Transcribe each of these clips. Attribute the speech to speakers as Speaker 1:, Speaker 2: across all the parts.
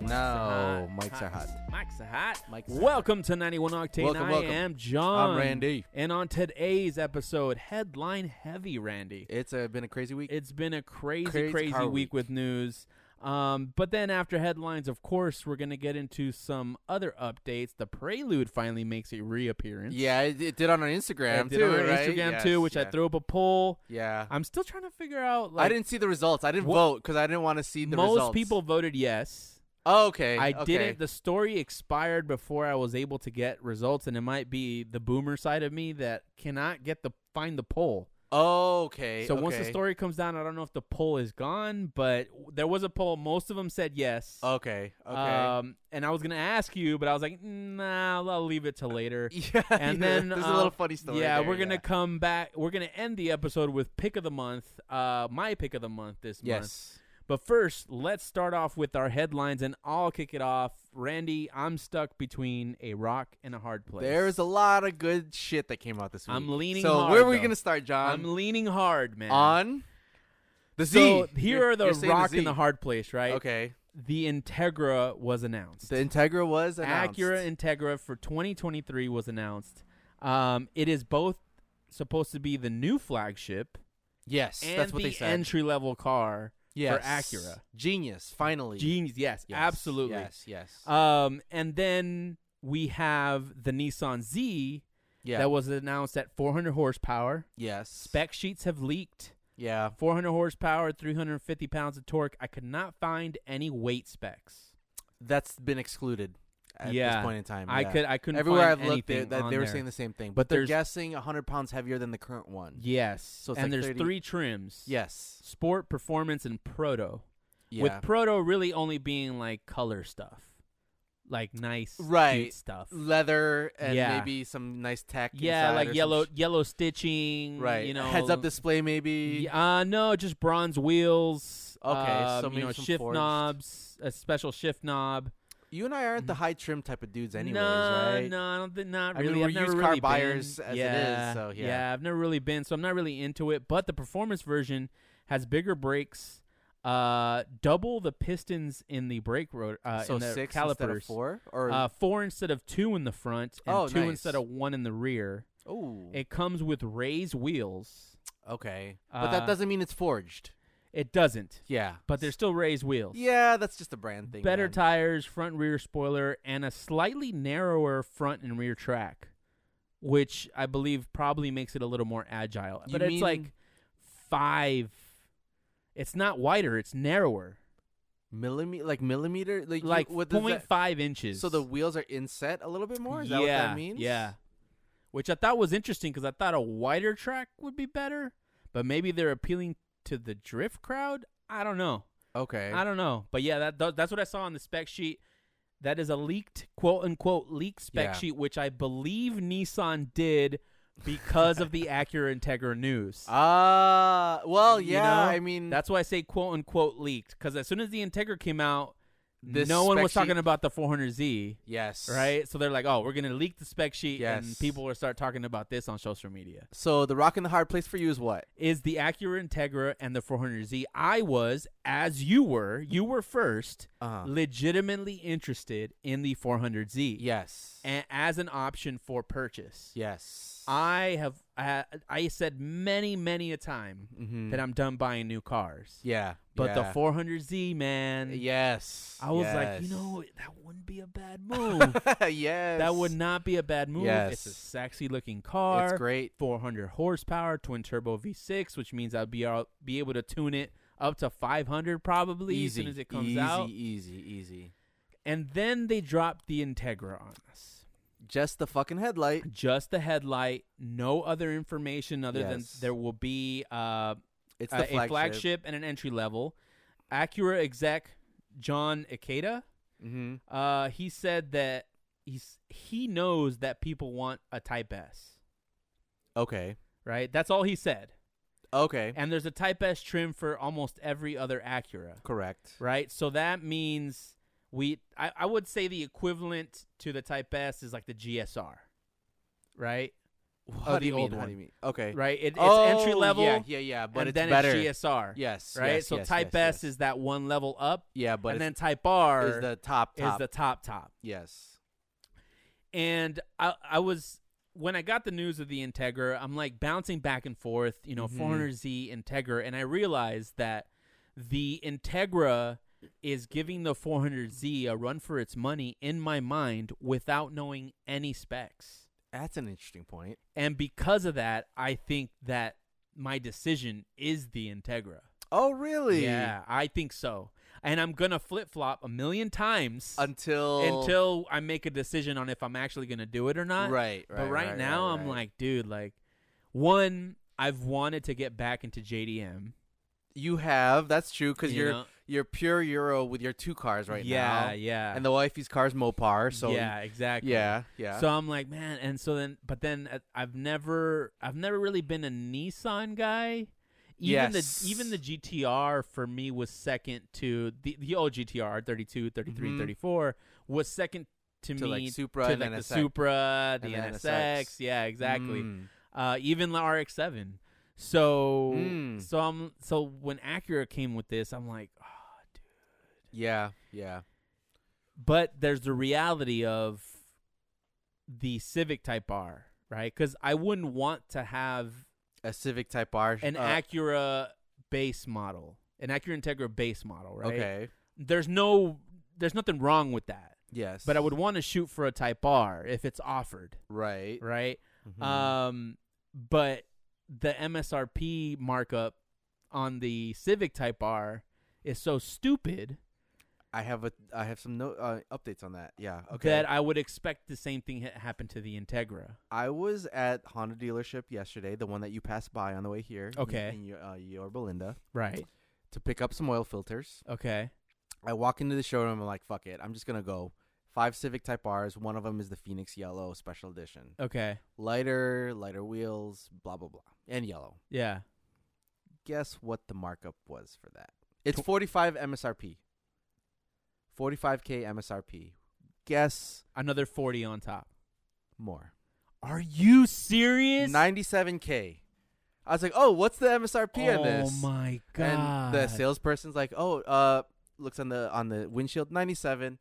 Speaker 1: No,
Speaker 2: Oh, mics are hot.
Speaker 1: Mics are hot.
Speaker 2: Mics are
Speaker 1: welcome to 91 Octane.
Speaker 2: Welcome,
Speaker 1: I
Speaker 2: welcome.
Speaker 1: am John.
Speaker 2: I'm Randy.
Speaker 1: And on today's episode, headline heavy, Randy.
Speaker 2: It's uh, been a crazy week.
Speaker 1: It's been a crazy,
Speaker 2: Crazy
Speaker 1: crazy,
Speaker 2: car
Speaker 1: week,
Speaker 2: week.
Speaker 1: with news. Um, but then after headlines, of course, we're going to get into some other updates. The Prelude finally makes a reappearance.
Speaker 2: yeah, it, it did on our Instagram
Speaker 1: I did
Speaker 2: too.
Speaker 1: it on
Speaker 2: right?
Speaker 1: Instagram
Speaker 2: Yes,
Speaker 1: too, which I
Speaker 2: yeah.
Speaker 1: threw up a poll.
Speaker 2: Yeah,
Speaker 1: I'm still trying to figure out. Like,
Speaker 2: I didn't see the results. I didn't
Speaker 1: Wha-
Speaker 2: vote because I didn't want to see the
Speaker 1: most
Speaker 2: results.
Speaker 1: people voted yes.
Speaker 2: Oh, okay.
Speaker 1: I
Speaker 2: okay.
Speaker 1: didn't. The story expired before I was able to get results, and it might be the boomer side of me that cannot get the find the poll.
Speaker 2: oh, okay.
Speaker 1: So once the
Speaker 2: okay.
Speaker 1: story comes down, I don't know if the poll is gone, but there was a poll. Most of them said yes.
Speaker 2: Okay. Oh, Okay.
Speaker 1: Um, and I was gonna ask you, but I was like, nah, I'll- I'll leave it till later.
Speaker 2: Uh, yeah.
Speaker 1: and then,
Speaker 2: there's a little
Speaker 1: uh,
Speaker 2: funny story.
Speaker 1: yeah,
Speaker 2: there,
Speaker 1: we're gonna come back. We're gonna end the episode with pick of the month. Uh, my pick of the month this month.
Speaker 2: Yes.
Speaker 1: But first, let's start off with our headlines, and I'll kick it off. Randy, I'm stuck between a rock and a hard place.
Speaker 2: There's a lot of good shit that came out this week.
Speaker 1: I'm leaning
Speaker 2: So
Speaker 1: hard,
Speaker 2: where are we
Speaker 1: though.
Speaker 2: gonna start, John?
Speaker 1: I'm leaning hard, man.
Speaker 2: on the Z.
Speaker 1: so here
Speaker 2: You're-
Speaker 1: are the
Speaker 2: you're saying
Speaker 1: rock
Speaker 2: the
Speaker 1: and the
Speaker 2: Z.
Speaker 1: hard place, right?
Speaker 2: Okay.
Speaker 1: The Integra was announced.
Speaker 2: The Integra was announced.
Speaker 1: Acura Integra for 2023 was announced. Um, it is both supposed to be the new flagship
Speaker 2: Yes,
Speaker 1: and
Speaker 2: that's what
Speaker 1: the
Speaker 2: they said.
Speaker 1: entry level car.
Speaker 2: yes.
Speaker 1: Acura.
Speaker 2: Genius, finally.
Speaker 1: Genius, yes,
Speaker 2: Yes,
Speaker 1: absolutely.
Speaker 2: Yes, yes.
Speaker 1: Um, and then we have the Nissan Z
Speaker 2: yeah.
Speaker 1: that was announced at 400 horsepower.
Speaker 2: yes.
Speaker 1: Spec sheets have leaked.
Speaker 2: Yeah.
Speaker 1: 400 horsepower, 350 pounds of torque. I could not find any weight specs.
Speaker 2: That's been excluded at
Speaker 1: Yeah.
Speaker 2: this point in time.
Speaker 1: I
Speaker 2: yeah.
Speaker 1: could I couldn't
Speaker 2: Everywhere
Speaker 1: find
Speaker 2: I've looked, they,
Speaker 1: anything
Speaker 2: that,
Speaker 1: on
Speaker 2: they were
Speaker 1: there.
Speaker 2: saying the same thing.
Speaker 1: But
Speaker 2: But they're
Speaker 1: there's-
Speaker 2: guessing 100 pounds heavier than the current one.
Speaker 1: yes.
Speaker 2: So it's
Speaker 1: and
Speaker 2: like
Speaker 1: there's
Speaker 2: 30
Speaker 1: three trims.
Speaker 2: Yes.
Speaker 1: Sport, performance, and proto.
Speaker 2: Yeah.
Speaker 1: With proto really only being like color stuff, like nice cute
Speaker 2: Right.
Speaker 1: stuff.
Speaker 2: leather and
Speaker 1: Yeah.
Speaker 2: maybe some nice tech. inside
Speaker 1: yeah,
Speaker 2: or
Speaker 1: like
Speaker 2: some
Speaker 1: yellow
Speaker 2: sh-
Speaker 1: yellow stitching.
Speaker 2: right.
Speaker 1: You know,
Speaker 2: Heads up display, maybe.
Speaker 1: Y- Uh, no, just bronze wheels.
Speaker 2: Okay,
Speaker 1: um,
Speaker 2: so
Speaker 1: you
Speaker 2: maybe
Speaker 1: know,
Speaker 2: some
Speaker 1: shift
Speaker 2: forged.
Speaker 1: knobs, a special shift knob.
Speaker 2: You and I aren't the high trim type of dudes, anyways,
Speaker 1: nah,
Speaker 2: right?
Speaker 1: Mm-hmm. No, I don't think not
Speaker 2: I mean,
Speaker 1: really.
Speaker 2: we're
Speaker 1: I've never
Speaker 2: used car
Speaker 1: really
Speaker 2: buyers
Speaker 1: been.
Speaker 2: as it is,
Speaker 1: yeah,
Speaker 2: so yeah.
Speaker 1: I've never really been, so I'm not really into it. But the performance version has bigger brakes, uh, double the pistons in the brake rotor, uh,
Speaker 2: so
Speaker 1: in the
Speaker 2: six
Speaker 1: calipers.
Speaker 2: instead of four, or
Speaker 1: Uh, four instead of two in the front, and
Speaker 2: Oh,
Speaker 1: two
Speaker 2: nice.
Speaker 1: instead of one in the rear.
Speaker 2: oh,
Speaker 1: It comes with raised wheels.
Speaker 2: okay, but that
Speaker 1: uh,
Speaker 2: doesn't mean it's forged.
Speaker 1: It doesn't,
Speaker 2: Yeah,
Speaker 1: but they're still raised wheels.
Speaker 2: yeah, that's just a brand thing.
Speaker 1: Better
Speaker 2: man.
Speaker 1: tires, front and rear spoiler, and a slightly narrower front and rear track, which I believe probably makes it a little more agile.
Speaker 2: You
Speaker 1: but it's
Speaker 2: mean-
Speaker 1: like five. It's not wider; it's narrower,
Speaker 2: millimeter, like millimeter, like you-
Speaker 1: like
Speaker 2: what does
Speaker 1: point
Speaker 2: that-
Speaker 1: five inches.
Speaker 2: So the wheels are inset a little bit more. Is
Speaker 1: yeah,
Speaker 2: that what that means?
Speaker 1: yeah. Which I thought was interesting because I thought a wider track would be better, but maybe they're appealing to the drift crowd. I don't know.
Speaker 2: Okay.
Speaker 1: I don't know, but yeah, that tho- that's what I saw on the spec sheet. That is a leaked quote unquote leaked spec
Speaker 2: Yeah.
Speaker 1: sheet, which I believe Nissan did because of the Acura Integra news.
Speaker 2: Um, Ah, well,
Speaker 1: You
Speaker 2: yeah.
Speaker 1: know?
Speaker 2: I mean,
Speaker 1: That's why I say quote unquote leaked because as soon as the Integra came out,
Speaker 2: This
Speaker 1: no one
Speaker 2: spec
Speaker 1: was talking
Speaker 2: sheet-
Speaker 1: about the 400Z,
Speaker 2: yes,
Speaker 1: right? So they're like, oh, we're gonna leak the spec sheet, and
Speaker 2: Yes.
Speaker 1: people will start talking about this on social media.
Speaker 2: So the rock and the hard place for you is what?
Speaker 1: Is the Acura Integra and the 400Z? I was, as you were, you were first.
Speaker 2: Uh
Speaker 1: legitimately interested in the 400Z
Speaker 2: Yes.
Speaker 1: and as an option for purchase.
Speaker 2: yes.
Speaker 1: I have I, I said many many a time
Speaker 2: Mhm.
Speaker 1: that I'm done buying new cars.
Speaker 2: yeah.
Speaker 1: But
Speaker 2: yeah.
Speaker 1: the 400Z man,
Speaker 2: Yes.
Speaker 1: I was like, you know, that wouldn't be a bad move.
Speaker 2: yes.
Speaker 1: that would not be a bad move. It's a
Speaker 2: Yes.
Speaker 1: sexy looking car.
Speaker 2: It's great.
Speaker 1: 400 horsepower, twin turbo V6, which means I'll be I'll be able to tune it up to 500 probably
Speaker 2: easy.
Speaker 1: as soon as it comes
Speaker 2: easy,
Speaker 1: out.
Speaker 2: Easy, easy,
Speaker 1: And then they dropped the Integra on us.
Speaker 2: Just the fucking headlight.
Speaker 1: Just the headlight, no other information other than
Speaker 2: Yes.
Speaker 1: there will be uh,
Speaker 2: It's
Speaker 1: a,
Speaker 2: the
Speaker 1: a flagship. and an entry level. Acura exec John Ikeda,
Speaker 2: Mm-hmm.
Speaker 1: uh, he said that he's he knows that people want a Type S,
Speaker 2: Okay.
Speaker 1: right? That's all he said.
Speaker 2: Okay.
Speaker 1: And there's a Type S trim for almost every other Acura.
Speaker 2: Correct.
Speaker 1: right? So that means we I, I would say the equivalent to the Type S is like the GSR, right?
Speaker 2: What do
Speaker 1: the
Speaker 2: you mean?
Speaker 1: old
Speaker 2: How
Speaker 1: one.
Speaker 2: do you mean? Okay.
Speaker 1: right? It, it's
Speaker 2: oh,
Speaker 1: entry level,
Speaker 2: Yeah, yeah, yeah. But
Speaker 1: and
Speaker 2: it's
Speaker 1: then
Speaker 2: better.
Speaker 1: it's GSR.
Speaker 2: yes.
Speaker 1: right?
Speaker 2: yes,
Speaker 1: so
Speaker 2: yes,
Speaker 1: Type
Speaker 2: yes,
Speaker 1: S
Speaker 2: yes.
Speaker 1: is that one level up,
Speaker 2: yeah, but
Speaker 1: and
Speaker 2: it's-
Speaker 1: then Type R
Speaker 2: is the top top.
Speaker 1: is the top top.
Speaker 2: yes.
Speaker 1: and I I was when I got the news of the Integra, I'm like bouncing back and forth, you know,
Speaker 2: Mhm.
Speaker 1: 400Z Integra, and I realized that the Integra is giving the 400Z a run for its money in my mind without knowing any specs.
Speaker 2: That's an interesting point.
Speaker 1: And because of that, I think that my decision is the Integra.
Speaker 2: Oh, really?
Speaker 1: Yeah, I think so. And I'm going to flip-flop a million times
Speaker 2: Until
Speaker 1: until I make a decision on if I'm actually going to do it or not
Speaker 2: right, right.
Speaker 1: but right, now
Speaker 2: right,
Speaker 1: I'm
Speaker 2: right.
Speaker 1: like, dude, like one, I've wanted to get back into JDM.
Speaker 2: you have. That's true because
Speaker 1: you
Speaker 2: you are
Speaker 1: know?
Speaker 2: you're pure Euro with your two cars right now.
Speaker 1: yeah, yeah,
Speaker 2: And the wifey's car's Mopar, so
Speaker 1: yeah, exactly,
Speaker 2: yeah, yeah.
Speaker 1: So I'm like, man, and so then, but then uh, I've never, I've never really been a Nissan guy. Even
Speaker 2: Yes.
Speaker 1: the even the GTR for me was second to the the old GTR 32, 33,
Speaker 2: Mhm.
Speaker 1: 34 was second to,
Speaker 2: to
Speaker 1: me
Speaker 2: like Supra
Speaker 1: to
Speaker 2: and
Speaker 1: like
Speaker 2: NSX.
Speaker 1: the Supra, the
Speaker 2: And the
Speaker 1: NSX.
Speaker 2: NSX.
Speaker 1: yeah, exactly.
Speaker 2: Mm.
Speaker 1: uh, even the RX-7. So,
Speaker 2: Mm.
Speaker 1: so I'm so when Acura came with this, I'm like, "Ah."
Speaker 2: Yeah, yeah.
Speaker 1: but there's the reality of the Civic Type R, right? Because I wouldn't want to have
Speaker 2: A Civic Type R.
Speaker 1: an
Speaker 2: uh,
Speaker 1: Acura base model, an Acura Integra base model, right?
Speaker 2: Okay.
Speaker 1: There's no, there's nothing wrong with that,
Speaker 2: Yes.
Speaker 1: but I would want to shoot for a Type R if it's offered,
Speaker 2: Right.
Speaker 1: right?
Speaker 2: Mhm.
Speaker 1: Um, but the MSRP markup on the Civic Type R is so stupid
Speaker 2: I have a I have some no, uh, updates on that. Yeah. Okay.
Speaker 1: that I would expect the same thing ha- happen to the Integra.
Speaker 2: I was at Honda dealership yesterday, the one that you passed by on the way here. in-
Speaker 1: Okay.
Speaker 2: In, your, uh, your Belinda
Speaker 1: Right.
Speaker 2: to pick up some oil filters.
Speaker 1: Okay.
Speaker 2: I walk into the showroom. I'm like, fuck it. I'm just gonna go. Five Civic Type R's. One of them is the Phoenix Yellow Special Edition.
Speaker 1: Okay.
Speaker 2: Lighter, lighter wheels. Blah blah blah, and yellow.
Speaker 1: Yeah.
Speaker 2: Guess what the markup was for that? It's 45 MSRP. 45k MSRP. Guess
Speaker 1: Another 40 on top.
Speaker 2: more.
Speaker 1: Are you serious?
Speaker 2: 97k. I was like, oh, what's the MSRP on
Speaker 1: oh
Speaker 2: this?
Speaker 1: my
Speaker 2: And
Speaker 1: god.
Speaker 2: the salesperson's like, "Oh, uh, looks on the on the windshield, ninety seven.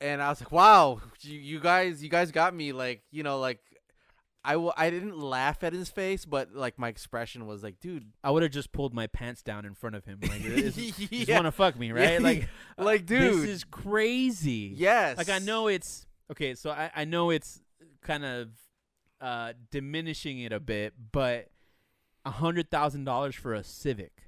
Speaker 2: And I was like, "Wow, you, you guys, you guys got me." Like, you know, like I w- I didn't laugh at his face, but like my expression was like, "Dude,
Speaker 1: I would have just pulled my pants down in front of him. Like, you just
Speaker 2: Yeah.
Speaker 1: want to fuck me, right?
Speaker 2: Yeah.
Speaker 1: Like,
Speaker 2: like,
Speaker 1: Uh, this
Speaker 2: dude,
Speaker 1: is crazy.
Speaker 2: yes."
Speaker 1: like I know it's okay, so I, I know it's kind of uh diminishing it a bit, but a hundred thousand dollars for a Civic.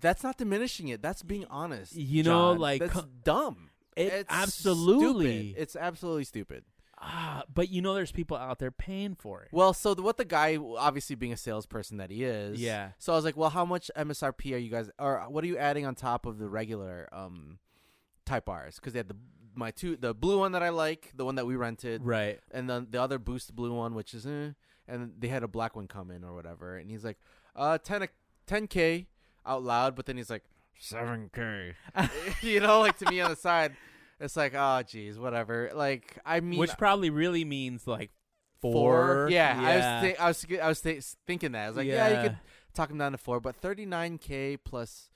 Speaker 2: that's not diminishing it. That's being honest.
Speaker 1: You know,
Speaker 2: John.
Speaker 1: like,
Speaker 2: that's
Speaker 1: co-
Speaker 2: dumb.
Speaker 1: It
Speaker 2: It's
Speaker 1: absolutely
Speaker 2: stupid. It's absolutely stupid.
Speaker 1: ah, but you know there's people out there paying for it.
Speaker 2: Well, so the, what the guy, obviously being a salesperson that he is,
Speaker 1: Yeah.
Speaker 2: So I was like, well, how much MSRP are you guys, or what are you adding on top of the regular um Type R's? Because they had the my two, the blue one that I like, the one that we rented,
Speaker 1: right.
Speaker 2: and then the other Boost blue one, which is, eh, and they had a black one come in or whatever, and he's like, uh, ten ten k out loud, but then he's like, seven k, you know, like to me on the side, it's like, oh, geez, whatever. Like, I mean, uh,
Speaker 1: Which probably really means like four.
Speaker 2: Yeah,
Speaker 1: yeah.
Speaker 2: I was thi- I was I was thi- thinking that. I was like, yeah. you could
Speaker 1: Yeah.
Speaker 2: talk him down to four, but 39k plus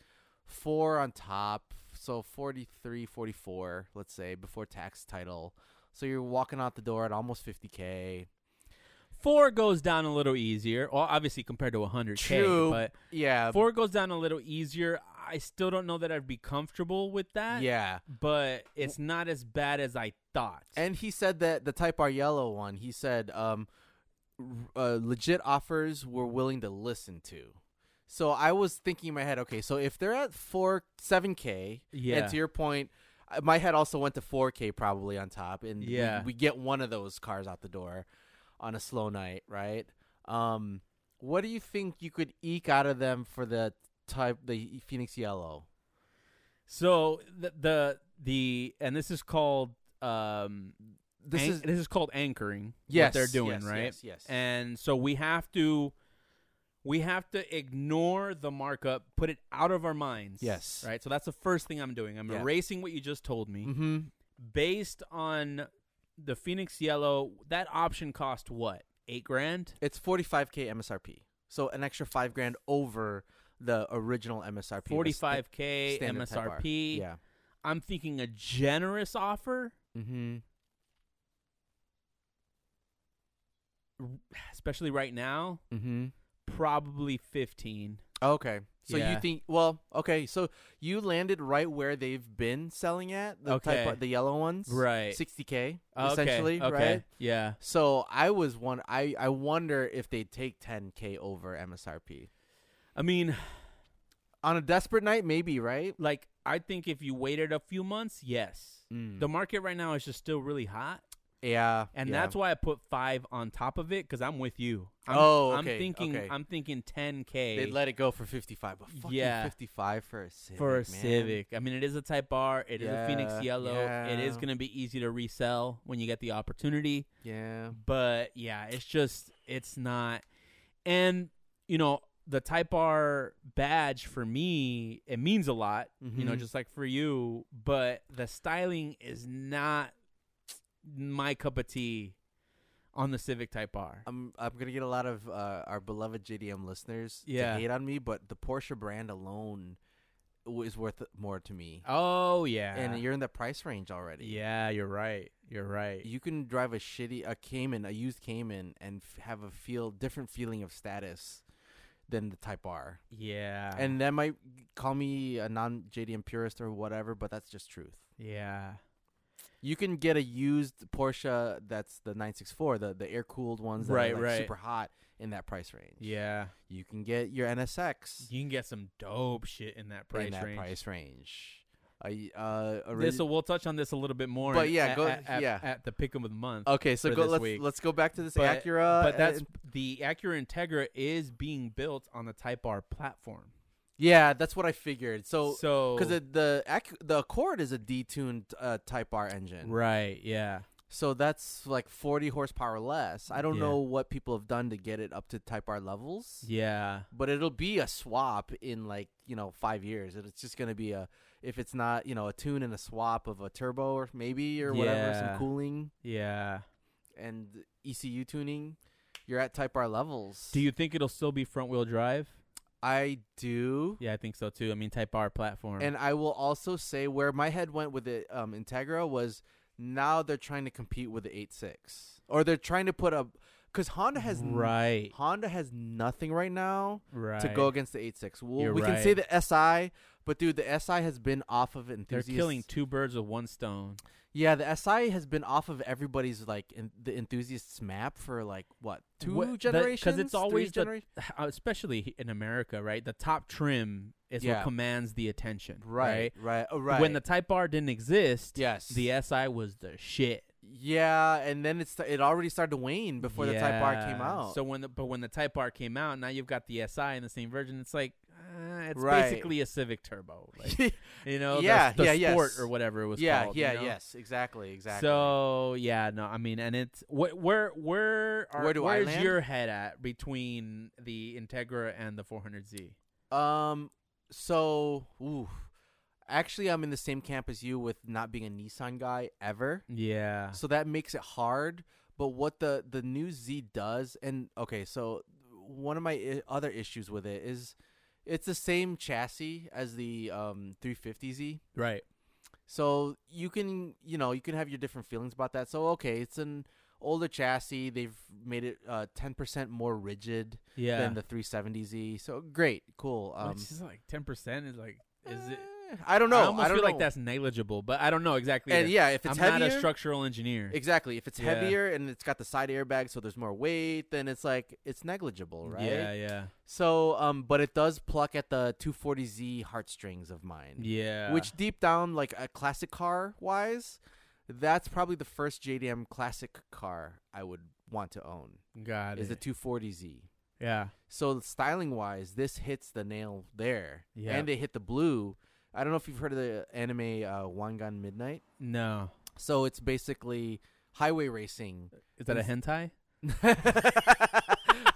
Speaker 2: four on top, so 43, 44, let's say before tax title. So you're walking out the door at almost 50k.
Speaker 1: four goes down a little easier. Well, obviously compared to a hundred K
Speaker 2: True. Uh,
Speaker 1: but
Speaker 2: Yeah,
Speaker 1: four goes down a little easier. I still don't know that I'd be comfortable with that.
Speaker 2: yeah.
Speaker 1: but it's not as bad as I thought.
Speaker 2: And he said that the Type R yellow one. He said, um, r- uh, legit offers we're willing to listen to. So I was thinking in my head, okay, so if they're at four seven k,
Speaker 1: Yeah.
Speaker 2: And to your point, I- my head also went to 4K probably on top, and we-
Speaker 1: Yeah.
Speaker 2: we, get one of those cars out the door on a slow night, right? Um, what do you think you could eke out of them for the type the Phoenix Yellow?
Speaker 1: so the, the the and this is called um
Speaker 2: This
Speaker 1: anch-
Speaker 2: is
Speaker 1: this is called anchoring.
Speaker 2: yes,
Speaker 1: what they're doing
Speaker 2: yes,
Speaker 1: right.
Speaker 2: Yes, yes.
Speaker 1: And so we have to we have to ignore the markup, put it out of our minds.
Speaker 2: Yes.
Speaker 1: Right. So that's the first thing I'm doing. I'm
Speaker 2: Yeah.
Speaker 1: erasing what you just told me
Speaker 2: mm-hmm.
Speaker 1: based on the Phoenix Yellow. That option cost what? eight grand.
Speaker 2: It's 45k MSRP. So an extra 5 grand over the original MSRP. the
Speaker 1: Forty-five k
Speaker 2: sta- standard type R.
Speaker 1: MSRP.
Speaker 2: Yeah.
Speaker 1: I'm thinking a generous offer,
Speaker 2: Mhm.
Speaker 1: especially right now.
Speaker 2: Mhm.
Speaker 1: Probably fifteen.
Speaker 2: Okay. So you
Speaker 1: Yeah.
Speaker 2: think well, okay, so you landed right where they've been selling at, the type
Speaker 1: Okay.
Speaker 2: of, the yellow ones.
Speaker 1: Right.
Speaker 2: 60k
Speaker 1: Okay,
Speaker 2: essentially,
Speaker 1: okay,
Speaker 2: right?
Speaker 1: Yeah.
Speaker 2: So I was one I I wonder if they'd take 10k over MSRP.
Speaker 1: I mean,
Speaker 2: On a desperate night maybe, right?
Speaker 1: like I think if you waited a few months, yes.
Speaker 2: Hmm.
Speaker 1: The market right now is just still really hot,
Speaker 2: yeah.
Speaker 1: Mm. and
Speaker 2: yeah.
Speaker 1: that's why I put five on top of it because I'm with you. I'm,
Speaker 2: Oh, okay,
Speaker 1: I'm thinking
Speaker 2: okay.
Speaker 1: I'm thinking 10k
Speaker 2: They'd let it go for 55, but fucking
Speaker 1: Yeah.
Speaker 2: 55 for a Civic.
Speaker 1: for a
Speaker 2: man.
Speaker 1: Civic. I mean, it is a Type R. It is a
Speaker 2: Yeah,
Speaker 1: Phoenix Yellow. It is
Speaker 2: yeah.
Speaker 1: going to be easy to resell when you get the opportunity.
Speaker 2: Yeah.
Speaker 1: but yeah, it's just it's not. And you know, the Type R badge for me, it means a lot. You know,
Speaker 2: Mhm.
Speaker 1: just like for you, but the styling is not my cup of tea on the Civic Type R.
Speaker 2: I'm I'm gonna get a lot of uh, our beloved JDM listeners
Speaker 1: Yeah.
Speaker 2: to hate on me, but the Porsche brand alone w- is worth more to me.
Speaker 1: Oh yeah,
Speaker 2: And you're in that price range already.
Speaker 1: yeah, you're right. You're right.
Speaker 2: You can drive a shitty a Cayman, a used Cayman, and f- have a feel different feeling of status than the Type R.
Speaker 1: yeah,
Speaker 2: And that might call me a non JDM purist or whatever, but that's just truth.
Speaker 1: yeah,
Speaker 2: You can get a used Porsche that's the 964, the, the air cooled ones that
Speaker 1: Right,
Speaker 2: are like
Speaker 1: right.
Speaker 2: super hot in that price range.
Speaker 1: yeah.
Speaker 2: You can get your NSX
Speaker 1: You can get some dope shit in that price
Speaker 2: in that
Speaker 1: range.
Speaker 2: price range. A y- uh, a
Speaker 1: This
Speaker 2: re-
Speaker 1: we'll touch on this a little bit more.
Speaker 2: But
Speaker 1: in-
Speaker 2: yeah,
Speaker 1: at,
Speaker 2: go-
Speaker 1: at, at-
Speaker 2: yeah.
Speaker 1: at the pick 'em of the month.
Speaker 2: okay, so
Speaker 1: for
Speaker 2: go,
Speaker 1: this
Speaker 2: let's
Speaker 1: week.
Speaker 2: let's go back to this
Speaker 1: But-
Speaker 2: Acura.
Speaker 1: but that's
Speaker 2: and-
Speaker 1: the Acura Integra is being built on the Type R platform.
Speaker 2: yeah, that's what I figured. So
Speaker 1: so
Speaker 2: because the the Ac- the Accord is a detuned uh, Type R engine,
Speaker 1: right, yeah,
Speaker 2: so that's like 40 horsepower less. I don't
Speaker 1: Yeah.
Speaker 2: know what people have done to get it up to Type R levels.
Speaker 1: yeah,
Speaker 2: but it'll be a swap in like you know five years. It's just gonna be a if it's not you know a tune and a swap of a turbo or maybe or whatever some
Speaker 1: Yeah.
Speaker 2: cooling
Speaker 1: yeah.
Speaker 2: and ECU tuning. You're at Type R levels.
Speaker 1: Do you think it'll still be front wheel drive?
Speaker 2: I do,
Speaker 1: Yeah, I think so too. I mean, Type R platform.
Speaker 2: and I will also say where my head went with the um, Integra was now they're trying to compete with the 8.6. or they're trying to put a because Honda has n-
Speaker 1: right,
Speaker 2: Honda has nothing right now.
Speaker 1: right.
Speaker 2: to go against the 8.6. Well,
Speaker 1: You're
Speaker 2: we can say
Speaker 1: right.
Speaker 2: the SI, but dude, the SI has been off of
Speaker 1: They're
Speaker 2: enthusiasts.
Speaker 1: killing two birds with one stone.
Speaker 2: Yeah, the SI has been off of everybody's like in, the enthusiasts map for like what two
Speaker 1: What- the- 'cause
Speaker 2: generations?
Speaker 1: it's
Speaker 2: Three
Speaker 1: always the-
Speaker 2: genera-
Speaker 1: uh, Especially he- in America, right? The top trim is
Speaker 2: Yeah.
Speaker 1: what commands the attention,
Speaker 2: right, right, oh, right.
Speaker 1: When the Type R didn't exist,
Speaker 2: yes,
Speaker 1: the e SI was the shit.
Speaker 2: yeah, and then it's it already started to wane before the Type R came
Speaker 1: Yeah.
Speaker 2: out.
Speaker 1: So when the but when the Type R came out, now you've got the SI in the same version. It's like uh, it's
Speaker 2: Right.
Speaker 1: basically a Civic Turbo, like, you know, the-
Speaker 2: Yeah,
Speaker 1: the,
Speaker 2: yeah,
Speaker 1: Sport
Speaker 2: yes.
Speaker 1: or whatever it was
Speaker 2: yeah,
Speaker 1: called. you
Speaker 2: yeah,
Speaker 1: know?
Speaker 2: yes, exactly, exactly.
Speaker 1: So yeah, no, I mean, and it's wh- where where are,
Speaker 2: Where do I
Speaker 1: where's
Speaker 2: land?
Speaker 1: your head at between the Integra and the 400Z?
Speaker 2: Um. So, ooh, actually, I'm in the same camp as you with not being a Nissan guy ever.
Speaker 1: Yeah,
Speaker 2: So that makes it hard. But what the the new Z does, and okay, so one of my I- other issues with it is it's the same chassis as the um 350Z.
Speaker 1: right.
Speaker 2: So you can you know you can have your different feelings about that. So okay, it's an older chassis. They've made it uh 10% more rigid
Speaker 1: Yeah,
Speaker 2: than the 370Z. So great, cool. Um,
Speaker 1: which is like ten percent is like is it?
Speaker 2: eh, I don't know.
Speaker 1: I
Speaker 2: I,
Speaker 1: almost
Speaker 2: don't
Speaker 1: feel
Speaker 2: know.
Speaker 1: like that's negligible, but I don't know exactly.
Speaker 2: And
Speaker 1: either.
Speaker 2: yeah, if it's
Speaker 1: I'm
Speaker 2: heavier,
Speaker 1: not a structural engineer.
Speaker 2: Exactly. If it's
Speaker 1: Yeah.
Speaker 2: heavier and it's got the side airbag, so there's more weight, then it's like it's negligible, right?
Speaker 1: Yeah, yeah,
Speaker 2: So, um, but it does pluck at the 240Z heartstrings of mine,
Speaker 1: yeah.
Speaker 2: which deep down, like a classic car wise, that's probably the first JDM classic car I would want to own
Speaker 1: got
Speaker 2: is
Speaker 1: it?
Speaker 2: the 240Z.
Speaker 1: Yeah.
Speaker 2: So styling wise, this hits the nail there,
Speaker 1: Yeah.
Speaker 2: and they hit the blue. I don't know if you've heard of the anime uh, Wangan Midnight.
Speaker 1: No.
Speaker 2: So it's basically highway racing
Speaker 1: Is that a
Speaker 2: Is-
Speaker 1: hentai?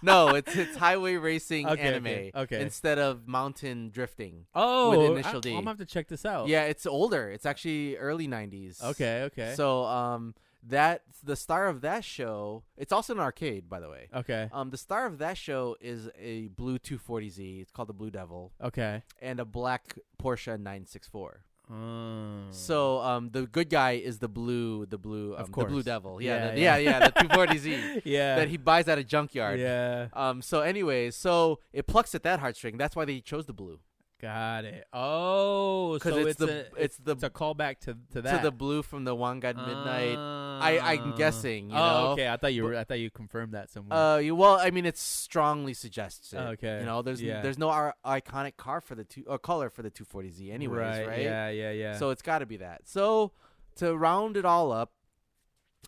Speaker 2: no, it's it's highway racing
Speaker 1: Okay,
Speaker 2: anime
Speaker 1: okay, okay.
Speaker 2: instead of mountain drifting.
Speaker 1: Oh,
Speaker 2: initial
Speaker 1: I,
Speaker 2: D.
Speaker 1: Oh. am gonna have to check this out.
Speaker 2: Yeah, it's older. It's actually early '90s.
Speaker 1: Okay. Okay.
Speaker 2: So um, that the star of that show, it's also an arcade, by the way.
Speaker 1: Okay.
Speaker 2: Um, the star of that show is a blue 240Z. It's called the Blue Devil,
Speaker 1: Okay.
Speaker 2: and a black Porsche 964.
Speaker 1: Oh.
Speaker 2: Uh, So um, the good guy is the blue, the blue, um,
Speaker 1: Of
Speaker 2: the Blue
Speaker 1: course.
Speaker 2: Devil. Yeah,
Speaker 1: Yeah,
Speaker 2: the-
Speaker 1: yeah.
Speaker 2: yeah, yeah, the 240Z
Speaker 1: yeah.
Speaker 2: that he buys at a junkyard.
Speaker 1: Yeah.
Speaker 2: Um. So, anyways, so it plucks at that heartstring. That's why they chose the blue
Speaker 1: Got it. Oh,
Speaker 2: because
Speaker 1: so
Speaker 2: it's,
Speaker 1: it's,
Speaker 2: the
Speaker 1: a,
Speaker 2: it's the
Speaker 1: it's a callback to to that
Speaker 2: to the blue from the One God Midnight. I I'm
Speaker 1: Ah.
Speaker 2: guessing. You
Speaker 1: oh,
Speaker 2: know?
Speaker 1: okay. I thought you
Speaker 2: But-
Speaker 1: were. I thought you confirmed that somewhere.
Speaker 2: Uh, you, well, I mean, it's strongly suggested.
Speaker 1: Mm. Okay,
Speaker 2: You know, there's
Speaker 1: yeah.
Speaker 2: there's no ar- iconic car for the two or color for the 240Z, anyways, right?
Speaker 1: Yeah. Yeah. Yeah.
Speaker 2: So it's got to be that. So to round it all up,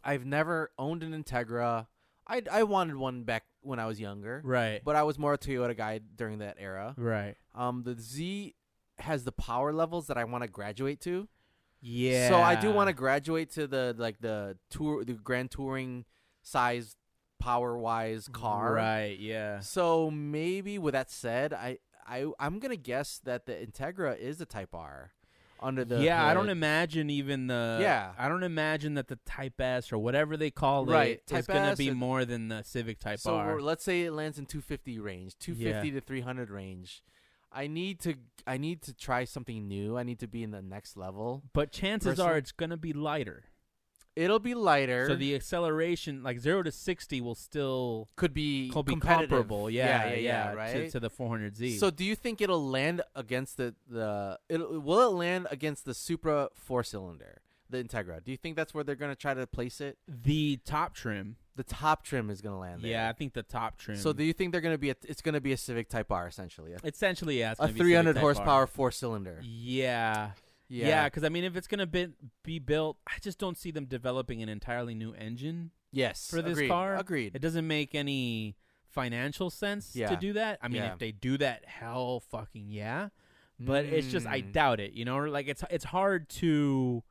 Speaker 2: I've never owned an Integra. I I wanted one back when I was younger,
Speaker 1: right.
Speaker 2: but I was more a Toyota guy during that era.
Speaker 1: right.
Speaker 2: Um, the Z has the power levels that I want to graduate to.
Speaker 1: Yeah.
Speaker 2: So I do want to graduate to the like the tour the grand touring size power wise car.
Speaker 1: Right. Yeah.
Speaker 2: So maybe with that said, I I I'm gonna guess that the Integra is a Type R under the
Speaker 1: yeah. I don't
Speaker 2: hood.
Speaker 1: imagine even the.
Speaker 2: Yeah.
Speaker 1: I don't imagine that the Type S or whatever they call
Speaker 2: Right,
Speaker 1: it
Speaker 2: Type
Speaker 1: is gonna
Speaker 2: S
Speaker 1: be
Speaker 2: and-
Speaker 1: more than the Civic Type
Speaker 2: so
Speaker 1: R.
Speaker 2: we're- let's say it lands in 250 range, 250 to 300 range. I need to I need to try something new. I need to be in the next level.
Speaker 1: But chances
Speaker 2: Person-
Speaker 1: are it's gonna be lighter.
Speaker 2: It'll be lighter.
Speaker 1: So the acceleration, like zero to sixty, will still
Speaker 2: could be
Speaker 1: co- be
Speaker 2: competitive.
Speaker 1: comparable. Yeah.
Speaker 2: yeah,
Speaker 1: to-
Speaker 2: right.
Speaker 1: To, the 400Z.
Speaker 2: So do you think it'll land against the the it'll, will it land against the Supra four cylinder, the Integra? Do you think that's where they're gonna try to place it?
Speaker 1: the top trim.
Speaker 2: The top trim is gonna land there.
Speaker 1: Yeah, I think the top trim.
Speaker 2: So do you think they're gonna be a, it's gonna be a Civic Type R essentially, a,
Speaker 1: essentially, yeah, it's
Speaker 2: a
Speaker 1: gonna be Civic
Speaker 2: 300
Speaker 1: Type R.
Speaker 2: horsepower four cylinder.
Speaker 1: Yeah, yeah, because I mean, if it's gonna be, be built, I just don't see them developing an entirely new engine.
Speaker 2: Yes.
Speaker 1: for this
Speaker 2: Agreed.
Speaker 1: car,
Speaker 2: Agreed.
Speaker 1: It doesn't make any financial sense
Speaker 2: Yeah.
Speaker 1: to do that. I mean,
Speaker 2: Yeah.
Speaker 1: if they do that, hell, fucking yeah. But it's just I
Speaker 2: Mm.
Speaker 1: doubt it. You know, like it's it's hard to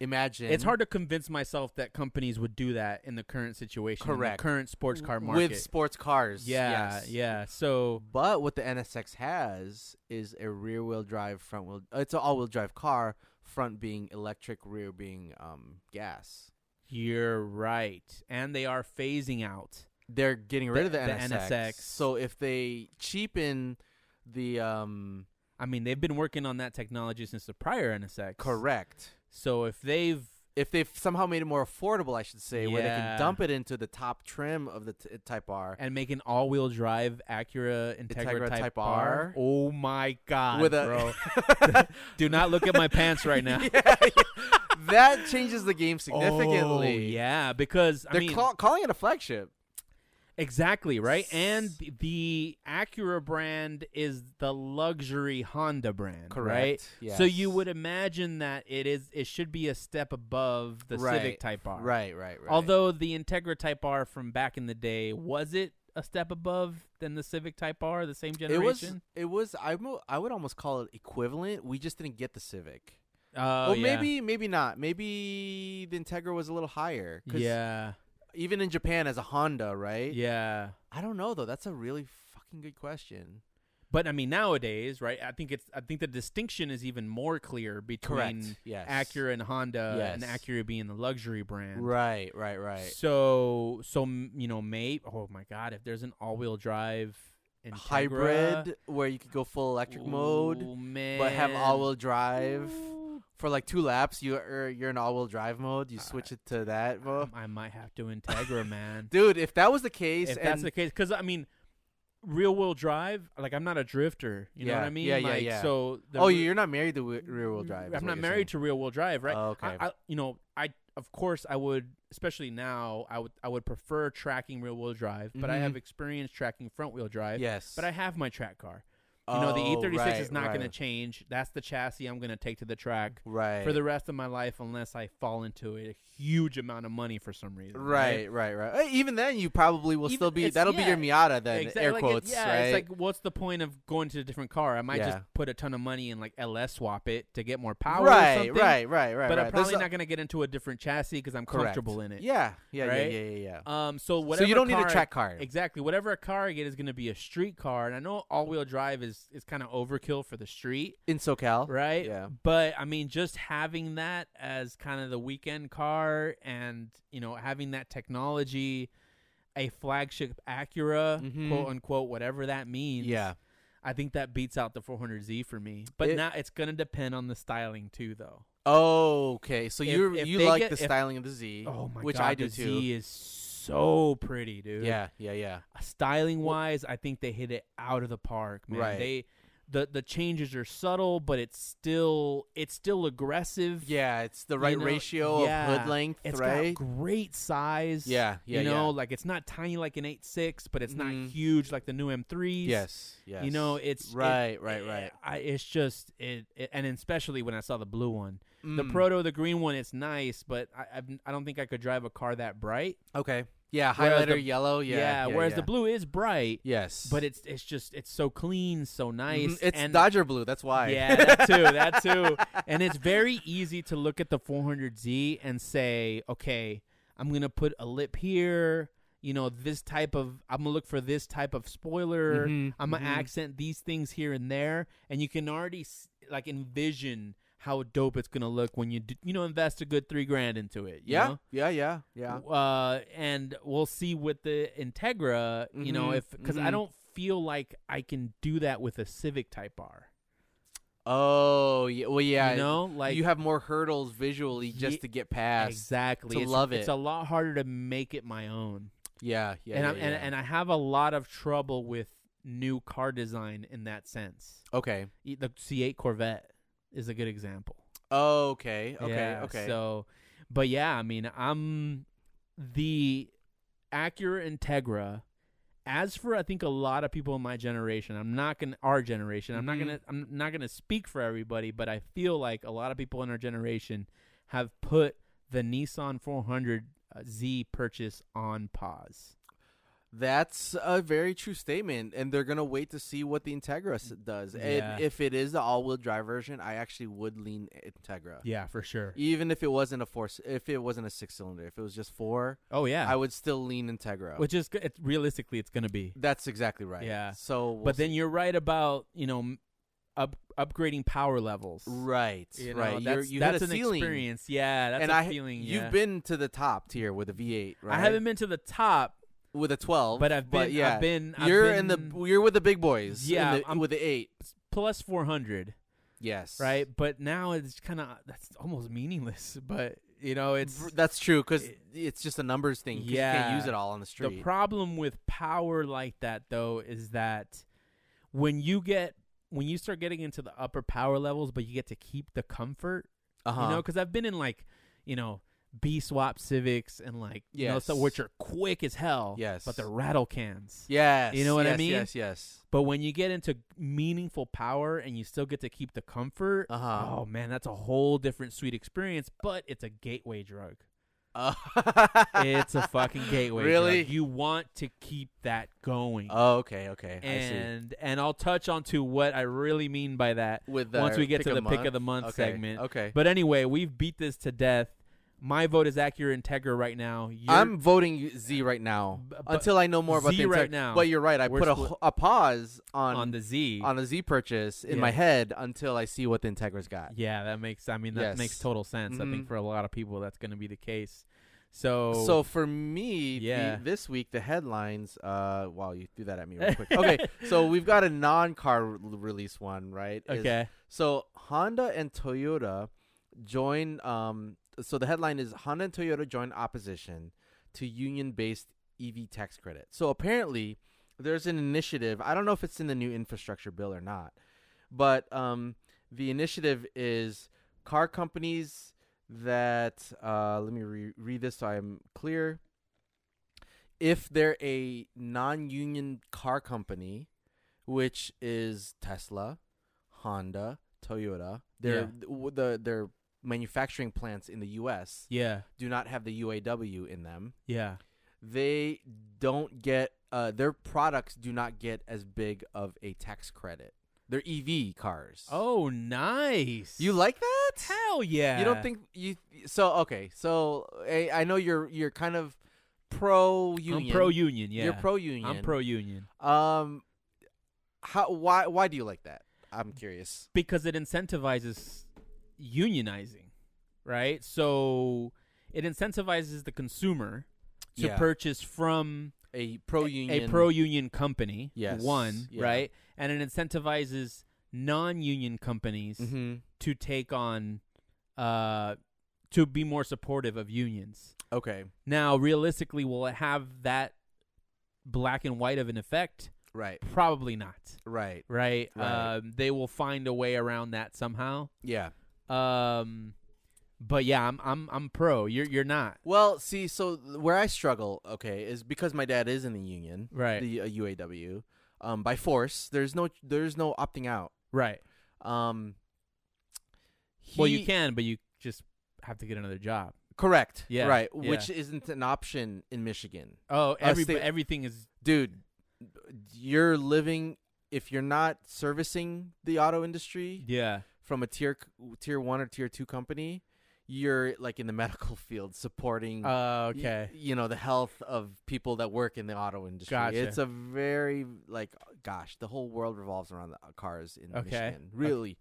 Speaker 2: Imagine
Speaker 1: it's hard to convince myself that companies would do that in the current situation, in the
Speaker 2: Correct.
Speaker 1: current sports car market.
Speaker 2: with sports cars.
Speaker 1: yeah,
Speaker 2: yes.
Speaker 1: yeah. So
Speaker 2: But what the NSX has is a rear wheel drive, front wheel. uh, It's an all wheel drive car, front being electric, rear being um, gas.
Speaker 1: You're right. And they are phasing out.
Speaker 2: They're getting rid of
Speaker 1: The-
Speaker 2: the,
Speaker 1: the
Speaker 2: NSX.
Speaker 1: NSX.
Speaker 2: So if they cheapen the um,
Speaker 1: I mean, they've been working on that technology since the prior NSX.
Speaker 2: correct,
Speaker 1: So if they've
Speaker 2: if they've somehow made it more affordable, I should say, where they
Speaker 1: Yeah.
Speaker 2: can dump it into the top trim of the t- uh, Type R
Speaker 1: and make an all-wheel drive Acura Integra,
Speaker 2: Integra
Speaker 1: Type,
Speaker 2: Type
Speaker 1: R,
Speaker 2: R.
Speaker 1: oh my god,
Speaker 2: with
Speaker 1: bro!
Speaker 2: a
Speaker 1: Do not look at my pants right now.
Speaker 2: Yeah, yeah. that changes the game significantly.
Speaker 1: Oh, yeah, because I
Speaker 2: They're
Speaker 1: mean,
Speaker 2: cla- calling it a flagship.
Speaker 1: exactly right.
Speaker 2: S-
Speaker 1: And the Acura brand is the luxury Honda brand, right? So you
Speaker 2: Yes.
Speaker 1: would imagine that it is it should be a step above the Civic
Speaker 2: Right,
Speaker 1: Type R,
Speaker 2: Right, right, right.
Speaker 1: Although the Integra Type R from back in the day was it a step above than the Civic Type R, the same
Speaker 2: it
Speaker 1: generation?
Speaker 2: was, it was. I mo- I would almost call it equivalent. We just didn't get the Civic.
Speaker 1: Oh,
Speaker 2: well,
Speaker 1: yeah.
Speaker 2: uh, maybe, maybe not. Maybe the Integra was a little higher. 'cause
Speaker 1: Yeah,
Speaker 2: Even in Japan, as a Honda, right?
Speaker 1: yeah.
Speaker 2: I don't know though. That's a really fucking good question.
Speaker 1: But I mean, nowadays, right? I think it's. I think the distinction is even more clear between
Speaker 2: Yes.
Speaker 1: Acura and Honda, and
Speaker 2: Yes.
Speaker 1: Acura being the luxury brand.
Speaker 2: Right. Right. Right.
Speaker 1: So, so m- you know, maybe. Oh my God! If there's an all-wheel drive Integra,
Speaker 2: Hybrid, where you could go full electric mode.
Speaker 1: ooh, man.
Speaker 2: but have all-wheel drive
Speaker 1: Ooh.
Speaker 2: for like two laps. You are you're in all-wheel drive mode. You
Speaker 1: Uh,
Speaker 2: switch it to that mode.
Speaker 1: I might have to Integra, man.
Speaker 2: Dude, if that was the case,
Speaker 1: if
Speaker 2: and
Speaker 1: that's the case, because I mean, real-wheel drive. Like, I'm not a drifter. You know
Speaker 2: Yeah,
Speaker 1: what I mean?
Speaker 2: yeah, yeah,
Speaker 1: like,
Speaker 2: yeah.
Speaker 1: So, the
Speaker 2: oh,
Speaker 1: re-
Speaker 2: you're not married to whe- rear-wheel drive. is
Speaker 1: I'm
Speaker 2: what
Speaker 1: not
Speaker 2: you're
Speaker 1: married to real wheel drive, right?
Speaker 2: Oh, okay.
Speaker 1: I, I, you know, I of course I would, especially now, I would I would prefer tracking real wheel drive, but I
Speaker 2: Mhm.
Speaker 1: have experience tracking front wheel drive.
Speaker 2: saying. Yes,
Speaker 1: But I have my track car. You know, the
Speaker 2: Oh,
Speaker 1: E36 is
Speaker 2: right,
Speaker 1: not going to
Speaker 2: right,
Speaker 1: change. That's the chassis I'm going to take to the track
Speaker 2: right
Speaker 1: for the rest of my life, unless I fall into a huge amount of money for some reason.
Speaker 2: right, right, right. Hey, Even then, you probably will
Speaker 1: Even-
Speaker 2: still be.
Speaker 1: it's-
Speaker 2: That'll be your Miata then.
Speaker 1: Exactly.
Speaker 2: Air
Speaker 1: like it-
Speaker 2: quotes,
Speaker 1: yeah,
Speaker 2: right?
Speaker 1: it's like what's the point of going to a different car? I might just
Speaker 2: Yeah.
Speaker 1: put a ton of money and like LS swap it to get more power.
Speaker 2: right,
Speaker 1: or something.
Speaker 2: right, right, right.
Speaker 1: but
Speaker 2: right. There's
Speaker 1: I'm probably
Speaker 2: a-
Speaker 1: not going to get into a different chassis because I'm
Speaker 2: correct.
Speaker 1: comfortable in it.
Speaker 2: Yeah, yeah,
Speaker 1: right?
Speaker 2: yeah, yeah, yeah. yeah.
Speaker 1: Um. So
Speaker 2: so
Speaker 1: whatever.
Speaker 2: you don't
Speaker 1: car
Speaker 2: need a track
Speaker 1: I,
Speaker 2: car.
Speaker 1: exactly. Whatever car I get is going to be a street car, and I know all-wheel drive is just is kind of overkill for the street,
Speaker 2: in SoCal,
Speaker 1: right?
Speaker 2: Yeah.
Speaker 1: But I mean, just having that as kind of the weekend car, and you know, having that technology, a flagship Acura,
Speaker 2: Mhm.
Speaker 1: quote unquote, whatever that means.
Speaker 2: Yeah.
Speaker 1: I think that beats out the 400Z for me. But
Speaker 2: It-
Speaker 1: now it's gonna depend on the styling too, though.
Speaker 2: Oh, okay. So
Speaker 1: If-
Speaker 2: you
Speaker 1: if
Speaker 2: you
Speaker 1: they
Speaker 2: like
Speaker 1: get-
Speaker 2: the
Speaker 1: if- Oh
Speaker 2: styling of the Z, which Oh I do
Speaker 1: the
Speaker 2: too.
Speaker 1: Z is so pretty, dude.
Speaker 2: Yeah, yeah, yeah.
Speaker 1: styling wise, I think they hit it out of the park, man.
Speaker 2: Right.
Speaker 1: They the the changes are subtle, but it's still it's still aggressive.
Speaker 2: Yeah, it's the right
Speaker 1: know,
Speaker 2: ratio of
Speaker 1: yeah,
Speaker 2: hood length,
Speaker 1: It's
Speaker 2: right?
Speaker 1: got great size.
Speaker 2: yeah, yeah,
Speaker 1: you know,
Speaker 2: yeah.
Speaker 1: like it's not tiny like an 8.6, but it's
Speaker 2: Mhm.
Speaker 1: not huge like the new M3s.
Speaker 2: Yes, yes.
Speaker 1: You know, it's it-
Speaker 2: right, right,
Speaker 1: it-
Speaker 2: right.
Speaker 1: I, it's just it, it, and especially when I saw the blue one, the
Speaker 2: Mm.
Speaker 1: proto, the green one. It's nice, but I I've, I don't think I could drive a car that bright.
Speaker 2: Okay. Yeah,
Speaker 1: Whereas
Speaker 2: highlighter
Speaker 1: the-
Speaker 2: yellow. Yeah. yeah
Speaker 1: whereas the
Speaker 2: yeah.
Speaker 1: blue is bright,
Speaker 2: Yes.
Speaker 1: but it's it's just it's so clean, so nice.
Speaker 2: Mhm, It's
Speaker 1: and
Speaker 2: Dodger blue. That's why.
Speaker 1: Yeah, that too, that too. And it's very easy to look at the 400Z and say, okay, I'm gonna put a lip here. You know, this type of I'm gonna look for this type of spoiler.
Speaker 2: Mhm,
Speaker 1: I'm gonna
Speaker 2: mhm.
Speaker 1: accent these things here and there, and you can already s- like envision how dope it's gonna look when you d you know invest a good three grand into it. you
Speaker 2: Yeah.
Speaker 1: know?
Speaker 2: Mm-hmm. Yeah. Yeah. Yeah.
Speaker 1: Uh, and we'll see with the Integra, you know,
Speaker 2: Mhm,
Speaker 1: if because I
Speaker 2: mhm.
Speaker 1: don't feel like I can do that with a Civic Type R.
Speaker 2: Oh. Yeah. Well. Yeah.
Speaker 1: you know, like
Speaker 2: you have more hurdles visually just
Speaker 1: Ye-
Speaker 2: to get past.
Speaker 1: exactly
Speaker 2: to
Speaker 1: it's,
Speaker 2: love
Speaker 1: It's
Speaker 2: it.
Speaker 1: a lot harder to make it my own,
Speaker 2: Yeah. Yeah.
Speaker 1: and
Speaker 2: yeah,
Speaker 1: I'm, and
Speaker 2: yeah.
Speaker 1: and I have a lot of trouble with new car design in that sense.
Speaker 2: okay.
Speaker 1: E- The C8 Corvette is a good example.
Speaker 2: Okay. Okay.
Speaker 1: Yeah,
Speaker 2: okay.
Speaker 1: So, but yeah, I mean, I'm the Acura Integra. As for I think a lot of people in my generation, I'm not gonna our generation. I'm not
Speaker 2: Mhm.
Speaker 1: gonna I'm not gonna speak for everybody, but I feel like a lot of people in our generation have put the Nissan 400Z purchase on pause.
Speaker 2: That's a very true statement, and they're gonna wait to see what the Integra s- does.
Speaker 1: Yeah.
Speaker 2: And if it is the all-wheel drive version, I actually would lean Integra,
Speaker 1: Yeah, for sure.
Speaker 2: even if it wasn't a four, if it wasn't a six-cylinder, if it was just four,
Speaker 1: Oh yeah,
Speaker 2: I would still lean Integra.
Speaker 1: which is g- it's, realistically it's gonna be.
Speaker 2: That's exactly right.
Speaker 1: Yeah.
Speaker 2: So, we'll
Speaker 1: but then you're right about you know m- up upgrading power levels.
Speaker 2: see. right,
Speaker 1: You know,
Speaker 2: right, You're-
Speaker 1: That's,
Speaker 2: you
Speaker 1: that's
Speaker 2: hit a
Speaker 1: an
Speaker 2: ceiling,
Speaker 1: experience. Yeah, that's
Speaker 2: and
Speaker 1: a
Speaker 2: I,
Speaker 1: feeling.
Speaker 2: you've
Speaker 1: yeah.
Speaker 2: been to the top tier with a V8, right?
Speaker 1: I haven't been to the top,
Speaker 2: with a 12,
Speaker 1: but I've been.
Speaker 2: yeah,
Speaker 1: I've been. I've
Speaker 2: you're
Speaker 1: been
Speaker 2: in the you're with the big boys. in
Speaker 1: Yeah,
Speaker 2: the-
Speaker 1: I'm-
Speaker 2: with the eight.
Speaker 1: plus four hundred,
Speaker 2: Yes,
Speaker 1: right? But now it's kind of that's almost meaningless. But you know, it's
Speaker 2: R- that's true because
Speaker 1: it-
Speaker 2: it's just a numbers thing. 'cause you
Speaker 1: Yeah.
Speaker 2: can't use it all on the
Speaker 1: the
Speaker 2: street.
Speaker 1: problem with power like that though is that when you get when you start getting into the upper power levels, but you get to keep the comfort.
Speaker 2: uh-huh.
Speaker 1: you know because i've been in like you know b swap civics and like you know so
Speaker 2: Yes.
Speaker 1: which are quick as hell
Speaker 2: Yes.
Speaker 1: but they're rattle cans
Speaker 2: yes,
Speaker 1: you know what I
Speaker 2: yes,
Speaker 1: mean?
Speaker 2: Yes, yes.
Speaker 1: but when you get into meaningful power and you still get to keep the comfort
Speaker 2: Uh-huh.
Speaker 1: oh man that's a whole different sweet experience but it's a gateway drug
Speaker 2: Uh,
Speaker 1: Oh. it's a fucking gateway drug.
Speaker 2: Really?
Speaker 1: you want to keep that going
Speaker 2: Oh, okay, okay. I see.
Speaker 1: and and i'll touch on to what i really mean by that
Speaker 2: With
Speaker 1: once
Speaker 2: our
Speaker 1: we get
Speaker 2: pick
Speaker 1: to the
Speaker 2: of
Speaker 1: pick of the month
Speaker 2: okay,
Speaker 1: segment
Speaker 2: Okay.
Speaker 1: But anyway, we've beat this to death. My vote is Acura Integra right now. Your-
Speaker 2: I'm voting Z right now
Speaker 1: Uh, B- but
Speaker 2: until I know more about
Speaker 1: Z
Speaker 2: the entire-
Speaker 1: right now,
Speaker 2: But you're right. I
Speaker 1: we're
Speaker 2: put a,
Speaker 1: split-
Speaker 2: ho- a pause on
Speaker 1: on
Speaker 2: on,
Speaker 1: the Z.
Speaker 2: a Z purchase in
Speaker 1: Yeah.
Speaker 2: my head until I see what the Integra's got.
Speaker 1: yeah, that makes. I mean, that
Speaker 2: Yes.
Speaker 1: makes total sense. I think
Speaker 2: Mhm.
Speaker 1: for a lot of people, that's going to be the case. So,
Speaker 2: So for me, the-
Speaker 1: Yeah.
Speaker 2: this week the headlines. Uh, wow, you threw that at me real quick. okay, so we've got a non-car re- release one, right? is-
Speaker 1: okay,
Speaker 2: So Honda and Toyota join. Um, so the headline is Honda and Toyota join opposition to union-based EV tax credit. So apparently, there's an initiative. I don't know if it's in the new infrastructure bill or not, but um, the initiative is car companies that. Uh, let me re- read this so I'm clear. If they're a non-union car company, which is Tesla, Honda, Toyota. Their
Speaker 1: Yeah.
Speaker 2: th- w- the their manufacturing plants in the U.S.
Speaker 1: yeah,
Speaker 2: do not have the UAW in them.
Speaker 1: yeah,
Speaker 2: They don't get uh, their products do not get as big of a tax credit. They're EV cars.
Speaker 1: oh, nice.
Speaker 2: you like that?
Speaker 1: Hell yeah.
Speaker 2: You don't think you so okay? So I, I know you're you're kind of pro union.
Speaker 1: I'm pro union? Yeah,
Speaker 2: You're pro union.
Speaker 1: I'm pro union.
Speaker 2: Um, How? Why? Why do you like that? I'm curious.
Speaker 1: because it incentivizes unionizing, right? So it incentivizes the consumer to
Speaker 2: Yeah.
Speaker 1: purchase from
Speaker 2: A pro union.
Speaker 1: a pro union company,
Speaker 2: Yes,
Speaker 1: one,
Speaker 2: yeah.
Speaker 1: right? And it incentivizes non union companies
Speaker 2: hmm
Speaker 1: to take on, uh, to be more supportive of unions.
Speaker 2: Okay.
Speaker 1: Now, realistically, will it have that black and white of an effect?
Speaker 2: Right.
Speaker 1: Probably not,
Speaker 2: Right.
Speaker 1: right?
Speaker 2: Right.
Speaker 1: Um, they will find a way around that somehow.
Speaker 2: Yeah.
Speaker 1: Um, but yeah, I'm I'm I'm pro. You're you're not
Speaker 2: Well, see, so th- where I struggle, okay, is because my dad is in the union,
Speaker 1: right,
Speaker 2: the uh, UAW, um, by force. There's no, there's no opting out.
Speaker 1: right.
Speaker 2: Um,
Speaker 1: well, you
Speaker 2: he-
Speaker 1: can, but you just have to get another job.
Speaker 2: Correct.
Speaker 1: Yeah,
Speaker 2: Right.
Speaker 1: yeah.
Speaker 2: Which isn't an option in Michigan,
Speaker 1: Oh, every,
Speaker 2: stay-
Speaker 1: everything is
Speaker 2: dude. You're living if you're not servicing the auto industry
Speaker 1: yeah,
Speaker 2: from a tier c- tier one or tier two company, you're like in the medical field supporting.
Speaker 1: uh,
Speaker 2: y-
Speaker 1: okay,
Speaker 2: you know the health of people that work in the auto industry.
Speaker 1: Gotcha.
Speaker 2: It's a very like gosh, the whole world revolves around the uh, cars in
Speaker 1: Okay.
Speaker 2: Michigan. Really.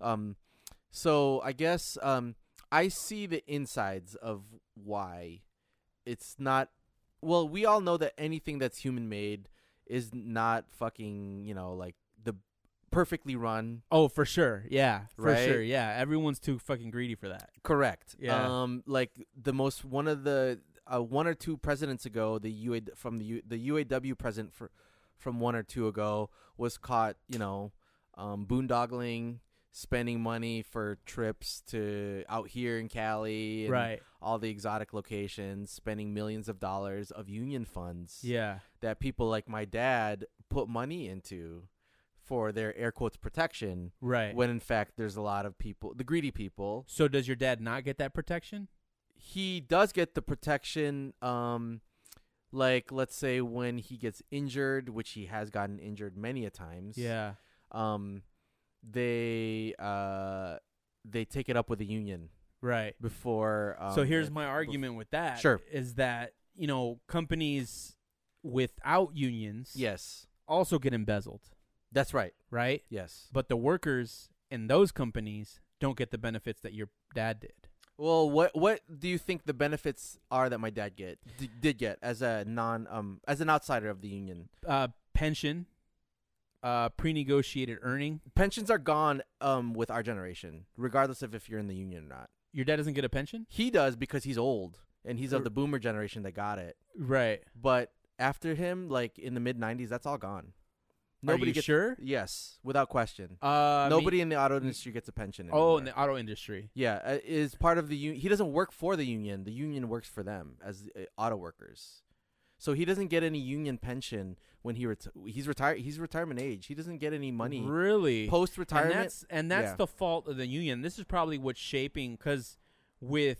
Speaker 2: Um so I guess um I see the insides of why it's not well, we all know that anything that's human made is not fucking, you know, like the perfectly run
Speaker 1: oh for sure, yeah, for
Speaker 2: Right?
Speaker 1: sure, yeah. Everyone's too fucking greedy for that.
Speaker 2: Correct.
Speaker 1: Yeah.
Speaker 2: Um, like the most one of the uh, one or two presidents ago, the UA from the U, the UAW president for, from one or two ago was caught, you know, um, boondoggling, spending money for trips to out here in Cali, and
Speaker 1: Right?
Speaker 2: All the exotic locations, spending millions of dollars of union funds
Speaker 1: Yeah.
Speaker 2: that people like my dad put money into for their air quotes protection.
Speaker 1: Right.
Speaker 2: When in fact, there's a lot of people, the greedy people,
Speaker 1: so does your dad not get that protection?
Speaker 2: he does get the protection um like let's say when he gets injured which he has gotten injured many a times
Speaker 1: Yeah.
Speaker 2: um they uh they take it up with the union
Speaker 1: Right.
Speaker 2: before um,
Speaker 1: so here's
Speaker 2: if-
Speaker 1: my argument with that.
Speaker 2: Sure.
Speaker 1: Is that you know companies without unions
Speaker 2: yes
Speaker 1: also get embezzled,
Speaker 2: that's right
Speaker 1: right?
Speaker 2: yes
Speaker 1: But the workers in those companies don't get the benefits that your dad did.
Speaker 2: well what what do you think the benefits are that my dad get d- did get as a non um as an outsider of the union
Speaker 1: Uh, pension, uh, pre-negotiated earning.
Speaker 2: pensions are gone um with our generation regardless of if you're in the union or not
Speaker 1: Your dad doesn't get a pension,
Speaker 2: He does because he's old and he's
Speaker 1: Er-
Speaker 2: of the boomer generation that got it.
Speaker 1: right?
Speaker 2: But after him, like in the mid '90s, that's all gone.
Speaker 1: Nobody Are you
Speaker 2: gets
Speaker 1: sure?
Speaker 2: yes, without question.
Speaker 1: Uh,
Speaker 2: Nobody in the auto industry gets a pension.
Speaker 1: I mean- oh,
Speaker 2: anymore.
Speaker 1: in the auto industry.
Speaker 2: yeah, uh, is part of the union. He doesn't work for the union. The union works for them as uh, auto workers. So he doesn't get any union pension when he reti- he's retired. He's retirement age. He doesn't get any money
Speaker 1: Really?
Speaker 2: post
Speaker 1: and
Speaker 2: retirement.
Speaker 1: that's and that's
Speaker 2: Yeah.
Speaker 1: the fault of the union. This is probably what's shaping because with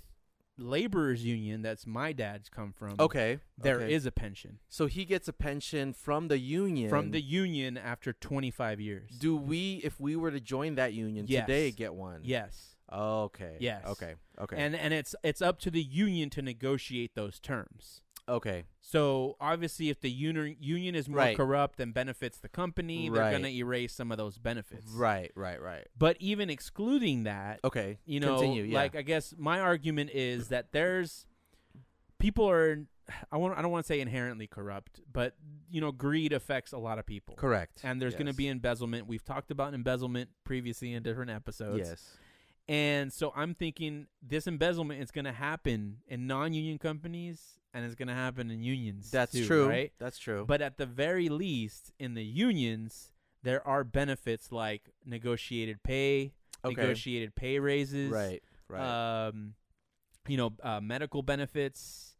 Speaker 1: laborers union that's my dad's come from.
Speaker 2: Okay,
Speaker 1: there is
Speaker 2: okay.
Speaker 1: a pension
Speaker 2: So he gets a pension from the union
Speaker 1: from the union after 25 years.
Speaker 2: Do we, if we were to join that union
Speaker 1: Yes.
Speaker 2: today, get one?
Speaker 1: yes.
Speaker 2: Okay.
Speaker 1: Yes.
Speaker 2: Okay. Okay.
Speaker 1: And and it's it's up to the union to negotiate those terms.
Speaker 2: okay.
Speaker 1: So obviously if the union union is more
Speaker 2: Right.
Speaker 1: corrupt and benefits the company, they're
Speaker 2: Right.
Speaker 1: going to erase some of those benefits.
Speaker 2: Right. Right. Right.
Speaker 1: But even excluding that,
Speaker 2: Okay.
Speaker 1: you know
Speaker 2: Continue, yeah.
Speaker 1: like i guess my argument is that there's people are i want i don't want to say inherently corrupt but you know greed affects a lot of people
Speaker 2: Correct.
Speaker 1: and there's going to
Speaker 2: Yes.
Speaker 1: be embezzlement we've talked about embezzlement previously in different episodes
Speaker 2: yes.
Speaker 1: and so i'm thinking this embezzlement is going to happen in non-union companies and it's going to happen in unions
Speaker 2: That's
Speaker 1: too,
Speaker 2: true.
Speaker 1: right
Speaker 2: That's true.
Speaker 1: but at the very least in the unions there are benefits like negotiated pay
Speaker 2: okay.
Speaker 1: negotiated pay raises
Speaker 2: Right. Right.
Speaker 1: um, you know, uh, medical benefits,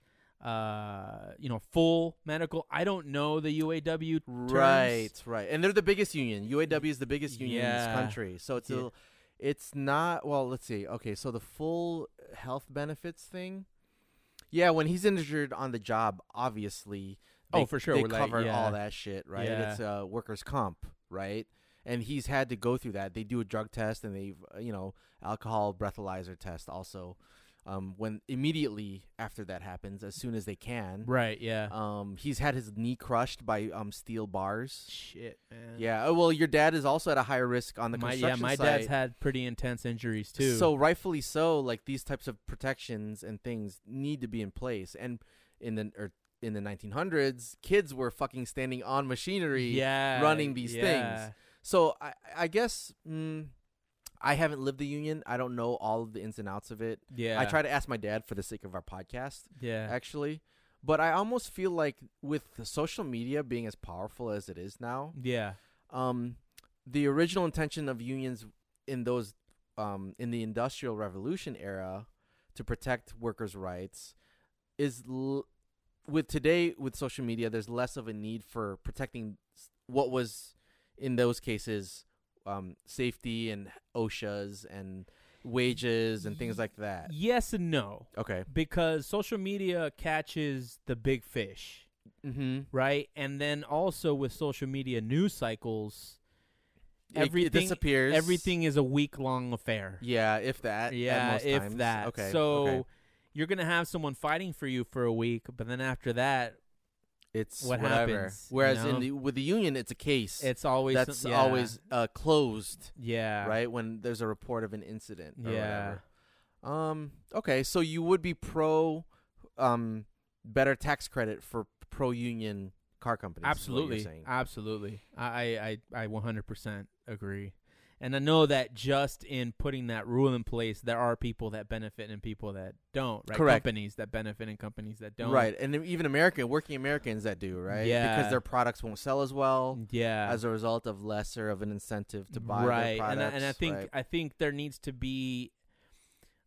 Speaker 1: uh, you know, full medical. I don't know the UAW terms.
Speaker 2: right. Right. And they're the biggest union. UAW is the biggest union in
Speaker 1: Yeah.
Speaker 2: this country. So it's
Speaker 1: Yeah.
Speaker 2: a, it's not. Well, let's see. Okay. So the full health benefits thing. Yeah, when he's injured on the job, obviously.
Speaker 1: Oh,
Speaker 2: they-
Speaker 1: for sure,
Speaker 2: They
Speaker 1: we're like-
Speaker 2: cover
Speaker 1: yeah.
Speaker 2: all that shit, right?
Speaker 1: Yeah.
Speaker 2: It's uh, workers' comp, right? And he's had to uh, go through that. They do a drug test and they, you know, alcohol breathalyzer test also. um, when immediately after that happens, as soon as they can.
Speaker 1: Right. Yeah.
Speaker 2: Um, he's had his knee crushed by um, steel bars.
Speaker 1: Shit, man.
Speaker 2: Yeah. Oh, well, your dad is also at a higher risk on the
Speaker 1: My,
Speaker 2: construction
Speaker 1: yeah, my
Speaker 2: site.
Speaker 1: dad's had pretty intense injuries too.
Speaker 2: So rightfully so, like these types of protections and things need to be in place. And in the or in the 1900s, kids were fucking standing on machinery.
Speaker 1: yeah,
Speaker 2: running these things.
Speaker 1: yeah.
Speaker 2: So I, I guess mm, I haven't lived the union. I don't know all of the ins and outs of it.
Speaker 1: Yeah,
Speaker 2: I try to ask my dad for the sake of our podcast,
Speaker 1: Yeah,
Speaker 2: actually. But I almost feel like with the social media being as powerful as it is now,
Speaker 1: yeah,
Speaker 2: um, the original intention of unions in those um, in the industrial revolution era to protect workers' rights is l- with today with social media there's less of a need for protecting s- what was in those cases um, safety and OSHA's and wages and things like that.
Speaker 1: Yes and no,
Speaker 2: Okay.
Speaker 1: because social media catches the big fish,
Speaker 2: Mm-hmm.
Speaker 1: right? And then also with social media news cycles, Everything-
Speaker 2: it disappears.
Speaker 1: everything is a week long affair.
Speaker 2: Yeah, if that. at
Speaker 1: Yeah,
Speaker 2: most
Speaker 1: if
Speaker 2: times.
Speaker 1: that.
Speaker 2: Okay.
Speaker 1: So
Speaker 2: okay.
Speaker 1: you're gonna have someone fighting for you for a week, but then after that,
Speaker 2: it's
Speaker 1: what
Speaker 2: whatever.
Speaker 1: happens, you
Speaker 2: Whereas
Speaker 1: know?
Speaker 2: in the with the union, it's a case.
Speaker 1: it's always
Speaker 2: that's
Speaker 1: yeah,
Speaker 2: always uh, closed,
Speaker 1: yeah,
Speaker 2: right? When there's a report of an incident. Or
Speaker 1: Yeah.
Speaker 2: Whatever. Um. Okay. So you would be pro, um, better tax credit for pro union car companies. is what you're
Speaker 1: Absolutely,
Speaker 2: saying.
Speaker 1: absolutely. I I I- I 100% agree, and I know that just in putting that rule in place, there are people that benefit and people that don't. Right?
Speaker 2: Correct.
Speaker 1: Companies that benefit and companies that don't.
Speaker 2: Right. And then even American working Americans that do right.
Speaker 1: Yeah.
Speaker 2: Because their products won't sell as well.
Speaker 1: Yeah.
Speaker 2: As a result of lesser of an incentive to buy
Speaker 1: right.
Speaker 2: their products,
Speaker 1: and I, and I think
Speaker 2: right?
Speaker 1: I think there needs to be.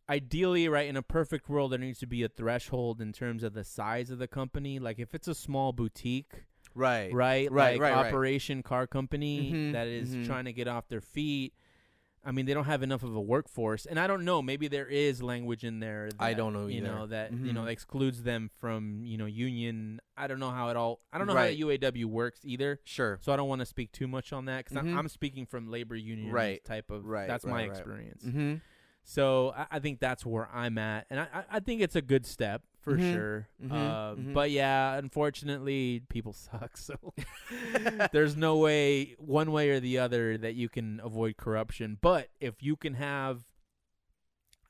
Speaker 1: Ideally, right in a perfect world, there needs to be a threshold in terms of the size of the company. Like if it's a small boutique,
Speaker 2: right,
Speaker 1: right?
Speaker 2: Right,
Speaker 1: like
Speaker 2: right, right.
Speaker 1: Operation Car Company
Speaker 2: Mhm,
Speaker 1: that is
Speaker 2: mhm.
Speaker 1: trying to get off their feet. I mean, they don't have enough of a workforce, and I don't know. Maybe there is language in there. That,
Speaker 2: I don't know
Speaker 1: You
Speaker 2: either.
Speaker 1: know that you know
Speaker 2: Mhm.
Speaker 1: excludes them from you know union. I don't know how it all. I don't know
Speaker 2: Right.
Speaker 1: how the UAW works either.
Speaker 2: Sure.
Speaker 1: So I don't want to speak too much on that because
Speaker 2: Mhm.
Speaker 1: I'm speaking from labor union
Speaker 2: Right,
Speaker 1: type of.
Speaker 2: right,
Speaker 1: That's my
Speaker 2: right, right.
Speaker 1: experience.
Speaker 2: Mm-hmm.
Speaker 1: So I, I think that's where I'm at, and I, I- I think it's a good step for
Speaker 2: Mhm.
Speaker 1: sure.
Speaker 2: Mhm.
Speaker 1: Uh,
Speaker 2: Mhm.
Speaker 1: But yeah, unfortunately, people suck. So there's no way, one way or the other, that you can avoid corruption. But if you can have,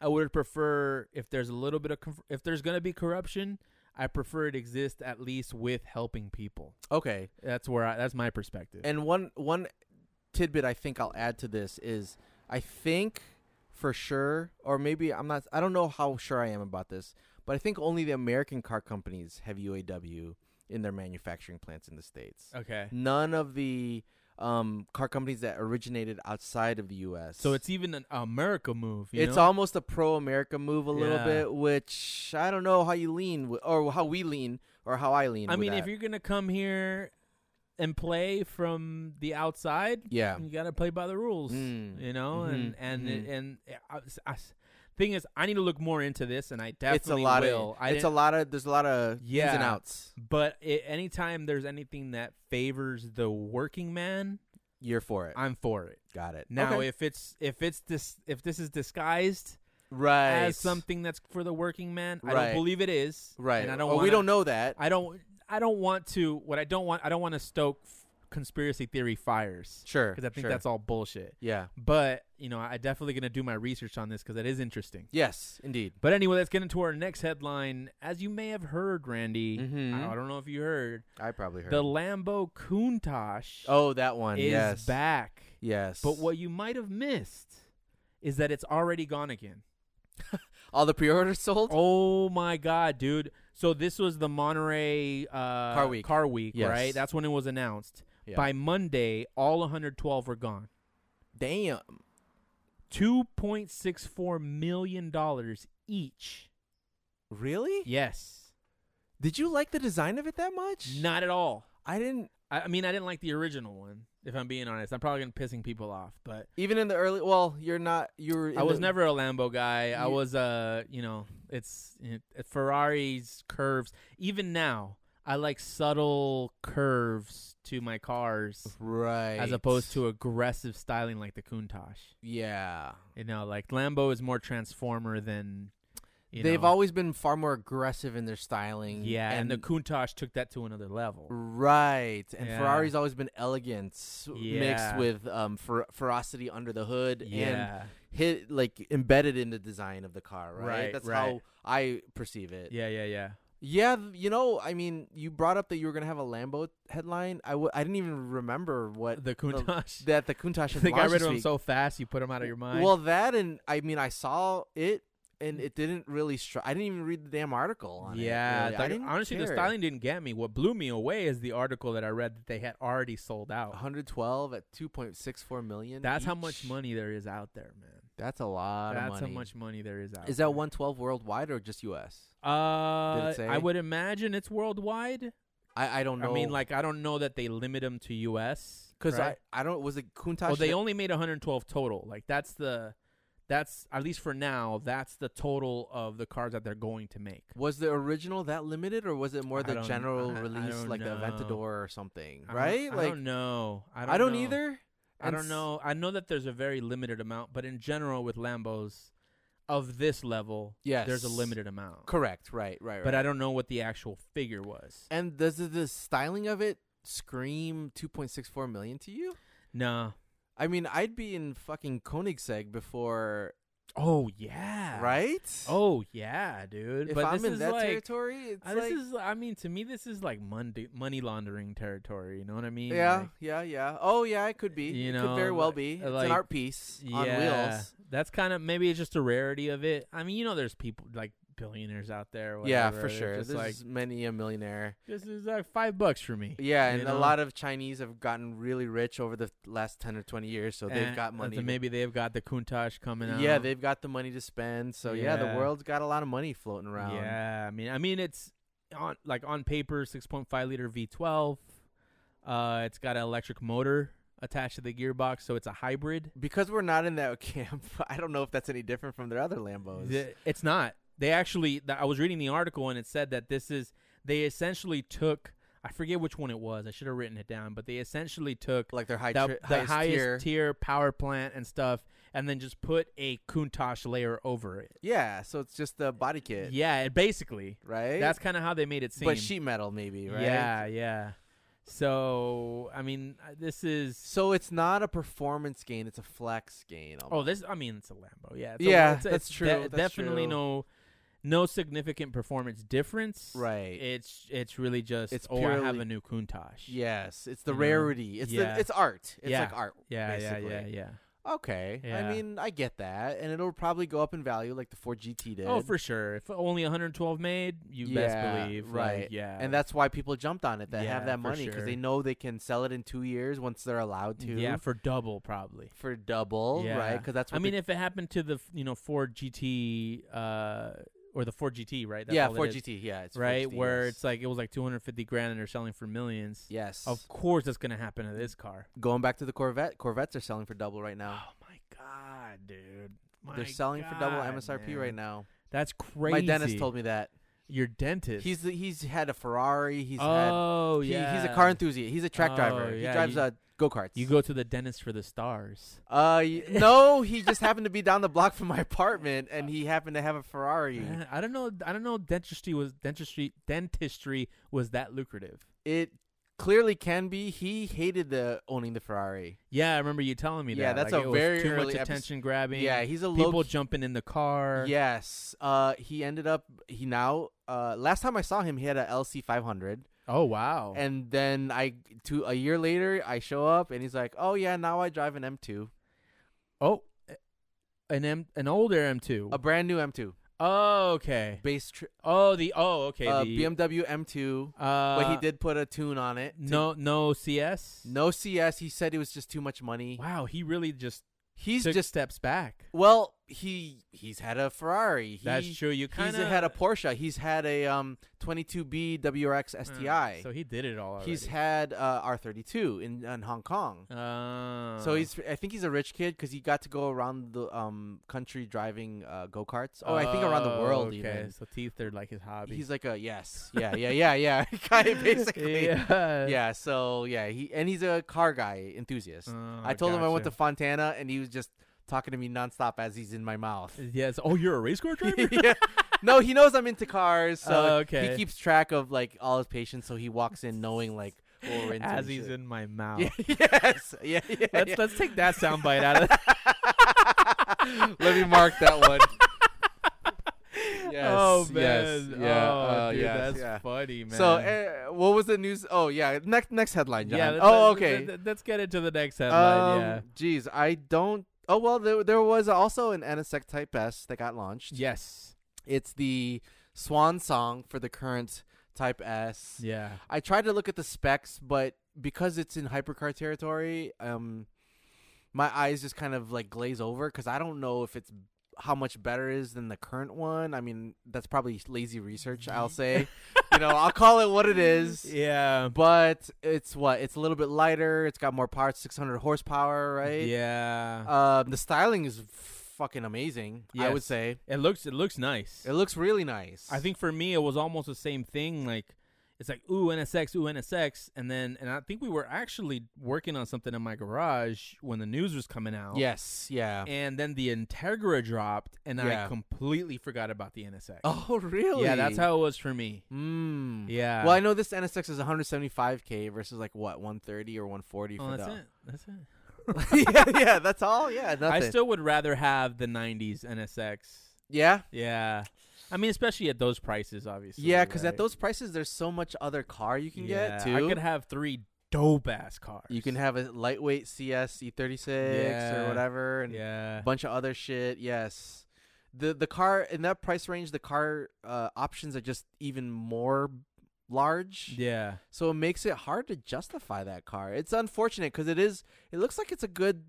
Speaker 1: I would prefer if there's a little bit of conf- if there's gonna be corruption, I prefer it exist at least with helping people.
Speaker 2: Okay.
Speaker 1: That's where I, that's my perspective.
Speaker 2: And one one tidbit I think I'll add to this is I think for sure, or maybe I'm not. I don't know how sure I am about this, but I think only the American car companies have UAW in their manufacturing plants in the states.
Speaker 1: okay,
Speaker 2: None of the um, car companies that originated outside of the U.S.
Speaker 1: so it's even an America move. You
Speaker 2: it's
Speaker 1: know?
Speaker 2: almost a pro America move a little
Speaker 1: Yeah.
Speaker 2: bit, which I don't know how you lean wi- or how we lean or how I lean.
Speaker 1: I
Speaker 2: with
Speaker 1: mean, if
Speaker 2: that.
Speaker 1: you're gonna come here and play from the outside,
Speaker 2: yeah,
Speaker 1: you gotta play by the rules,
Speaker 2: Mm.
Speaker 1: you know.
Speaker 2: Mhm.
Speaker 1: And and
Speaker 2: Mhm.
Speaker 1: and I, I- thing is, I need to look more into this, and I definitely
Speaker 2: it's a lot
Speaker 1: will.
Speaker 2: of
Speaker 1: I
Speaker 2: it's a
Speaker 1: didn't-
Speaker 2: lot of there's a lot of ins and
Speaker 1: Yeah.
Speaker 2: outs.
Speaker 1: But i anytime there's anything that favors the working man,
Speaker 2: You're for it.
Speaker 1: I'm for it.
Speaker 2: Got it.
Speaker 1: Now,
Speaker 2: Okay.
Speaker 1: if it's if it's this if this is disguised
Speaker 2: right
Speaker 1: as something that's for the working man, I
Speaker 2: Right.
Speaker 1: don't believe it is.
Speaker 2: right,
Speaker 1: and I don't.
Speaker 2: Well, we
Speaker 1: wanna-
Speaker 2: don't know that.
Speaker 1: I don't. I don't want to. What I don't want. I don't want to stoke f- conspiracy theory fires
Speaker 2: sure,
Speaker 1: because I think
Speaker 2: sure.
Speaker 1: that's all bullshit.
Speaker 2: yeah.
Speaker 1: But you know, I definitely gonna do my research on this because it is interesting.
Speaker 2: Yes, indeed.
Speaker 1: But anyway, let's get into our next headline. As you may have heard, Randy,
Speaker 2: Mhm.
Speaker 1: I, I don't know if you heard,
Speaker 2: I probably heard.
Speaker 1: the Lambo Countach
Speaker 2: oh, that one.
Speaker 1: is
Speaker 2: yes,
Speaker 1: back.
Speaker 2: yes.
Speaker 1: But what you might have missed is that it's already gone again.
Speaker 2: All the pre-orders sold.
Speaker 1: Oh my god, dude! So this was the Monterey uh, car
Speaker 2: Week.
Speaker 1: Car week,
Speaker 2: Yes.
Speaker 1: right? That's when it was announced.
Speaker 2: Yeah.
Speaker 1: By Monday, all 112 were gone.
Speaker 2: Damn.
Speaker 1: Two point six four million dollars each.
Speaker 2: Really?
Speaker 1: Yes,
Speaker 2: Did you like the design of it that much?
Speaker 1: not at all.
Speaker 2: I didn't.
Speaker 1: I, I mean, I didn't like the original one. If I'm being honest, I'm probably gonna pissing people off. But
Speaker 2: Even in the early. Well, you're not. You were. in
Speaker 1: I was
Speaker 2: the-
Speaker 1: never a Lambo guy. I
Speaker 2: You-
Speaker 1: was, uh, you know, it's it, Ferrari's curves. Even now, I like subtle curves to my cars.
Speaker 2: Right.
Speaker 1: as opposed to aggressive styling like the Countach.
Speaker 2: Yeah.
Speaker 1: You know, like Lambo is more transformer than You
Speaker 2: They've
Speaker 1: know?
Speaker 2: always been far more aggressive in their styling.
Speaker 1: yeah, and, the Countach took that to another level.
Speaker 2: Right, and
Speaker 1: Yeah.
Speaker 2: Ferrari's always been elegance mixed
Speaker 1: Yeah.
Speaker 2: with um, fer- ferocity under the hood, and
Speaker 1: Yeah,
Speaker 2: hit like embedded in the design of the car. Right,
Speaker 1: Right,
Speaker 2: that's
Speaker 1: right.
Speaker 2: how I perceive it.
Speaker 1: yeah, yeah, yeah.
Speaker 2: Yeah, th- you know, I mean, you brought up that you were gonna have a Lambo headline. I w- I didn't even remember what
Speaker 1: The Countach.
Speaker 2: that the Countach had
Speaker 1: they got
Speaker 2: launched
Speaker 1: rid
Speaker 2: this
Speaker 1: of him
Speaker 2: week.
Speaker 1: so fast, you put him out of your mind. Mm.
Speaker 2: Well, that and I mean, I saw it and it didn't really. Stri- I didn't even read the damn article on
Speaker 1: yeah,
Speaker 2: it. really. I
Speaker 1: like,
Speaker 2: didn't
Speaker 1: honestly, the
Speaker 2: care.
Speaker 1: styling didn't get me. What blew me away is the article that I read that they had already sold out.
Speaker 2: 112 at 2.64 million.
Speaker 1: That's how much
Speaker 2: each.
Speaker 1: money there is out there, man.
Speaker 2: That's a lot of
Speaker 1: That's
Speaker 2: money.
Speaker 1: how much money there is out.
Speaker 2: Is that
Speaker 1: there.
Speaker 2: 112 worldwide or just U.S.?
Speaker 1: Uh,
Speaker 2: say?
Speaker 1: I would imagine it's worldwide.
Speaker 2: I, I don't know.
Speaker 1: I mean, like I don't know that they limit them to U.S.
Speaker 2: because
Speaker 1: right?
Speaker 2: I I don't was it Countach?
Speaker 1: well, they
Speaker 2: that-
Speaker 1: only made 112 total. Like that's the, that's at least for now, that's the total of the cars that they're going to make.
Speaker 2: was the original that limited or was it more
Speaker 1: I
Speaker 2: the
Speaker 1: don't-
Speaker 2: general
Speaker 1: I- I
Speaker 2: release
Speaker 1: don't
Speaker 2: like the
Speaker 1: know.
Speaker 2: Aventador or something?
Speaker 1: I don't-
Speaker 2: right?
Speaker 1: I
Speaker 2: like
Speaker 1: don't know. I don't.
Speaker 2: I don't
Speaker 1: know.
Speaker 2: either.
Speaker 1: I
Speaker 2: And
Speaker 1: don't
Speaker 2: s-
Speaker 1: know. I know that there's a very limited amount, but in general, with Lambos of this level,
Speaker 2: Yes,
Speaker 1: there's a limited amount.
Speaker 2: Correct. Right. Right. Right.
Speaker 1: But I don't know what the actual figure was.
Speaker 2: and does the, the styling of it scream 2.64 million to you?
Speaker 1: Nah.
Speaker 2: I mean, I'd be in fucking Koenigsegg before,
Speaker 1: Oh yeah.
Speaker 2: right?
Speaker 1: Oh yeah, dude.
Speaker 2: if
Speaker 1: but
Speaker 2: I'm
Speaker 1: this
Speaker 2: in
Speaker 1: is
Speaker 2: that
Speaker 1: like,
Speaker 2: territory, it's
Speaker 1: uh,
Speaker 2: like
Speaker 1: this is. I mean, to me, this is like money money laundering territory. You know what I mean?
Speaker 2: Yeah,
Speaker 1: Like,
Speaker 2: yeah, yeah. Oh, yeah, it could be.
Speaker 1: You
Speaker 2: it could very
Speaker 1: know,
Speaker 2: well
Speaker 1: like-
Speaker 2: be. It's
Speaker 1: like-
Speaker 2: an art piece on
Speaker 1: yeah.
Speaker 2: wheels.
Speaker 1: That's kind of maybe it's just a rarity of it. I mean, you know, there's people like billionaires out there. Whatever.
Speaker 2: yeah, for
Speaker 1: they're
Speaker 2: sure.
Speaker 1: Just
Speaker 2: There's
Speaker 1: like
Speaker 2: many a millionaire.
Speaker 1: this is like five bucks for me.
Speaker 2: Yeah,
Speaker 1: you
Speaker 2: and a
Speaker 1: know?
Speaker 2: lot of Chinese have gotten really rich over the last ten or twenty years, so they've
Speaker 1: And
Speaker 2: got
Speaker 1: so
Speaker 2: money. to-
Speaker 1: maybe they've got the Countach coming out.
Speaker 2: yeah, they've got the money to spend. So yeah.
Speaker 1: Yeah.
Speaker 2: the world's got a lot of money floating around.
Speaker 1: Yeah, I mean, I mean, it's on like on paper, six point five liter V twelve. Uh, it's got an electric motor attached to the gearbox, so it's a hybrid.
Speaker 2: Because we're not in that camp, I don't know if that's any different from their other Lambos.
Speaker 1: The- it's not. They actually, th- I was reading the article and it said that this is they essentially took. I forget which one it was. I should have written it down, but they essentially took
Speaker 2: like their high
Speaker 1: the,
Speaker 2: tri-
Speaker 1: the
Speaker 2: highest,
Speaker 1: highest,
Speaker 2: tier.
Speaker 1: tier power plant and stuff, and then just put a Countach layer over it.
Speaker 2: yeah, so it's just the body kit,
Speaker 1: Yeah, it basically.
Speaker 2: right?
Speaker 1: That's kind of how they made it seem.
Speaker 2: but sheet metal maybe, right?
Speaker 1: Yeah, yeah. So I mean, uh, this is
Speaker 2: So it's not a performance gain; it's a flex gain.
Speaker 1: oh, this I mean, it's a Lambo. Yeah, it's a-
Speaker 2: Yeah,
Speaker 1: it's a-
Speaker 2: that's
Speaker 1: it's
Speaker 2: true, that's
Speaker 1: definitely
Speaker 2: true.
Speaker 1: no, no significant performance difference.
Speaker 2: Right.
Speaker 1: It's it's really just
Speaker 2: It's
Speaker 1: oh, I have
Speaker 2: purely-
Speaker 1: a new Countach.
Speaker 2: yes, it's the
Speaker 1: You know?
Speaker 2: rarity. It's
Speaker 1: Yeah.
Speaker 2: the, it's art. It's
Speaker 1: Yeah.
Speaker 2: like art.
Speaker 1: yeah, yeah,
Speaker 2: basically.
Speaker 1: yeah, yeah.
Speaker 2: Okay.
Speaker 1: Yeah.
Speaker 2: I mean, I get that, and it'll probably go up in value like the Ford GT did.
Speaker 1: Oh, for sure. If only 112 made, you
Speaker 2: Yeah,
Speaker 1: best believe, like,
Speaker 2: right.
Speaker 1: yeah,
Speaker 2: And that's why people jumped on it that have
Speaker 1: Yeah,
Speaker 2: that
Speaker 1: for
Speaker 2: money because
Speaker 1: sure.
Speaker 2: they know they can sell it in two years once they're allowed to.
Speaker 1: yeah for double probably.
Speaker 2: for double, right?
Speaker 1: Yeah.
Speaker 2: Because that's what
Speaker 1: I
Speaker 2: the-
Speaker 1: mean, if it happened to the f- you know Ford GT uh or the Ford GT, right? That's
Speaker 2: yeah,
Speaker 1: all it
Speaker 2: Ford
Speaker 1: is.
Speaker 2: GT, yeah, it's Ford
Speaker 1: right?
Speaker 2: GT,
Speaker 1: Where
Speaker 2: yes.
Speaker 1: it's like it was like 250 grand and they're selling for millions.
Speaker 2: yes,
Speaker 1: Of course, that's gonna happen to this car.
Speaker 2: going back to the Corvette. Corvettes are selling for double right now.
Speaker 1: Oh my god, dude!
Speaker 2: they're selling for double MSRP right now.
Speaker 1: That's crazy.
Speaker 2: My dentist told me that
Speaker 1: your dentist.
Speaker 2: he's the, he's had a Ferrari. He's had
Speaker 1: oh
Speaker 2: he,
Speaker 1: yeah.
Speaker 2: he's a car enthusiast. He's a track
Speaker 1: Oh,
Speaker 2: driver.
Speaker 1: yeah,
Speaker 2: he drives
Speaker 1: you-
Speaker 2: uh, go karts.
Speaker 1: You go to the dentist for the stars.
Speaker 2: Uh, y- no, he just happened to be down the block from my apartment, and he happened to have a Ferrari.
Speaker 1: Man, I don't know. I don't know. Dentistry was dentistry. Dentistry was that lucrative.
Speaker 2: It clearly can be. He hated the owning the Ferrari.
Speaker 1: Yeah, I remember you telling me that.
Speaker 2: Yeah, that's
Speaker 1: Like,
Speaker 2: a
Speaker 1: it was
Speaker 2: very
Speaker 1: too
Speaker 2: early
Speaker 1: much
Speaker 2: epis-
Speaker 1: attention grabbing.
Speaker 2: yeah, he's a low.
Speaker 1: people jumping in the car.
Speaker 2: yes. Uh, he ended up. He now. Uh, last time I saw him, he had a LC 500,
Speaker 1: Oh wow.
Speaker 2: and then I to a year later, I show up, and he's like, "Oh yeah, now I drive an M2,
Speaker 1: Oh, an M, an older M2.
Speaker 2: a brand new M2,
Speaker 1: oh, okay.
Speaker 2: base tri-
Speaker 1: Oh, the oh, okay.
Speaker 2: uh,
Speaker 1: the,
Speaker 2: BMW M2."
Speaker 1: Uh,
Speaker 2: but he did put a tune on it. to-
Speaker 1: no, no CS.
Speaker 2: No CS. He said it was just too much money.
Speaker 1: Wow, he really just
Speaker 2: He's
Speaker 1: took
Speaker 2: just
Speaker 1: steps back.
Speaker 2: Well, he he's had a Ferrari. He,
Speaker 1: That's true. You kind
Speaker 2: He's
Speaker 1: of
Speaker 2: had a Porsche. He's had a um 22B WRX STI.
Speaker 1: Uh, so he did it all.
Speaker 2: he's had uh, R32 in, in Hong Kong.
Speaker 1: already.
Speaker 2: so
Speaker 1: Uh,
Speaker 2: he's I think he's a rich kid because he got to go around the um country driving uh, go karts. Oh, I think around the
Speaker 1: oh,
Speaker 2: world
Speaker 1: Okay,
Speaker 2: even.
Speaker 1: so teeth are like his hobby.
Speaker 2: He's like a yes, yeah, yeah, yeah, yeah, guy basically. Yeah.
Speaker 1: yeah.
Speaker 2: So yeah, he and he's a car guy enthusiast.
Speaker 1: Oh,
Speaker 2: I told him I went to
Speaker 1: gotcha.
Speaker 2: Fontana and he was just talking to me nonstop as he's in my mouth.
Speaker 1: Yes. Oh, you're a race car driver.
Speaker 2: yeah. no, he knows I'm into cars, so
Speaker 1: Oh,
Speaker 2: he
Speaker 1: okay.
Speaker 2: keeps track of like all his patients. So he walks in knowing like what we're into.
Speaker 1: As
Speaker 2: and
Speaker 1: he's
Speaker 2: shit.
Speaker 1: in my mouth.
Speaker 2: Yeah, yes, yeah, yeah,
Speaker 1: Let's
Speaker 2: yeah.
Speaker 1: let's take that soundbite out of.
Speaker 2: Let me mark that one. Yes,
Speaker 1: oh
Speaker 2: yes,
Speaker 1: man.
Speaker 2: yeah,
Speaker 1: oh,
Speaker 2: uh,
Speaker 1: dude,
Speaker 2: yes,
Speaker 1: that's
Speaker 2: yeah.
Speaker 1: funny, man.
Speaker 2: So, uh, what was the news? Oh, yeah. Next, next headline, John.
Speaker 1: yeah. let's-
Speaker 2: oh,
Speaker 1: let's-
Speaker 2: okay.
Speaker 1: let- Let's, get into the next headline.
Speaker 2: Um,
Speaker 1: yeah.
Speaker 2: Geez, I don't. Oh well, there, there was also an NSX Type S that got launched.
Speaker 1: Yes.
Speaker 2: It's the swan song for the current Type S.
Speaker 1: Yeah.
Speaker 2: I tried to look at the specs, but because it's in hypercar territory, um, my eyes just kind of like glaze over because I don't know if it's how much better it is than the current one. I mean, that's probably lazy research. I'll say, you know, I'll call it what it is.
Speaker 1: Yeah.
Speaker 2: But it's what it's a little bit lighter. It's got more parts, 600 horsepower, right?
Speaker 1: Yeah.
Speaker 2: Um, the styling is fucking amazing. I would
Speaker 1: Yes.
Speaker 2: say
Speaker 1: it looks it looks nice.
Speaker 2: it looks really nice.
Speaker 1: I think for me it was almost the same thing. Like it's like ooh NSX, ooh NSX, and then and I think we were actually working on something in my garage when the news was coming out.
Speaker 2: Yes. Yeah.
Speaker 1: And then the Integra dropped, and I
Speaker 2: Yeah.
Speaker 1: completely forgot about the NSX.
Speaker 2: oh, really?
Speaker 1: Yeah, that's how it was for me.
Speaker 2: Mm.
Speaker 1: Hmm. Yeah.
Speaker 2: Well, I know this NSX is 175k versus like what 130 or 140
Speaker 1: Oh,
Speaker 2: for
Speaker 1: that's
Speaker 2: the.
Speaker 1: it. That's it.
Speaker 2: yeah, yeah, that's all. Yeah, nothing.
Speaker 1: I still would rather have the '90s NSX.
Speaker 2: yeah,
Speaker 1: Yeah. I mean, especially at those prices, obviously.
Speaker 2: yeah, because at
Speaker 1: right?
Speaker 2: those prices, there's so much other car you can get
Speaker 1: Yeah,
Speaker 2: too.
Speaker 1: I could have three dope ass cars.
Speaker 2: you can have a lightweight CS E36
Speaker 1: Yeah.
Speaker 2: or whatever, and
Speaker 1: yeah.
Speaker 2: a bunch of other shit. Yes, the the car in that price range, the car uh, options are just even more large.
Speaker 1: Yeah.
Speaker 2: So it makes it hard to justify that car. It's unfortunate because it is. It looks like it's a good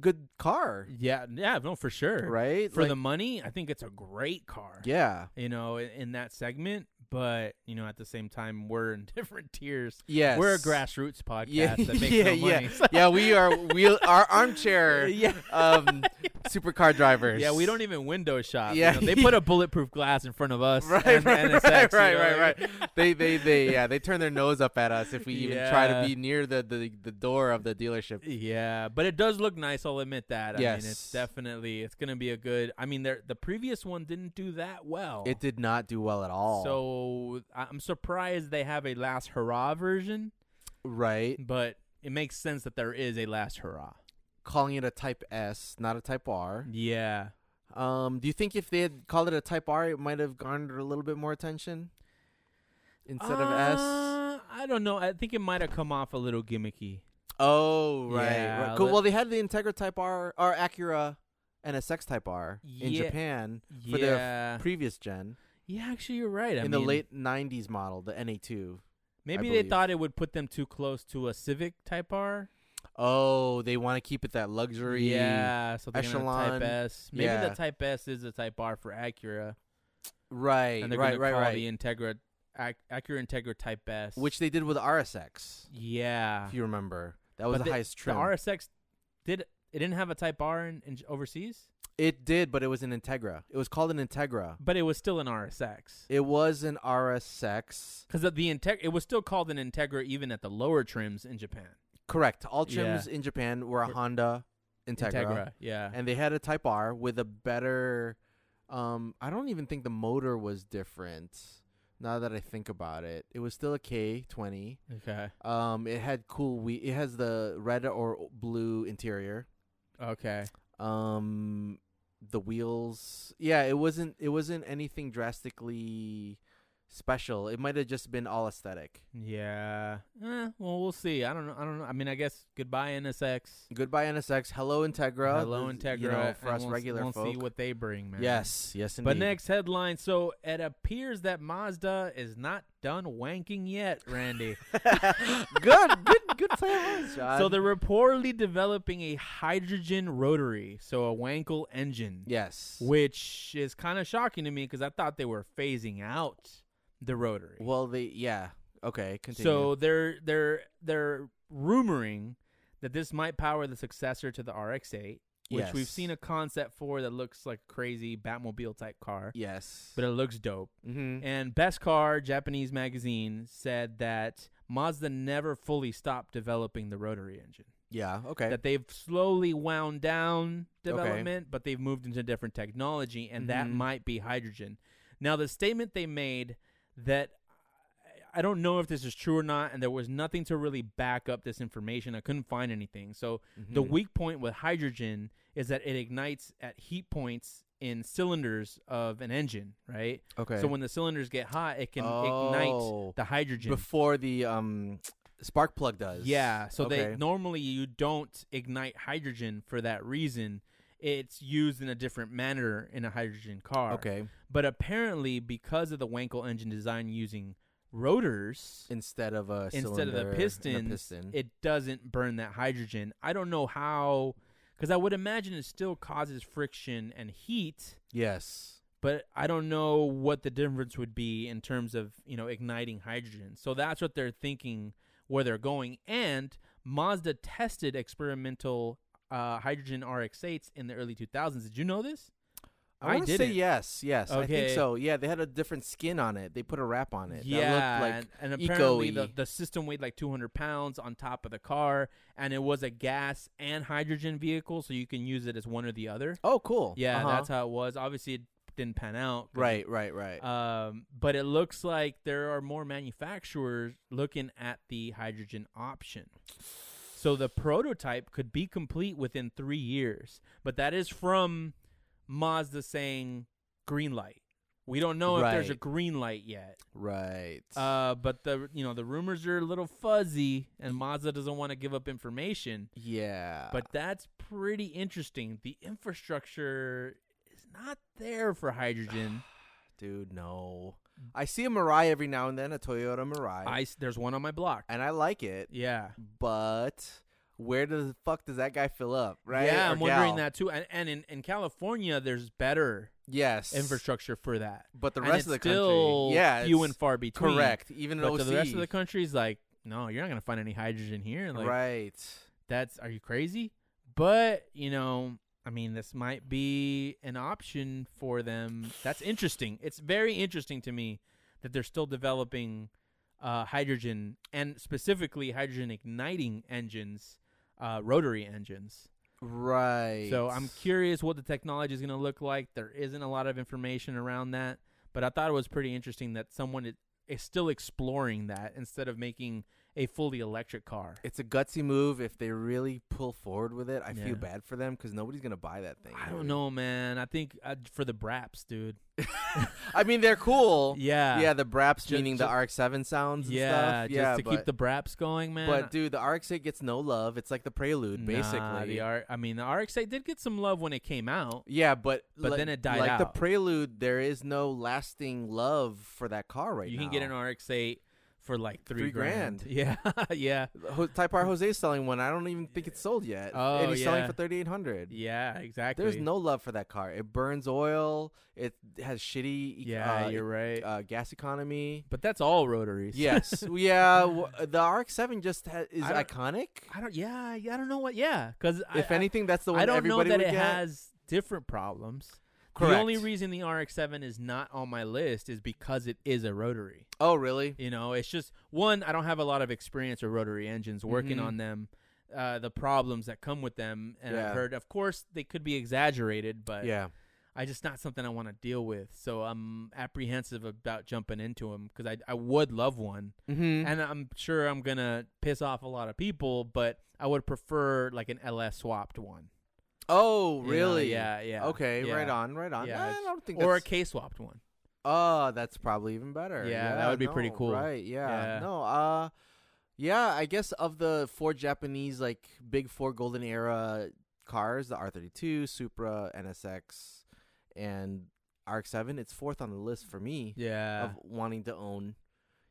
Speaker 2: good car,
Speaker 1: Yeah. Yeah. No, for sure.
Speaker 2: right?
Speaker 1: For
Speaker 2: Like-
Speaker 1: the money, I think it's a great car.
Speaker 2: yeah,
Speaker 1: You know, in, in that segment, but you know, at the same time, we're in different tiers.
Speaker 2: yes,
Speaker 1: We're a grassroots podcast
Speaker 2: Yeah,
Speaker 1: that makes
Speaker 2: yeah,
Speaker 1: no
Speaker 2: yeah.
Speaker 1: money.
Speaker 2: yeah, we are wheel our armchair
Speaker 1: yeah.
Speaker 2: um supercar drivers.
Speaker 1: Yeah, we don't even window shop. you
Speaker 2: Yeah.
Speaker 1: know, they put a bulletproof glass in front of us.
Speaker 2: Right,
Speaker 1: and
Speaker 2: right,
Speaker 1: NSX,
Speaker 2: right,
Speaker 1: you
Speaker 2: right,
Speaker 1: know,
Speaker 2: right,
Speaker 1: like-
Speaker 2: They, they, they, yeah, they turn their nose up at us if we even try
Speaker 1: Yeah.
Speaker 2: to be near the, the, the door of the dealership.
Speaker 1: Yeah, but it does look nice. I'll admit that. I mean, it's
Speaker 2: Yes.
Speaker 1: definitely it's gonna be a good. I mean, there the previous one didn't do that well.
Speaker 2: It did not do well at all.
Speaker 1: So I- I'm surprised they have a last hurrah version,
Speaker 2: right,
Speaker 1: but it makes sense that there is a last hurrah.
Speaker 2: calling it a Type S, not a Type R.
Speaker 1: Yeah,
Speaker 2: Um, do you think if they had called it a Type R, it might have garnered a little bit more attention instead of S?
Speaker 1: Uh, I don't know. I think it might have come off a little gimmicky.
Speaker 2: Oh, right.
Speaker 1: Yeah,
Speaker 2: right. Cool.
Speaker 1: let-
Speaker 2: Well, they had the Integra Type R or Acura NSX Type R in
Speaker 1: Yeah.
Speaker 2: Japan, For their
Speaker 1: yeah,
Speaker 2: previous gen,
Speaker 1: yeah. Actually, you're right. I
Speaker 2: in the
Speaker 1: mean,
Speaker 2: late '90s model, the NA2.
Speaker 1: maybe they
Speaker 2: believe.
Speaker 1: thought it would put them too close to a Civic Type R.
Speaker 2: Oh, they want to keep it that luxury.
Speaker 1: Yeah, so they're gonna Type
Speaker 2: echelon.
Speaker 1: S. Maybe the
Speaker 2: Yeah.
Speaker 1: Type S is a Type R for Acura,
Speaker 2: Right.
Speaker 1: and they're
Speaker 2: Right.
Speaker 1: gonna
Speaker 2: Right.
Speaker 1: call
Speaker 2: Right.
Speaker 1: the Integra Ac- Acura Integra Type S,
Speaker 2: Which they did with RSX,
Speaker 1: yeah,
Speaker 2: if you remember. That was
Speaker 1: But
Speaker 2: the, highest
Speaker 1: the
Speaker 2: trim.
Speaker 1: RSX did it didn't have a Type R in, in overseas,
Speaker 2: it did, but it was an Integra. It was called an Integra.
Speaker 1: but it was still an RSX
Speaker 2: It was an RSX.
Speaker 1: because the Integ it was still called an Integra even at the lower trims in Japan.
Speaker 2: Correct. All
Speaker 1: Yeah.
Speaker 2: trims in Japan were a
Speaker 1: Were-
Speaker 2: Honda Integra,
Speaker 1: yeah,
Speaker 2: and they had a Type R with a better. Um, I don't even think the motor was different. Now that I think about it, it was still a K20.
Speaker 1: okay,
Speaker 2: Um, it had cool. We it has the red or o- blue interior.
Speaker 1: okay,
Speaker 2: Um, the wheels. Yeah, it wasn't. It wasn't anything drastically special. It might have just been all aesthetic.
Speaker 1: yeah. Eh, well, we'll see. I don't know. I don't know. I mean, I guess goodbye NSX.
Speaker 2: Goodbye NSX. Hello Integra.
Speaker 1: Hello,
Speaker 2: This-
Speaker 1: Integra.
Speaker 2: You know, for
Speaker 1: and
Speaker 2: us
Speaker 1: we'll, s-
Speaker 2: regular
Speaker 1: we'll
Speaker 2: folk.
Speaker 1: see what they bring, man.
Speaker 2: Yes, yes, indeed.
Speaker 1: But next headline. So it appears that Mazda is not done wanking yet, Randy.
Speaker 2: good, good, good play on us, John.
Speaker 1: so they're reportedly developing a hydrogen rotary, so a Wankel engine,
Speaker 2: yes.
Speaker 1: which is kind of shocking to me because I thought they were phasing out the rotary.
Speaker 2: well, they yeah. Okay, continue.
Speaker 1: so they're they're they're rumoring that this might power the successor to the RX-8, which we've
Speaker 2: Yes.
Speaker 1: seen a concept for that looks like a crazy Batmobile type car,
Speaker 2: yes,
Speaker 1: but it looks dope.
Speaker 2: mm-hmm.
Speaker 1: And Best Car Japanese magazine said that Mazda never fully stopped developing the rotary engine.
Speaker 2: yeah, okay,
Speaker 1: That they've slowly wound down development, but they've moved into different technology, and that
Speaker 2: Mhm.
Speaker 1: might be hydrogen. Now, the statement they made that I don't know if this is true or not, and there was nothing to really back up this information. I couldn't find anything. So the
Speaker 2: Mhm.
Speaker 1: weak point with hydrogen is that it ignites at heat points in cylinders of an engine, right?
Speaker 2: Okay.
Speaker 1: So when the cylinders get hot, it can
Speaker 2: Oh.
Speaker 1: ignite the hydrogen.
Speaker 2: before the um spark plug does.
Speaker 1: yeah. So they
Speaker 2: Okay.
Speaker 1: normally you don't ignite hydrogen for that reason. It's used in a different manner in a hydrogen car.
Speaker 2: Okay.
Speaker 1: But apparently, because of the Wankel engine design using rotors,
Speaker 2: Instead of a
Speaker 1: instead of
Speaker 2: cylinder and
Speaker 1: the
Speaker 2: a
Speaker 1: pistons,
Speaker 2: piston.
Speaker 1: it doesn't burn that hydrogen. I don't know how, because I would imagine it still causes friction and heat,
Speaker 2: yes.
Speaker 1: but I don't know what the difference would be in terms of you know igniting hydrogen. So that's what they're thinking where they're going. And Mazda tested experimental uh, hydrogen RX8s in the early 2000s. Did you know this? I
Speaker 2: I, want to say
Speaker 1: didn't.
Speaker 2: yes, yes. I think
Speaker 1: Okay.
Speaker 2: so. Yeah, they had a different skin on it. They put a wrap on it.
Speaker 1: Yeah,
Speaker 2: that looked like
Speaker 1: and, and apparently the,
Speaker 2: eco-y.
Speaker 1: the system weighed like 200 pounds on top of the car, and it was a gas and hydrogen vehicle, so you can use it as one or the other.
Speaker 2: oh, cool.
Speaker 1: Yeah,
Speaker 2: Uh-huh.
Speaker 1: that's how it was. Obviously, it didn't pan out. 'cause-
Speaker 2: right, right, right.
Speaker 1: Um, but it looks like there are more manufacturers looking at the hydrogen option. So the prototype could be complete within three years, but that is from Mazda saying green light. We don't know if there's a
Speaker 2: Right.
Speaker 1: green light yet.
Speaker 2: right.
Speaker 1: Uh, but the you know the rumors are a little fuzzy, and Mazda doesn't want to give up information.
Speaker 2: yeah,
Speaker 1: But that's pretty interesting. The infrastructure is not there for hydrogen.
Speaker 2: dude, no. I see a Mirai every now and then, a Toyota Mirai,
Speaker 1: Mm. I s- there's one on my block.
Speaker 2: and I like it.
Speaker 1: Yeah,
Speaker 2: But where the fuck does that guy fill up? Right?
Speaker 1: Yeah,
Speaker 2: Or
Speaker 1: I'm wondering
Speaker 2: gal?
Speaker 1: that too. And, and in, in California, there's better
Speaker 2: Yes,
Speaker 1: infrastructure for that.
Speaker 2: But the
Speaker 1: And
Speaker 2: rest
Speaker 1: it's
Speaker 2: of the
Speaker 1: still
Speaker 2: country, yeah,
Speaker 1: few
Speaker 2: it's
Speaker 1: and far between.
Speaker 2: correct. Even
Speaker 1: But
Speaker 2: OC,
Speaker 1: to the rest of the country is like, no, you're not gonna find any hydrogen here. Like,
Speaker 2: right?
Speaker 1: that's are you crazy? But you know, I mean, this might be an option for them. That's interesting. It's very interesting to me that they're still developing uh, hydrogen and specifically hydrogen igniting engines, uh, rotary engines.
Speaker 2: Right.
Speaker 1: So I'm curious what the technology is going to look like. There isn't a lot of information around that, but I thought it was pretty interesting that someone is, is still exploring that instead of making a fully electric car.
Speaker 2: it's a gutsy move. If they really pull forward with it, I
Speaker 1: Yeah.
Speaker 2: feel bad for them because nobody's gonna buy that thing.
Speaker 1: I
Speaker 2: dude.
Speaker 1: don't know, man. I think uh, for the Braps, dude.
Speaker 2: I mean, they're cool.
Speaker 1: Yeah.
Speaker 2: Yeah, the Braps
Speaker 1: Ju-
Speaker 2: meaning
Speaker 1: ju-
Speaker 2: the RX-7 sounds. And
Speaker 1: Yeah,
Speaker 2: stuff.
Speaker 1: just
Speaker 2: yeah.
Speaker 1: to
Speaker 2: but,
Speaker 1: keep the Braps going, man.
Speaker 2: but dude, the RX-8 gets no love. It's like the prelude,
Speaker 1: Nah,
Speaker 2: basically.
Speaker 1: the R- I mean, the RX-8 did get some love when it came out.
Speaker 2: yeah, but
Speaker 1: But
Speaker 2: li-
Speaker 1: then it died
Speaker 2: Like
Speaker 1: out.
Speaker 2: the prelude, there is no lasting love for that car right
Speaker 1: you
Speaker 2: now.
Speaker 1: can get an RX-8 for like three,
Speaker 2: Three grand.
Speaker 1: Yeah, yeah,
Speaker 2: Ho- Type R Jose's selling one. I don't even think it's sold yet,
Speaker 1: Oh,
Speaker 2: and he's selling
Speaker 1: yeah.
Speaker 2: for thirty-eight hundred.
Speaker 1: yeah. Exactly.
Speaker 2: There's no love for that car. It burns oil. It has shitty.
Speaker 1: Yeah,
Speaker 2: uh,
Speaker 1: you're right.
Speaker 2: uh, gas economy.
Speaker 1: but that's all rotaries.
Speaker 2: Yes, yeah. W- the RX Seven just ha- is
Speaker 1: I don't-
Speaker 2: iconic.
Speaker 1: I don't. Yeah, yeah, I don't know what. Yeah, because
Speaker 2: if anything, that's the one
Speaker 1: I don't know
Speaker 2: everybody
Speaker 1: that
Speaker 2: would
Speaker 1: it
Speaker 2: get.
Speaker 1: has different problems. The
Speaker 2: Correct.
Speaker 1: only reason the RX-7 is not on my list is because it is a rotary.
Speaker 2: oh, really?
Speaker 1: You know, it's just one. I don't have a lot of experience with rotary engines. Working
Speaker 2: Mhm.
Speaker 1: on them, uh, the problems that come with them, and I've
Speaker 2: Yeah.
Speaker 1: heard, of course, they could be exaggerated, but
Speaker 2: Yeah.
Speaker 1: I just not something I want to deal with. So I'm apprehensive about jumping into them because I I would love one,
Speaker 2: Mm-hmm.
Speaker 1: and I'm sure I'm gonna piss off a lot of people, but I would prefer like an LS swapped one.
Speaker 2: oh,
Speaker 1: You know,
Speaker 2: really?
Speaker 1: yeah, yeah.
Speaker 2: Okay,
Speaker 1: yeah.
Speaker 2: right on, right on.
Speaker 1: Yeah,
Speaker 2: Nah, I
Speaker 1: it's-
Speaker 2: don't think.
Speaker 1: Or a
Speaker 2: that's,
Speaker 1: K swapped one.
Speaker 2: oh, that's probably even better.
Speaker 1: Yeah, that would be pretty
Speaker 2: no,
Speaker 1: cool.
Speaker 2: Right? Yeah.
Speaker 1: Yeah.
Speaker 2: No. Uh, yeah. I guess of the four Japanese like big four golden era cars, the R32, Supra, NSX, and RX-7, it's fourth on the list for me
Speaker 1: Yeah.
Speaker 2: of wanting to own.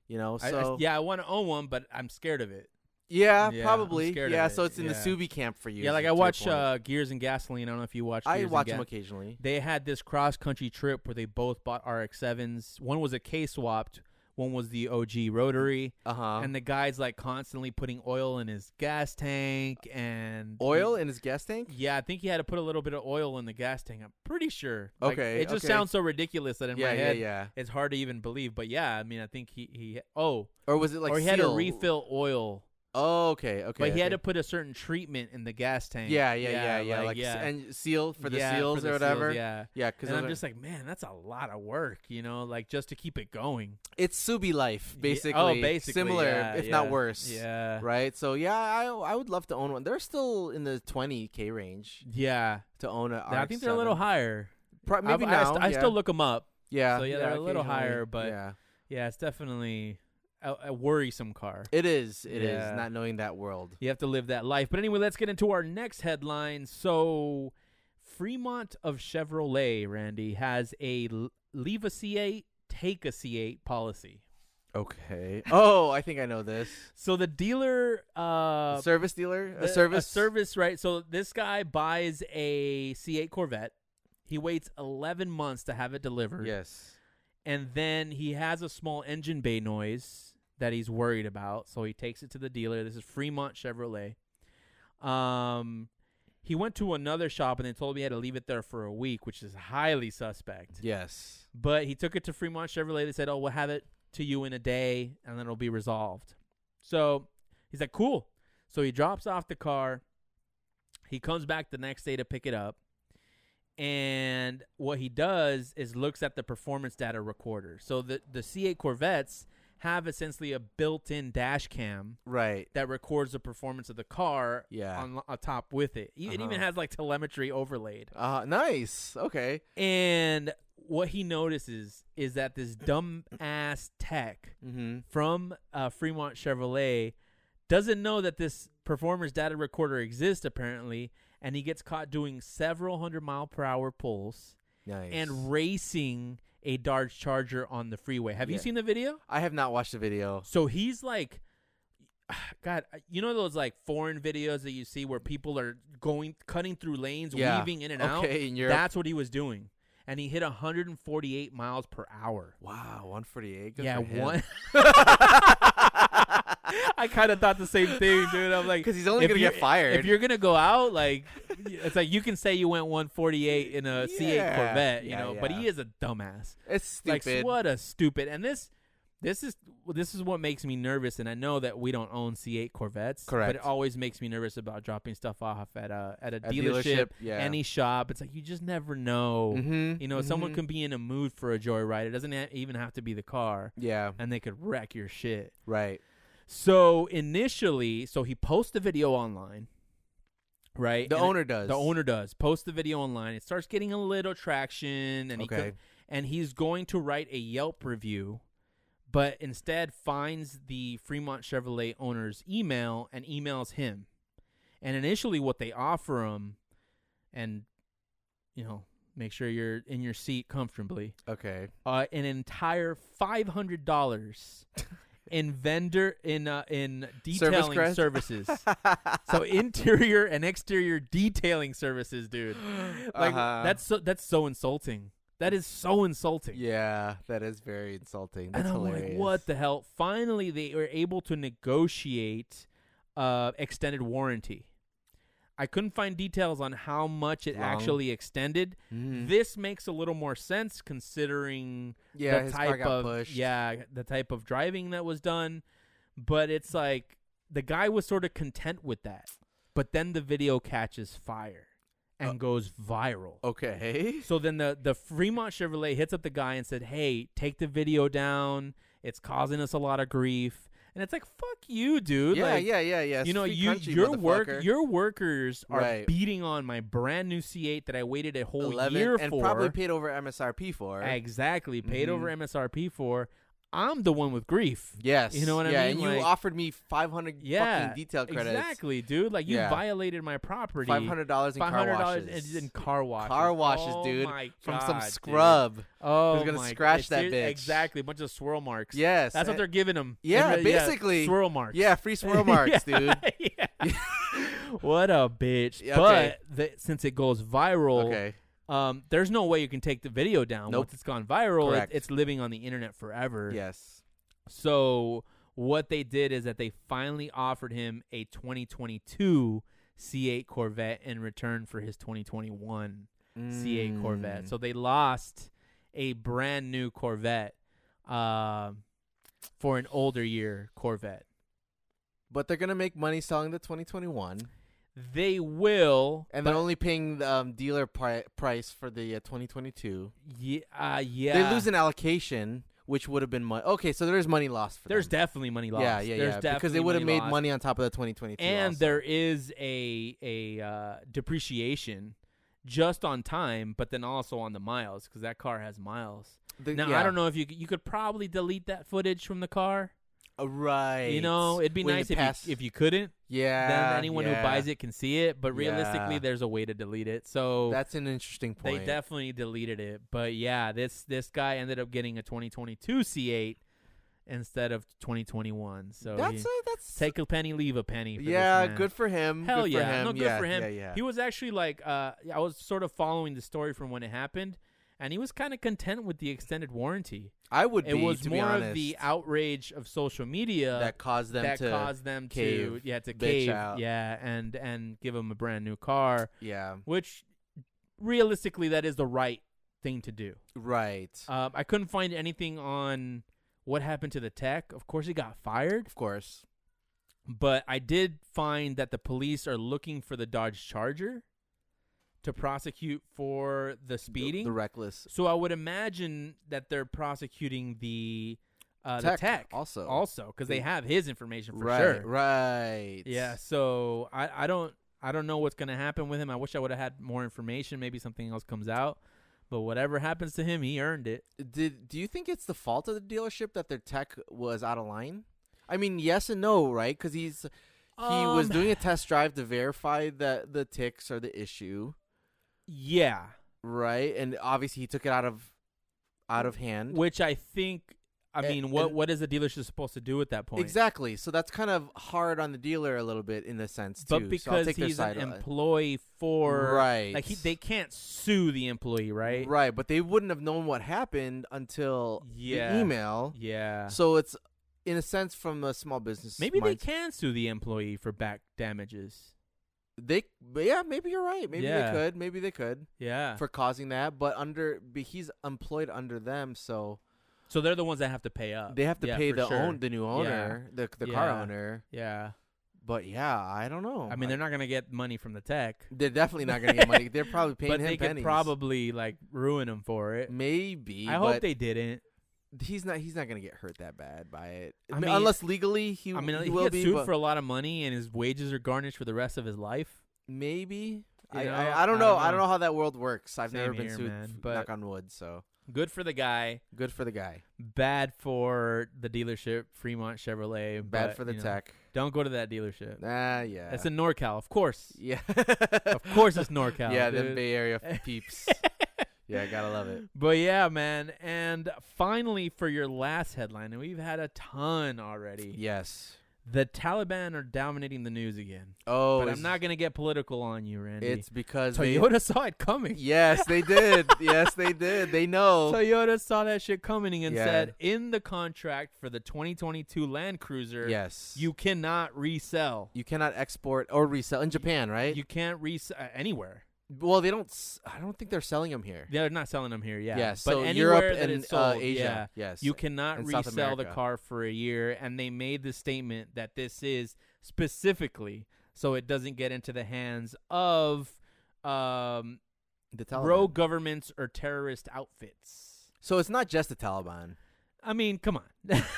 Speaker 2: You know, so
Speaker 1: I- I- yeah, I want to own one, but I'm scared of it.
Speaker 2: Yeah,
Speaker 1: Yeah, I'm
Speaker 2: probably.
Speaker 1: scared of
Speaker 2: Yeah,
Speaker 1: it,
Speaker 2: so it's in the
Speaker 1: yeah.
Speaker 2: Subi camp for you.
Speaker 1: yeah, like
Speaker 2: to
Speaker 1: I
Speaker 2: your
Speaker 1: watch
Speaker 2: point.
Speaker 1: uh, Gears and Gasoline. I don't know if you watch.
Speaker 2: I
Speaker 1: Gears and
Speaker 2: watch
Speaker 1: Ga-
Speaker 2: them occasionally.
Speaker 1: They had this cross country trip where they both bought RX sevens. One was a K swapped. One was the OG rotary,
Speaker 2: Uh huh.
Speaker 1: and the guy's like constantly putting oil in his gas tank and
Speaker 2: Oil in his gas tank.
Speaker 1: Yeah, I think he had to put a little bit of oil in the gas tank. I'm pretty sure. Like,
Speaker 2: Okay,
Speaker 1: it just
Speaker 2: okay.
Speaker 1: sounds so ridiculous that in
Speaker 2: yeah,
Speaker 1: my
Speaker 2: yeah,
Speaker 1: head
Speaker 2: yeah.
Speaker 1: it's hard to even believe. But yeah, I mean, I think he he oh
Speaker 2: Or was it like
Speaker 1: or he had to
Speaker 2: seal?
Speaker 1: refill oil
Speaker 2: Oh, okay, okay.
Speaker 1: but he had
Speaker 2: okay.
Speaker 1: to put a certain treatment in the gas tank.
Speaker 2: Yeah, yeah, yeah, yeah.
Speaker 1: like,
Speaker 2: Like, s- and seal for the seals or
Speaker 1: the
Speaker 2: whatever.
Speaker 1: yeah.
Speaker 2: yeah, because
Speaker 1: And I'm just like, man, that's a lot of work, you know, like just to keep it going.
Speaker 2: it's Subi life,
Speaker 1: Yeah,
Speaker 2: basically.
Speaker 1: oh, basically,
Speaker 2: similar,
Speaker 1: yeah,
Speaker 2: if
Speaker 1: yeah,
Speaker 2: not worse.
Speaker 1: Yeah.
Speaker 2: Right. So yeah, I I would love to own one. They're still in the 20k range
Speaker 1: Yeah.
Speaker 2: to own a.
Speaker 1: I think they're a little
Speaker 2: high.
Speaker 1: higher.
Speaker 2: Pro- maybe
Speaker 1: I, I,
Speaker 2: now.
Speaker 1: st- I
Speaker 2: yeah.
Speaker 1: still look them up.
Speaker 2: Yeah.
Speaker 1: so, yeah, they're a little
Speaker 2: occasionally,
Speaker 1: higher, but-
Speaker 2: yeah,
Speaker 1: Yeah, it's definitely a, a worrisome car.
Speaker 2: it is. It is
Speaker 1: Yeah.
Speaker 2: not knowing that world.
Speaker 1: You have to live that life. But anyway, let's get into our next headline. So, Fremont of Chevrolet, Randy, has a l- leave a C8, take a C8 policy.
Speaker 2: Okay. Oh, I think I know this.
Speaker 1: So, the dealer. Uh,
Speaker 2: service dealer,
Speaker 1: the-
Speaker 2: a service,
Speaker 1: service, right? So, this guy buys a C8 Corvette. He waits 11 months to have it delivered.
Speaker 2: Yes.
Speaker 1: and then he has a small engine bay noise that he's worried about, so he takes it to the dealer. This is Fremont Chevrolet. Um, he went to another shop and they told me he had to leave it there for a week, which is highly suspect.
Speaker 2: Yes.
Speaker 1: But he took it to Fremont Chevrolet. They said, "Oh, we'll have it to you in a day, and then it'll be resolved." So he's like, "Cool." So he drops off the car. He comes back the next day to pick it up, and what he does is looks at the performance data recorder. So the the C8 Corvettes have essentially a built-in dash cam
Speaker 2: Right.
Speaker 1: that records the performance of the car
Speaker 2: Yeah.
Speaker 1: on, on top with it. It
Speaker 2: Uh-huh.
Speaker 1: even has like telemetry overlaid.
Speaker 2: Uh, nice. Okay.
Speaker 1: And what he notices is that this dumbass tech
Speaker 2: Mm-hmm.
Speaker 1: from uh, Fremont Chevrolet doesn't know that this performer's data recorder exists, apparently, and he gets caught doing several hundred mile per hour pulls
Speaker 2: Nice.
Speaker 1: and racing a Dodge Charger on the freeway. Have you
Speaker 2: Yeah.
Speaker 1: seen the video?
Speaker 2: I have not watched the video.
Speaker 1: So he's like, God, uh, you know those like foreign videos that you see where people are going, cutting through lanes,
Speaker 2: Yeah.
Speaker 1: weaving in and out?
Speaker 2: Okay, in Europe.
Speaker 1: That's what he was doing. And he hit 148 miles per hour.
Speaker 2: wow, 148. Good
Speaker 1: yeah,
Speaker 2: for him.
Speaker 1: one. I kind of thought the same thing, dude. I'm like,
Speaker 2: 'Cause he's only
Speaker 1: if
Speaker 2: gonna
Speaker 1: you-
Speaker 2: get fired.
Speaker 1: If you're gonna go out, like, it's like you can say you went 148 in a 8
Speaker 2: Yeah,
Speaker 1: Corvette, you
Speaker 2: yeah,
Speaker 1: know. But
Speaker 2: yeah.
Speaker 1: he is a dumbass.
Speaker 2: It's
Speaker 1: Like,
Speaker 2: stupid.
Speaker 1: what a stupid. And this, this is this is what makes me nervous. And I know that we don't own C8 Corvettes, But it
Speaker 2: Correct.
Speaker 1: always makes me nervous about dropping stuff off at a at a,
Speaker 2: A dealership, yeah.
Speaker 1: any shop. It's like you just never know.
Speaker 2: Mm-hmm.
Speaker 1: You know, someone
Speaker 2: mhm.
Speaker 1: can be in a mood for a joyride. It doesn't ha- even have to be the car,
Speaker 2: Yeah.
Speaker 1: and they could wreck your shit.
Speaker 2: Right.
Speaker 1: So initially, so he posts the video online, right?
Speaker 2: The
Speaker 1: And it-
Speaker 2: owner does.
Speaker 1: the owner does post the video online. It starts getting a little traction, and he
Speaker 2: Okay.
Speaker 1: co- and he's going to write a Yelp review, but instead finds the Fremont Chevrolet owner's email and emails him. And initially, what they offer him, and you know, make sure you're in your seat comfortably,
Speaker 2: Okay.
Speaker 1: uh, an entire five hundred dollars. In vendor in uh, in detailing
Speaker 2: crest?
Speaker 1: services, so interior and exterior detailing services, dude. Like
Speaker 2: Uh-huh.
Speaker 1: that's so that's so insulting. That is so insulting.
Speaker 2: Yeah, that is very insulting. That's
Speaker 1: and I'm
Speaker 2: hilarious.
Speaker 1: like, what the hell? Finally, they were able to negotiate uh, extended warranty. I couldn't find details on how much it
Speaker 2: Long.
Speaker 1: actually extended.
Speaker 2: Mhm.
Speaker 1: This makes a little more sense considering
Speaker 2: yeah,
Speaker 1: the
Speaker 2: his
Speaker 1: type
Speaker 2: car got
Speaker 1: of
Speaker 2: pushed.
Speaker 1: yeah the type of driving that was done but it's like the guy was sort of content with that but then the video catches fire and
Speaker 2: Uh, oh.
Speaker 1: goes viral
Speaker 2: Okay.
Speaker 1: so then the the Fremont Chevrolet hits up the guy and said hey take the video down it's causing us a lot of grief and it's like fuck you dude
Speaker 2: yeah,
Speaker 1: like,
Speaker 2: yeah, yeah, yeah.
Speaker 1: you know,
Speaker 2: Free
Speaker 1: you
Speaker 2: country,
Speaker 1: your work
Speaker 2: motherfucker.
Speaker 1: your workers are
Speaker 2: Right.
Speaker 1: beating on my brand new C8 that I waited a whole
Speaker 2: 11
Speaker 1: year
Speaker 2: and
Speaker 1: for
Speaker 2: probably paid over MSRP for.
Speaker 1: exactly paid
Speaker 2: Mhm.
Speaker 1: over MSRP for. I'm the one with grief.
Speaker 2: Yes.
Speaker 1: You know what I
Speaker 2: yeah,
Speaker 1: mean?
Speaker 2: And you
Speaker 1: Like-
Speaker 2: offered me 500
Speaker 1: Yeah,
Speaker 2: fucking detail credits.
Speaker 1: Exactly, dude. Like you
Speaker 2: Yeah.
Speaker 1: violated my property.
Speaker 2: Five hundred dollars in car
Speaker 1: $500
Speaker 2: washes.
Speaker 1: in, in car washes.
Speaker 2: Car washes,
Speaker 1: Oh
Speaker 2: dude,
Speaker 1: my
Speaker 2: from some
Speaker 1: God, dude.
Speaker 2: scrub.
Speaker 1: Oh,
Speaker 2: gonna
Speaker 1: my
Speaker 2: scratch
Speaker 1: it's
Speaker 2: that
Speaker 1: ser-
Speaker 2: bitch.
Speaker 1: Exactly, a bunch of swirl marks.
Speaker 2: Yes,
Speaker 1: that's what
Speaker 2: eh,
Speaker 1: they're giving them.
Speaker 2: Yeah, basically.
Speaker 1: swirl marks.
Speaker 2: Yeah, free swirl marks, dude.
Speaker 1: dude. what a bitch.
Speaker 2: Yeah, okay.
Speaker 1: But the, since it goes viral,
Speaker 2: Okay.
Speaker 1: um, there's no way you can take the video down.
Speaker 2: Nope.
Speaker 1: Once it's gone viral, it,
Speaker 2: Correct.
Speaker 1: it's living on the internet forever.
Speaker 2: Yes.
Speaker 1: So what they did is that they finally offered him a 2022 C8 Corvette in return for his 2021
Speaker 2: Hmm.
Speaker 1: C8
Speaker 2: Mm.
Speaker 1: Corvette. So they lost a brand new uh, Corvette um, for an older year Corvette.
Speaker 2: but they're gonna make money selling the 2021,
Speaker 1: They will.
Speaker 2: and
Speaker 1: but-
Speaker 2: they're only paying the um, dealer pri- price for the uh, 2022.
Speaker 1: Ye- uh, yeah.
Speaker 2: They lose an allocation, which would have been money. Okay, so there's money lost for
Speaker 1: There's
Speaker 2: them.
Speaker 1: definitely money lost.
Speaker 2: yeah, yeah,
Speaker 1: There's
Speaker 2: yeah, because they
Speaker 1: definitely
Speaker 2: would have made
Speaker 1: lost.
Speaker 2: money on top of the 2022.
Speaker 1: and
Speaker 2: also.
Speaker 1: there is a a uh, depreciation just on time, but then also on the miles because that car has miles.
Speaker 2: The-
Speaker 1: Now
Speaker 2: Uh, yeah.
Speaker 1: I don't know if you c- you could probably delete that footage from the car.
Speaker 2: Uh, right.
Speaker 1: You know, it'd be
Speaker 2: When
Speaker 1: nice
Speaker 2: you
Speaker 1: if
Speaker 2: pass-
Speaker 1: you, if you couldn't.
Speaker 2: yeah.
Speaker 1: then anyone
Speaker 2: yeah.
Speaker 1: who buys it can see it. But realistically,
Speaker 2: Yeah.
Speaker 1: there's a way to delete it. So
Speaker 2: That's an interesting
Speaker 1: they
Speaker 2: point.
Speaker 1: definitely deleted it. But yeah, this this guy ended up getting a 2022 C8 instead of 2021. So
Speaker 2: that's
Speaker 1: he-
Speaker 2: a, that's
Speaker 1: take a penny, leave a penny. For this
Speaker 2: yeah,
Speaker 1: man.
Speaker 2: good for him.
Speaker 1: Hell
Speaker 2: good
Speaker 1: yeah.
Speaker 2: for him.
Speaker 1: No, good
Speaker 2: yeah,
Speaker 1: for him.
Speaker 2: Yeah, yeah.
Speaker 1: He was actually like, uh, I was sort of following the story from when it happened, and he was kind of content with the extended warranty.
Speaker 2: I would
Speaker 1: It
Speaker 2: be.
Speaker 1: was
Speaker 2: to
Speaker 1: more
Speaker 2: be honest,
Speaker 1: of the outrage of social media
Speaker 2: that caused them
Speaker 1: that
Speaker 2: to.
Speaker 1: caused them
Speaker 2: cave,
Speaker 1: to yeah to
Speaker 2: bitch
Speaker 1: cave
Speaker 2: out.
Speaker 1: yeah and and give him a brand new car,
Speaker 2: yeah,
Speaker 1: which realistically that is the right thing to do.
Speaker 2: right.
Speaker 1: Um, I couldn't find anything on what happened to the tech. Of course, he got fired.
Speaker 2: of course.
Speaker 1: but I did find that the police are looking for the Dodge Charger to prosecute for the
Speaker 2: The-
Speaker 1: speeding.
Speaker 2: The, reckless.
Speaker 1: so I would imagine that they're prosecuting the uh,
Speaker 2: Tech
Speaker 1: the tech
Speaker 2: also.
Speaker 1: also because they
Speaker 2: The-
Speaker 1: have his information for
Speaker 2: right.
Speaker 1: sure.
Speaker 2: Right.
Speaker 1: Yeah, so I, I don't I don't know what's gonna happen with him. I wish I would have had more information. Maybe something else comes out. But whatever happens to him, he earned it.
Speaker 2: Did do you think it's the fault of the dealership that their tech was out of line? I mean, yes and no, right? Because he's he was
Speaker 1: Um,
Speaker 2: doing a test drive to verify that the ticks are the issue,
Speaker 1: Yeah.
Speaker 2: right? And obviously, he took it out of out of hand.
Speaker 1: Which I think I
Speaker 2: A-
Speaker 1: mean, what
Speaker 2: and-
Speaker 1: what is the dealership supposed to do at that point?
Speaker 2: Exactly. So that's kind of hard on the dealer a little bit in a sense too.
Speaker 1: but
Speaker 2: so I'll
Speaker 1: because
Speaker 2: take their
Speaker 1: he's an
Speaker 2: side on it.
Speaker 1: employee for
Speaker 2: right,
Speaker 1: like he, they can't sue the employee right
Speaker 2: right, but they wouldn't have known what happened until
Speaker 1: Yeah.
Speaker 2: the email.
Speaker 1: yeah
Speaker 2: So it's in a sense from a small business.
Speaker 1: maybe they
Speaker 2: minds-
Speaker 1: can sue the employee for back damages
Speaker 2: They, but yeah, maybe you're right. Maybe
Speaker 1: Yeah.
Speaker 2: they could. Maybe they could
Speaker 1: yeah
Speaker 2: for causing that. But under, but he's employed under them, so
Speaker 1: so they're the ones that have to pay up
Speaker 2: they have to
Speaker 1: Uh, Yeah,
Speaker 2: pay
Speaker 1: for
Speaker 2: the
Speaker 1: sure.
Speaker 2: own the new owner, the the car
Speaker 1: Yeah.
Speaker 2: owner.
Speaker 1: yeah
Speaker 2: But yeah, I don't know.
Speaker 1: i mean they're not gonna get money from the tech
Speaker 2: They're definitely Oh not gonna get money. They're probably paying
Speaker 1: but
Speaker 2: him
Speaker 1: they
Speaker 2: pennies.
Speaker 1: could probably like ruin him for it
Speaker 2: maybe.
Speaker 1: i hope
Speaker 2: but
Speaker 1: they didn't
Speaker 2: He's not. He's not gonna get hurt that bad by it. I
Speaker 1: I
Speaker 2: mean,
Speaker 1: mean-
Speaker 2: unless legally he.
Speaker 1: i mean
Speaker 2: he
Speaker 1: he
Speaker 2: will
Speaker 1: gets
Speaker 2: be.
Speaker 1: sued
Speaker 2: but
Speaker 1: for a lot of money and his wages are garnished for the rest of his life
Speaker 2: maybe.
Speaker 1: You
Speaker 2: I,
Speaker 1: know,
Speaker 2: I, I don't know. I don't know how that world works. I've
Speaker 1: Same
Speaker 2: never been
Speaker 1: here,
Speaker 2: sued.
Speaker 1: man,
Speaker 2: f-
Speaker 1: but-
Speaker 2: knock on wood. So
Speaker 1: good for the guy
Speaker 2: good for the guy.
Speaker 1: bad for the dealership fremont chevrolet
Speaker 2: Bad
Speaker 1: but,
Speaker 2: for the
Speaker 1: you know,
Speaker 2: tech.
Speaker 1: Don't go to that dealership.
Speaker 2: Nah, yeah.
Speaker 1: It's in NorCal, of course.
Speaker 2: yeah.
Speaker 1: Of course, it's NorCal.
Speaker 2: yeah,
Speaker 1: dude.
Speaker 2: them Bay Area f- peeps. yeah, gotta love it.
Speaker 1: But yeah, man. And finally, for your last headline, and we've had a ton already.
Speaker 2: Yes.
Speaker 1: The Taliban are dominating the news again.
Speaker 2: Oh,
Speaker 1: but
Speaker 2: it's-
Speaker 1: I'm not gonna get political on you, Randy.
Speaker 2: It's because they.
Speaker 1: Toyota saw it coming.
Speaker 2: Yes, they did. yes, they did. They know.
Speaker 1: Toyota saw that shit coming and
Speaker 2: Yeah.
Speaker 1: said in the contract for the 2022 Land Cruiser,
Speaker 2: yes.
Speaker 1: you cannot resell.
Speaker 2: you cannot export or resell in Japan, right?
Speaker 1: You can't resell anywhere.
Speaker 2: well, they don't. s- I don't think they're selling them here.
Speaker 1: They're not selling them here. Yeah.
Speaker 2: Yeah,
Speaker 1: But
Speaker 2: so
Speaker 1: anywhere
Speaker 2: Europe
Speaker 1: that
Speaker 2: and
Speaker 1: it's sold,
Speaker 2: uh, Asia.
Speaker 1: yeah,
Speaker 2: Yes.
Speaker 1: You cannot
Speaker 2: and South
Speaker 1: resell the
Speaker 2: America.
Speaker 1: car for a year, and they made the statement that this is specifically so it doesn't get into the hands of um,
Speaker 2: the Taliban.
Speaker 1: rogue governments or terrorist outfits.
Speaker 2: So it's not just the Taliban.
Speaker 1: I mean, come on.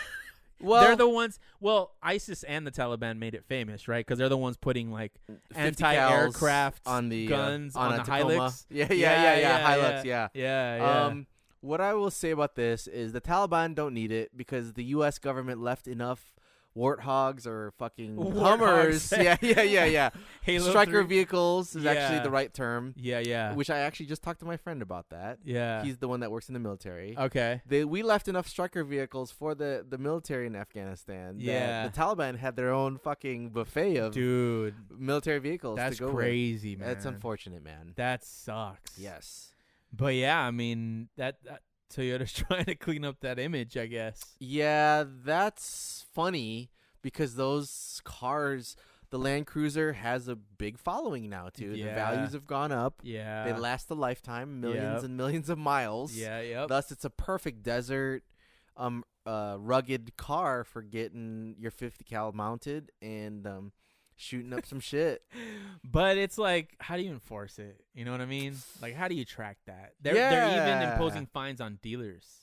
Speaker 2: Well,
Speaker 1: they're the ones. Well, ISIS and the Taliban made it famous, right? Because they're the ones putting like
Speaker 2: 50
Speaker 1: anti-aircraft
Speaker 2: cals on the uh,
Speaker 1: guns on
Speaker 2: a
Speaker 1: the
Speaker 2: Tacoma.
Speaker 1: Hilux.
Speaker 2: Yeah, yeah, yeah, yeah, Hilux, yeah.
Speaker 1: yeah, yeah.
Speaker 2: Um, what I will say about this is the Taliban don't need it because the U.S. government left enough warthogs or fucking
Speaker 1: Warthogs.
Speaker 2: Hummers. yeah, yeah, yeah, yeah.
Speaker 1: Halo
Speaker 2: Striker
Speaker 1: 3.
Speaker 2: vehicles is actually
Speaker 1: Yeah.
Speaker 2: the right term,
Speaker 1: Yeah, yeah,
Speaker 2: which I actually just talked to my friend about that.
Speaker 1: yeah.
Speaker 2: He's the one that works in the military.
Speaker 1: okay.
Speaker 2: they we left enough striker vehicles for the, the military in Afghanistan. that
Speaker 1: Yeah.
Speaker 2: the Taliban had their own fucking buffet of
Speaker 1: Dude,
Speaker 2: military vehicles.
Speaker 1: that's
Speaker 2: to go with.
Speaker 1: crazy, man.
Speaker 2: That's unfortunate, man.
Speaker 1: That sucks.
Speaker 2: Yes.
Speaker 1: But yeah, I mean that, that Toyota's trying to clean up that image, I guess.
Speaker 2: Yeah, that's funny because those cars, the Land Cruiser has a big following now too.
Speaker 1: Yeah.
Speaker 2: The values have gone up.
Speaker 1: Yeah.
Speaker 2: They last a lifetime, millions
Speaker 1: Yep.
Speaker 2: and millions of miles.
Speaker 1: Yeah. Yep.
Speaker 2: Thus, it's a perfect desert, um, uh, rugged car for getting your 50 cal mounted and um, shooting up some shit.
Speaker 1: But it's like, how do you enforce it? You know what I mean? Like, how do you track that? They're, they're even
Speaker 2: Yeah.
Speaker 1: imposing fines on dealers.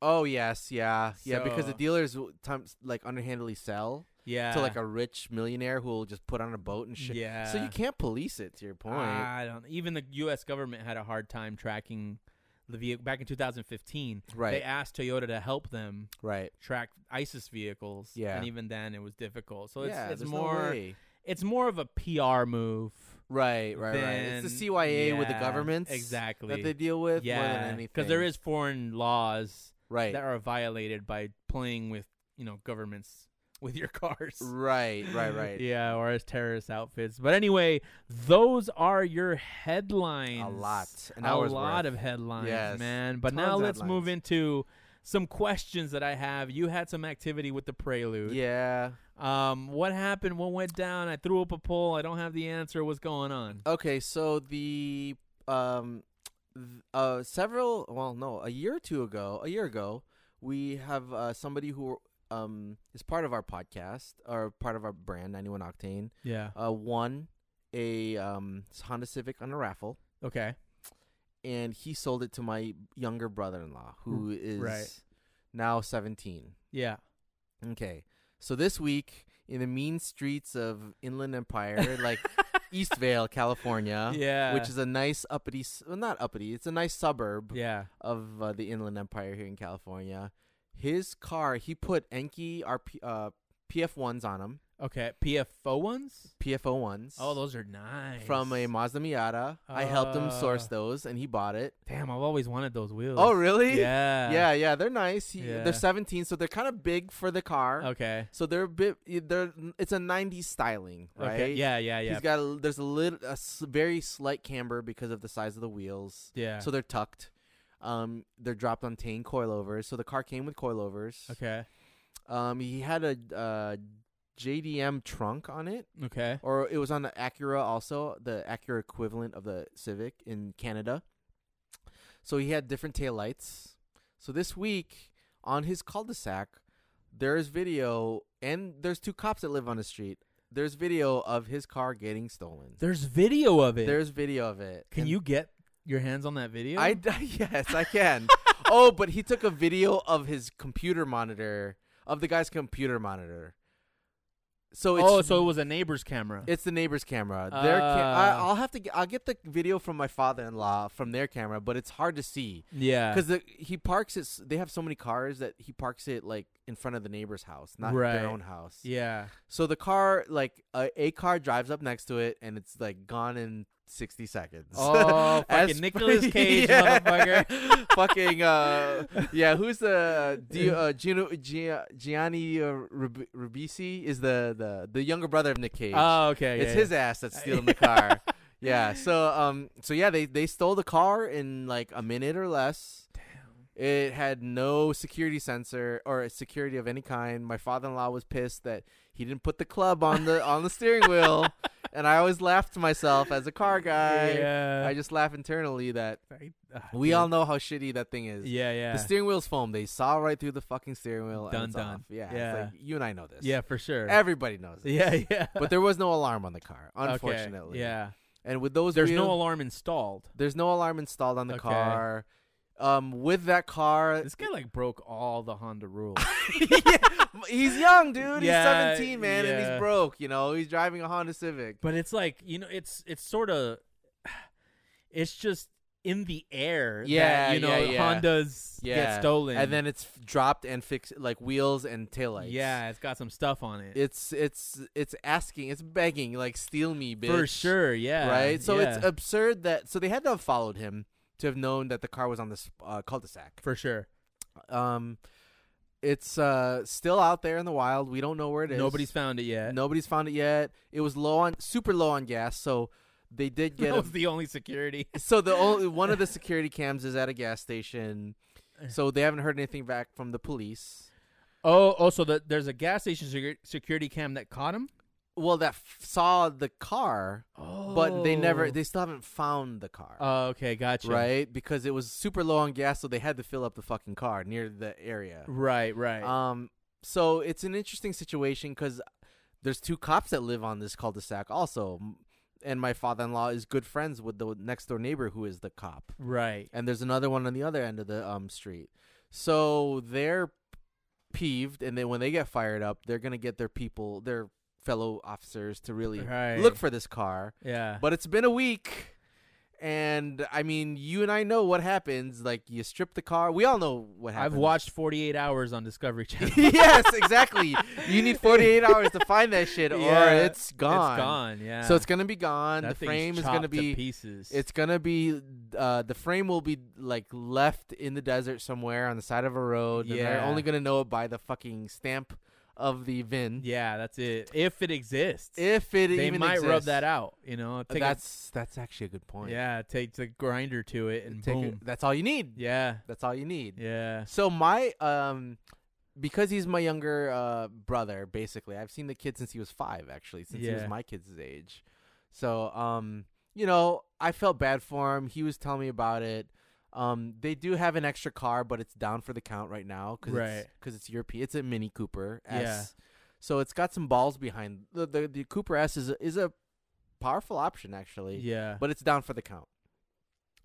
Speaker 2: Oh yes, yeah, yeah. Because the
Speaker 1: So-
Speaker 2: dealers will times like underhandedly sell
Speaker 1: Yeah.
Speaker 2: to like a rich millionaire who will just put on a boat and shit.
Speaker 1: yeah. Ah,
Speaker 2: So you can't police it. To your point.
Speaker 1: I don't. Even the U.S. government had a hard time tracking the vehicle back in 2015. They
Speaker 2: right.
Speaker 1: asked Toyota to help them
Speaker 2: right.
Speaker 1: track ISIS vehicles.
Speaker 2: Yeah.
Speaker 1: And even then, it was difficult. So it's
Speaker 2: yeah.
Speaker 1: it's
Speaker 2: there's no
Speaker 1: more
Speaker 2: way.
Speaker 1: it's more of a PR move.
Speaker 2: Right. Right. right. It's
Speaker 1: than-
Speaker 2: the CYA with the
Speaker 1: yeah,
Speaker 2: governments
Speaker 1: exactly
Speaker 2: that they deal with more than
Speaker 1: yeah
Speaker 2: anything.
Speaker 1: there is foreign laws
Speaker 2: right.
Speaker 1: that are violated by playing with you know governments with your cars
Speaker 2: Right. Right. Right.
Speaker 1: yeah or as terrorist outfits but anyway those are your headlines
Speaker 2: A lot. An
Speaker 1: a
Speaker 2: hour's
Speaker 1: lot
Speaker 2: worth.
Speaker 1: of headlines
Speaker 2: Yes.
Speaker 1: man but
Speaker 2: Tons
Speaker 1: now
Speaker 2: of
Speaker 1: let's move
Speaker 2: headlines.
Speaker 1: into some questions that i have you had some activity with the prelude
Speaker 2: Yeah.
Speaker 1: um what happened what went down i threw up a poll i don't have the answer what's going on
Speaker 2: Okay, so the um th- uh several well no, a year or two ago, a year ago, we have uh somebody who um is part of our podcast or part of our brand 91 Octane
Speaker 1: yeah
Speaker 2: uh won a um Honda Civic on a raffle
Speaker 1: okay
Speaker 2: and he sold it to my younger brother-in-law who is
Speaker 1: right.
Speaker 2: now 17.
Speaker 1: yeah
Speaker 2: Okay. So this week in the mean streets of Inland Empire like Eastvale, California
Speaker 1: yeah
Speaker 2: which is a nice uppity, s- well, not uppity, it's a nice suburb
Speaker 1: yeah
Speaker 2: of uh, the Inland Empire here in California. His car, he put Enki RP, uh, PF1s on him,
Speaker 1: Okay, PFO ones.
Speaker 2: PFO1s.
Speaker 1: Oh, those are nice.
Speaker 2: From a Mazda Miata. I helped him source
Speaker 1: Uh.
Speaker 2: those and he bought it.
Speaker 1: damn, I've always wanted those wheels.
Speaker 2: Oh, really?
Speaker 1: Yeah.
Speaker 2: Yeah, yeah, they're nice. He,
Speaker 1: Yeah.
Speaker 2: They're 17, so they're kind of big for the car.
Speaker 1: Okay.
Speaker 2: So they're a bit, they're, it's a 90s styling, right?
Speaker 1: Okay. Yeah. Yeah. Yeah.
Speaker 2: He's got a, there's a little a s- very slight camber because of the size of the wheels.
Speaker 1: yeah.
Speaker 2: So they're tucked. Um, they're dropped on tane coilovers. So the car came with coilovers.
Speaker 1: okay.
Speaker 2: Um, he had a uh, JDM trunk on it,
Speaker 1: Okay.
Speaker 2: or it was on the Acura also, the Acura equivalent of the Civic in Canada. So he had different taillights. So this week on his cul-de-sac, there is video, and there's two cops that live on the street. There's video of his car getting stolen.
Speaker 1: There's video of it.
Speaker 2: There's video of it.
Speaker 1: Can
Speaker 2: And-
Speaker 1: you get your hands on that video?
Speaker 2: I d- yes, I can. oh, but he took a video of his computer monitor of the guy's computer monitor. So it's
Speaker 1: oh, so it was a neighbor's camera.
Speaker 2: it's the neighbor's camera. Their ca- I,
Speaker 1: Ah.
Speaker 2: I'll have to get, I'll get the video from my father-in-law from their camera, but it's hard to see
Speaker 1: yeah.
Speaker 2: because he parks it. s- They have so many cars that he parks it like in front of the neighbor's house, not
Speaker 1: Right.
Speaker 2: their own house.
Speaker 1: Yeah.
Speaker 2: So the car, like a, a car, drives up next to it, and it's like gone in sixty seconds.
Speaker 1: Oh,
Speaker 2: As-
Speaker 1: fucking Nicolas Cage,
Speaker 2: Yeah.
Speaker 1: motherfucker.
Speaker 2: fucking uh, yeah. Who's the Di, uh, Gino, Gia, Gianni uh, Rib- Ribisi is the, the the younger brother of Nick Cage.
Speaker 1: Oh, okay.
Speaker 2: it's
Speaker 1: yeah,
Speaker 2: his ass that's stealing the car. yeah. So um. So yeah, they they stole the car in like a minute or less. It had no security sensor or security of any kind. My father-in-law was pissed that he didn't put the club on the on the steering wheel, and I always laugh to myself as a car guy.
Speaker 1: yeah.
Speaker 2: I just laugh internally that
Speaker 1: I- ah,
Speaker 2: we
Speaker 1: dude.
Speaker 2: all know how shitty that thing is.
Speaker 1: Yeah. Yeah.
Speaker 2: The steering wheel's foam. They saw right through the fucking steering wheel.
Speaker 1: Done,
Speaker 2: and it's
Speaker 1: done.
Speaker 2: Off. Yeah,
Speaker 1: Yeah.
Speaker 2: It's like, you and I know this.
Speaker 1: yeah, for sure.
Speaker 2: everybody knows this.
Speaker 1: yeah. Yeah.
Speaker 2: but there was no alarm on the car,
Speaker 1: Okay,
Speaker 2: unfortunately.
Speaker 1: Yeah.
Speaker 2: and with those,
Speaker 1: There's
Speaker 2: wheel-
Speaker 1: no alarm installed.
Speaker 2: there's no alarm installed on the
Speaker 1: Okay.
Speaker 2: car. Um, with that car,
Speaker 1: This guy like broke all the Honda rules.
Speaker 2: he's young, dude.
Speaker 1: Yeah,
Speaker 2: he's 17, man, and
Speaker 1: yeah.
Speaker 2: he's broke. You know, he's driving a Honda Civic.
Speaker 1: but it's like you know, it's it's sort of, it's just in the air. that,
Speaker 2: Yeah,
Speaker 1: you know,
Speaker 2: yeah, yeah.
Speaker 1: Hondas get
Speaker 2: Yeah,
Speaker 1: stolen,
Speaker 2: and then it's f- dropped and fixed, like wheels and taillights.
Speaker 1: yeah, it's got some stuff on it,
Speaker 2: it's it's it's asking, it's begging, like steal me, bitch.
Speaker 1: for sure. Yeah,
Speaker 2: right? So
Speaker 1: yeah,
Speaker 2: it's absurd that so they had to have followed him to have known that the car was on this uh, cul-de-sac.
Speaker 1: for sure.
Speaker 2: Um, it's uh still out there in the wild. We don't know where it is.
Speaker 1: Nobody's found it yet.
Speaker 2: nobody's found it yet. It was low on super low on gas, so they did get.
Speaker 1: that
Speaker 2: a-
Speaker 1: was the only security.
Speaker 2: so the only one of the security cams is at a gas station,
Speaker 1: Eh.
Speaker 2: so they haven't heard anything back from the police.
Speaker 1: Oh, oh, so the, there's a gas station secu- security cam that caught him.
Speaker 2: well that f- saw the car,
Speaker 1: Oh.
Speaker 2: but they never they still haven't found the car.
Speaker 1: Oh, okay, gotcha.
Speaker 2: Right, because it was super low on gas, so they had to fill up the fucking car near the area.
Speaker 1: Right. Right.
Speaker 2: Um, so it's an interesting situation because there's two cops that live on this cul-de-sac also, m- and my father-in-law is good friends with the next door neighbor who is the cop,
Speaker 1: right.
Speaker 2: and there's another one on the other end of the um street. So they're peeved, and then when they get fired up, they're gonna get their people, their fellow officers, to really
Speaker 1: Right.
Speaker 2: look for this car.
Speaker 1: Yeah.
Speaker 2: But it's been a week. And I mean, you and I know what happens. Like you strip the car. We all know what happens.
Speaker 1: I've watched 48 hours on Discovery Channel.
Speaker 2: yes, exactly. You need 48 hours to find that shit,
Speaker 1: Yeah,
Speaker 2: or it's gone.
Speaker 1: It's gone. Yeah.
Speaker 2: So it's gonna be gone.
Speaker 1: That
Speaker 2: the
Speaker 1: thing's
Speaker 2: frame is
Speaker 1: chopped
Speaker 2: gonna be.
Speaker 1: pieces.
Speaker 2: It's gonna be. Uh, the frame will be like left in the desert somewhere on the side of a road. And they're
Speaker 1: Yeah.
Speaker 2: only gonna know it by the fucking stamp of the VIN,
Speaker 1: yeah. That's it. If it exists,
Speaker 2: if it
Speaker 1: they
Speaker 2: even
Speaker 1: might rub
Speaker 2: exists.
Speaker 1: that out. You know. Take
Speaker 2: that's that's actually a good
Speaker 1: a,
Speaker 2: point.
Speaker 1: yeah. Take the grinder to it and
Speaker 2: Take a-
Speaker 1: boom.
Speaker 2: that's all you need.
Speaker 1: yeah.
Speaker 2: That's all you need.
Speaker 1: Yeah.
Speaker 2: So my um because he's my younger uh brother basically. I've seen the kid since he was 5 actually, since he
Speaker 1: Yeah.
Speaker 2: was my kid's age. So um you know, I felt bad for him. He was telling me about it. Um they do have an extra car, but it's down for the count right now cuz it's
Speaker 1: Right.
Speaker 2: cuz it's European. It's a Mini Cooper
Speaker 1: Yeah.
Speaker 2: S. So it's got some balls behind. The the, the Cooper S is a, is a powerful option actually
Speaker 1: Yeah.
Speaker 2: but it's down for the count.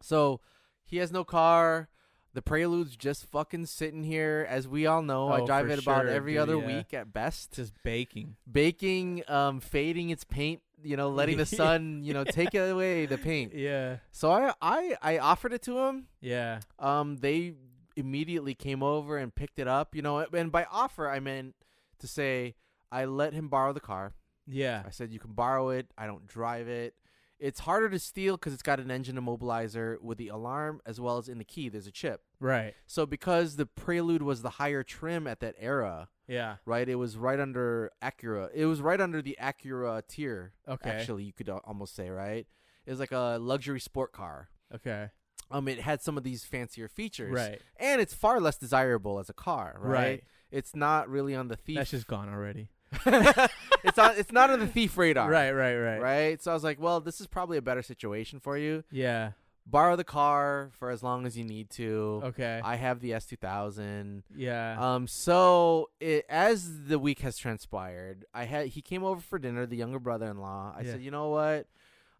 Speaker 2: So he has no car. The Prelude's just fucking sitting here, as we all know. I
Speaker 1: Oh,
Speaker 2: drive
Speaker 1: for
Speaker 2: it about
Speaker 1: sure,
Speaker 2: every
Speaker 1: dude,
Speaker 2: other
Speaker 1: yeah.
Speaker 2: week at best.
Speaker 1: just baking.
Speaker 2: Baking, um, fading its paint, you know, letting the sun, you know, take away the paint.
Speaker 1: Yeah.
Speaker 2: So I, I, I offered it to him.
Speaker 1: Yeah.
Speaker 2: Um, they immediately came over and picked it up, you know. And by offer, I meant to say I let him borrow the car.
Speaker 1: Yeah.
Speaker 2: I said you can borrow it. I don't drive it. It's harder to steal because it's got an engine immobilizer with the alarm as well as in the key. There's a chip.
Speaker 1: Right.
Speaker 2: So because the Prelude was the higher trim at that era,
Speaker 1: Yeah.
Speaker 2: right? It was right under Acura. It was right under the Acura tier.
Speaker 1: Okay.
Speaker 2: Actually, you could al- almost say right. It was like a luxury sport car.
Speaker 1: Okay.
Speaker 2: Um, it had some of these fancier features,
Speaker 1: Right.
Speaker 2: And it's far less desirable as a car, right?
Speaker 1: Right.
Speaker 2: It's not really on the thief.
Speaker 1: That's just gone already.
Speaker 2: it's on. It's not on the thief radar,
Speaker 1: Right. Right. Right.
Speaker 2: right? So I was like, well, this is probably a better situation for you.
Speaker 1: Yeah.
Speaker 2: Borrow the car for as long as you need to.
Speaker 1: Okay.
Speaker 2: I have the S2000.
Speaker 1: yeah.
Speaker 2: Um, so it, as the week has transpired, I had he came over for dinner, the younger brother-in-law. I
Speaker 1: Yeah.
Speaker 2: said, you know what?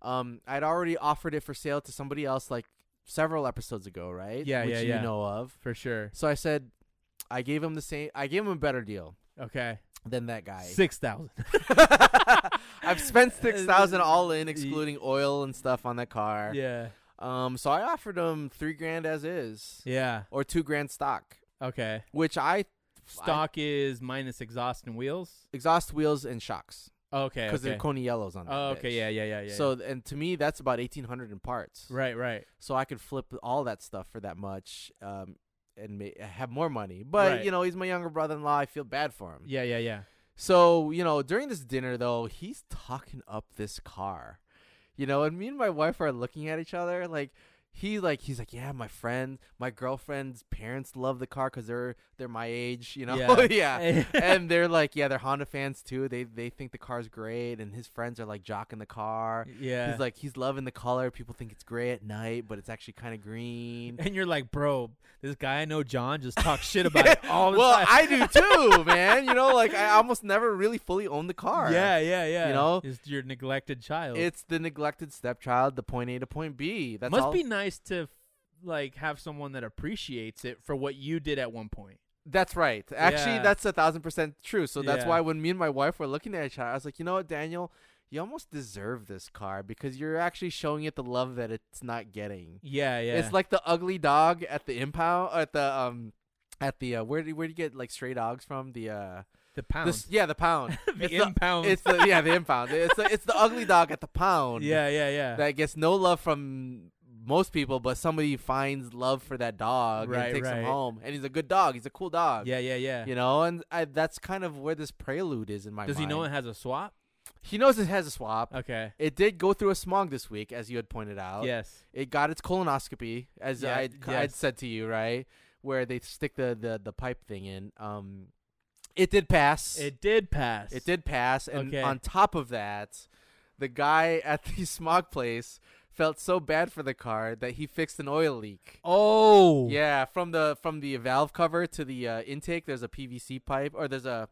Speaker 2: Um, I'd already offered it for sale to somebody else like several episodes ago, right?
Speaker 1: Yeah,
Speaker 2: Which
Speaker 1: yeah,
Speaker 2: you
Speaker 1: yeah.
Speaker 2: know of.
Speaker 1: for sure.
Speaker 2: So I said, I gave him the same. I gave him a better deal
Speaker 1: Okay.
Speaker 2: than that guy.
Speaker 1: Six thousand.
Speaker 2: I've spent six thousand all in, excluding oil and stuff on that car.
Speaker 1: Uh, Yeah.
Speaker 2: Um, so I offered him three grand as is,
Speaker 1: Yeah.
Speaker 2: or two grand stock,
Speaker 1: Okay.
Speaker 2: which I
Speaker 1: Stock is minus exhaust and wheels.
Speaker 2: exhaust wheels and shocks
Speaker 1: Okay.
Speaker 2: because
Speaker 1: Okay.
Speaker 2: they're Coney yellows on. That
Speaker 1: oh, okay.
Speaker 2: bitch.
Speaker 1: Yeah. Yeah. Yeah. Yeah.
Speaker 2: So and to me that's about eighteen hundred in parts.
Speaker 1: yeah. right. Right.
Speaker 2: So I could flip all that stuff for that much, um, and ma- have more money. But
Speaker 1: Right.
Speaker 2: you know he's my younger brother-in-law. I feel bad for him.
Speaker 1: Yeah. Yeah. Yeah.
Speaker 2: So, you know, during this dinner though, he's talking up this car. You know, and me and my wife are looking at each other like he like he's like, "Yeah, my friend, my girlfriend's parents love the car cuz they're they're my age, you know."
Speaker 1: Yeah.
Speaker 2: yeah. and they're like, "Yeah, they're Honda fans too. They they think the car's great." And his friends are like jocking the car.
Speaker 1: yeah.
Speaker 2: He's like, "He's loving the color. People think it's gray at night, but it's actually kind of green."
Speaker 1: and you're like, bro, this guy I know, John, just talks shit about it all the
Speaker 2: well,
Speaker 1: time.
Speaker 2: I do too, man. You know, like I almost never really fully own the car.
Speaker 1: Yeah. Yeah. Yeah.
Speaker 2: You know?
Speaker 1: it's your neglected child.
Speaker 2: It's the neglected stepchild, the point A to point B. That's
Speaker 1: must
Speaker 2: all.
Speaker 1: be nice to like have someone that appreciates it for what you did at one point.
Speaker 2: that's right. Actually,
Speaker 1: Yeah.
Speaker 2: that's a thousand percent true. So that's
Speaker 1: Yeah.
Speaker 2: why when me and my wife were looking at each other, I was like, you know what, Daniel, you almost deserve this car because you're actually showing it the love that it's not getting.
Speaker 1: Yeah. Yeah.
Speaker 2: It's like the ugly dog at the impound at the um. At the uh, where do where do you get like stray dogs from the uh
Speaker 1: the
Speaker 2: the
Speaker 1: pound.
Speaker 2: s- yeah the pound
Speaker 1: the
Speaker 2: it's
Speaker 1: impound.
Speaker 2: the, it's the yeah the impound it's the, it's the ugly dog at the pound
Speaker 1: yeah. Yeah. Yeah.
Speaker 2: that gets no love from most people, but somebody finds love for that dog
Speaker 1: Right,
Speaker 2: and takes him
Speaker 1: right.
Speaker 2: home. And he's a good dog. He's a cool dog.
Speaker 1: yeah. Yeah. Yeah.
Speaker 2: You know, and I, that's kind of where this prelude is in my
Speaker 1: Does he
Speaker 2: mind.
Speaker 1: know it has a swap?
Speaker 2: He knows it has a swap.
Speaker 1: Okay.
Speaker 2: It did go through a smog this week, as you had pointed out.
Speaker 1: Yes.
Speaker 2: It got its colonoscopy, as
Speaker 1: Yeah,
Speaker 2: I'd, I'd
Speaker 1: yes.
Speaker 2: said to you, right? Where they stick the, the, the pipe thing in. Um, It did pass.
Speaker 1: It did pass.
Speaker 2: It did pass, and
Speaker 1: Okay.
Speaker 2: on top of that, the guy at the smog place felt so bad for the car that he fixed an oil leak.
Speaker 1: Oh.
Speaker 2: Yeah, from the from the valve cover to the uh, intake, there's a PVC pipe, or there's a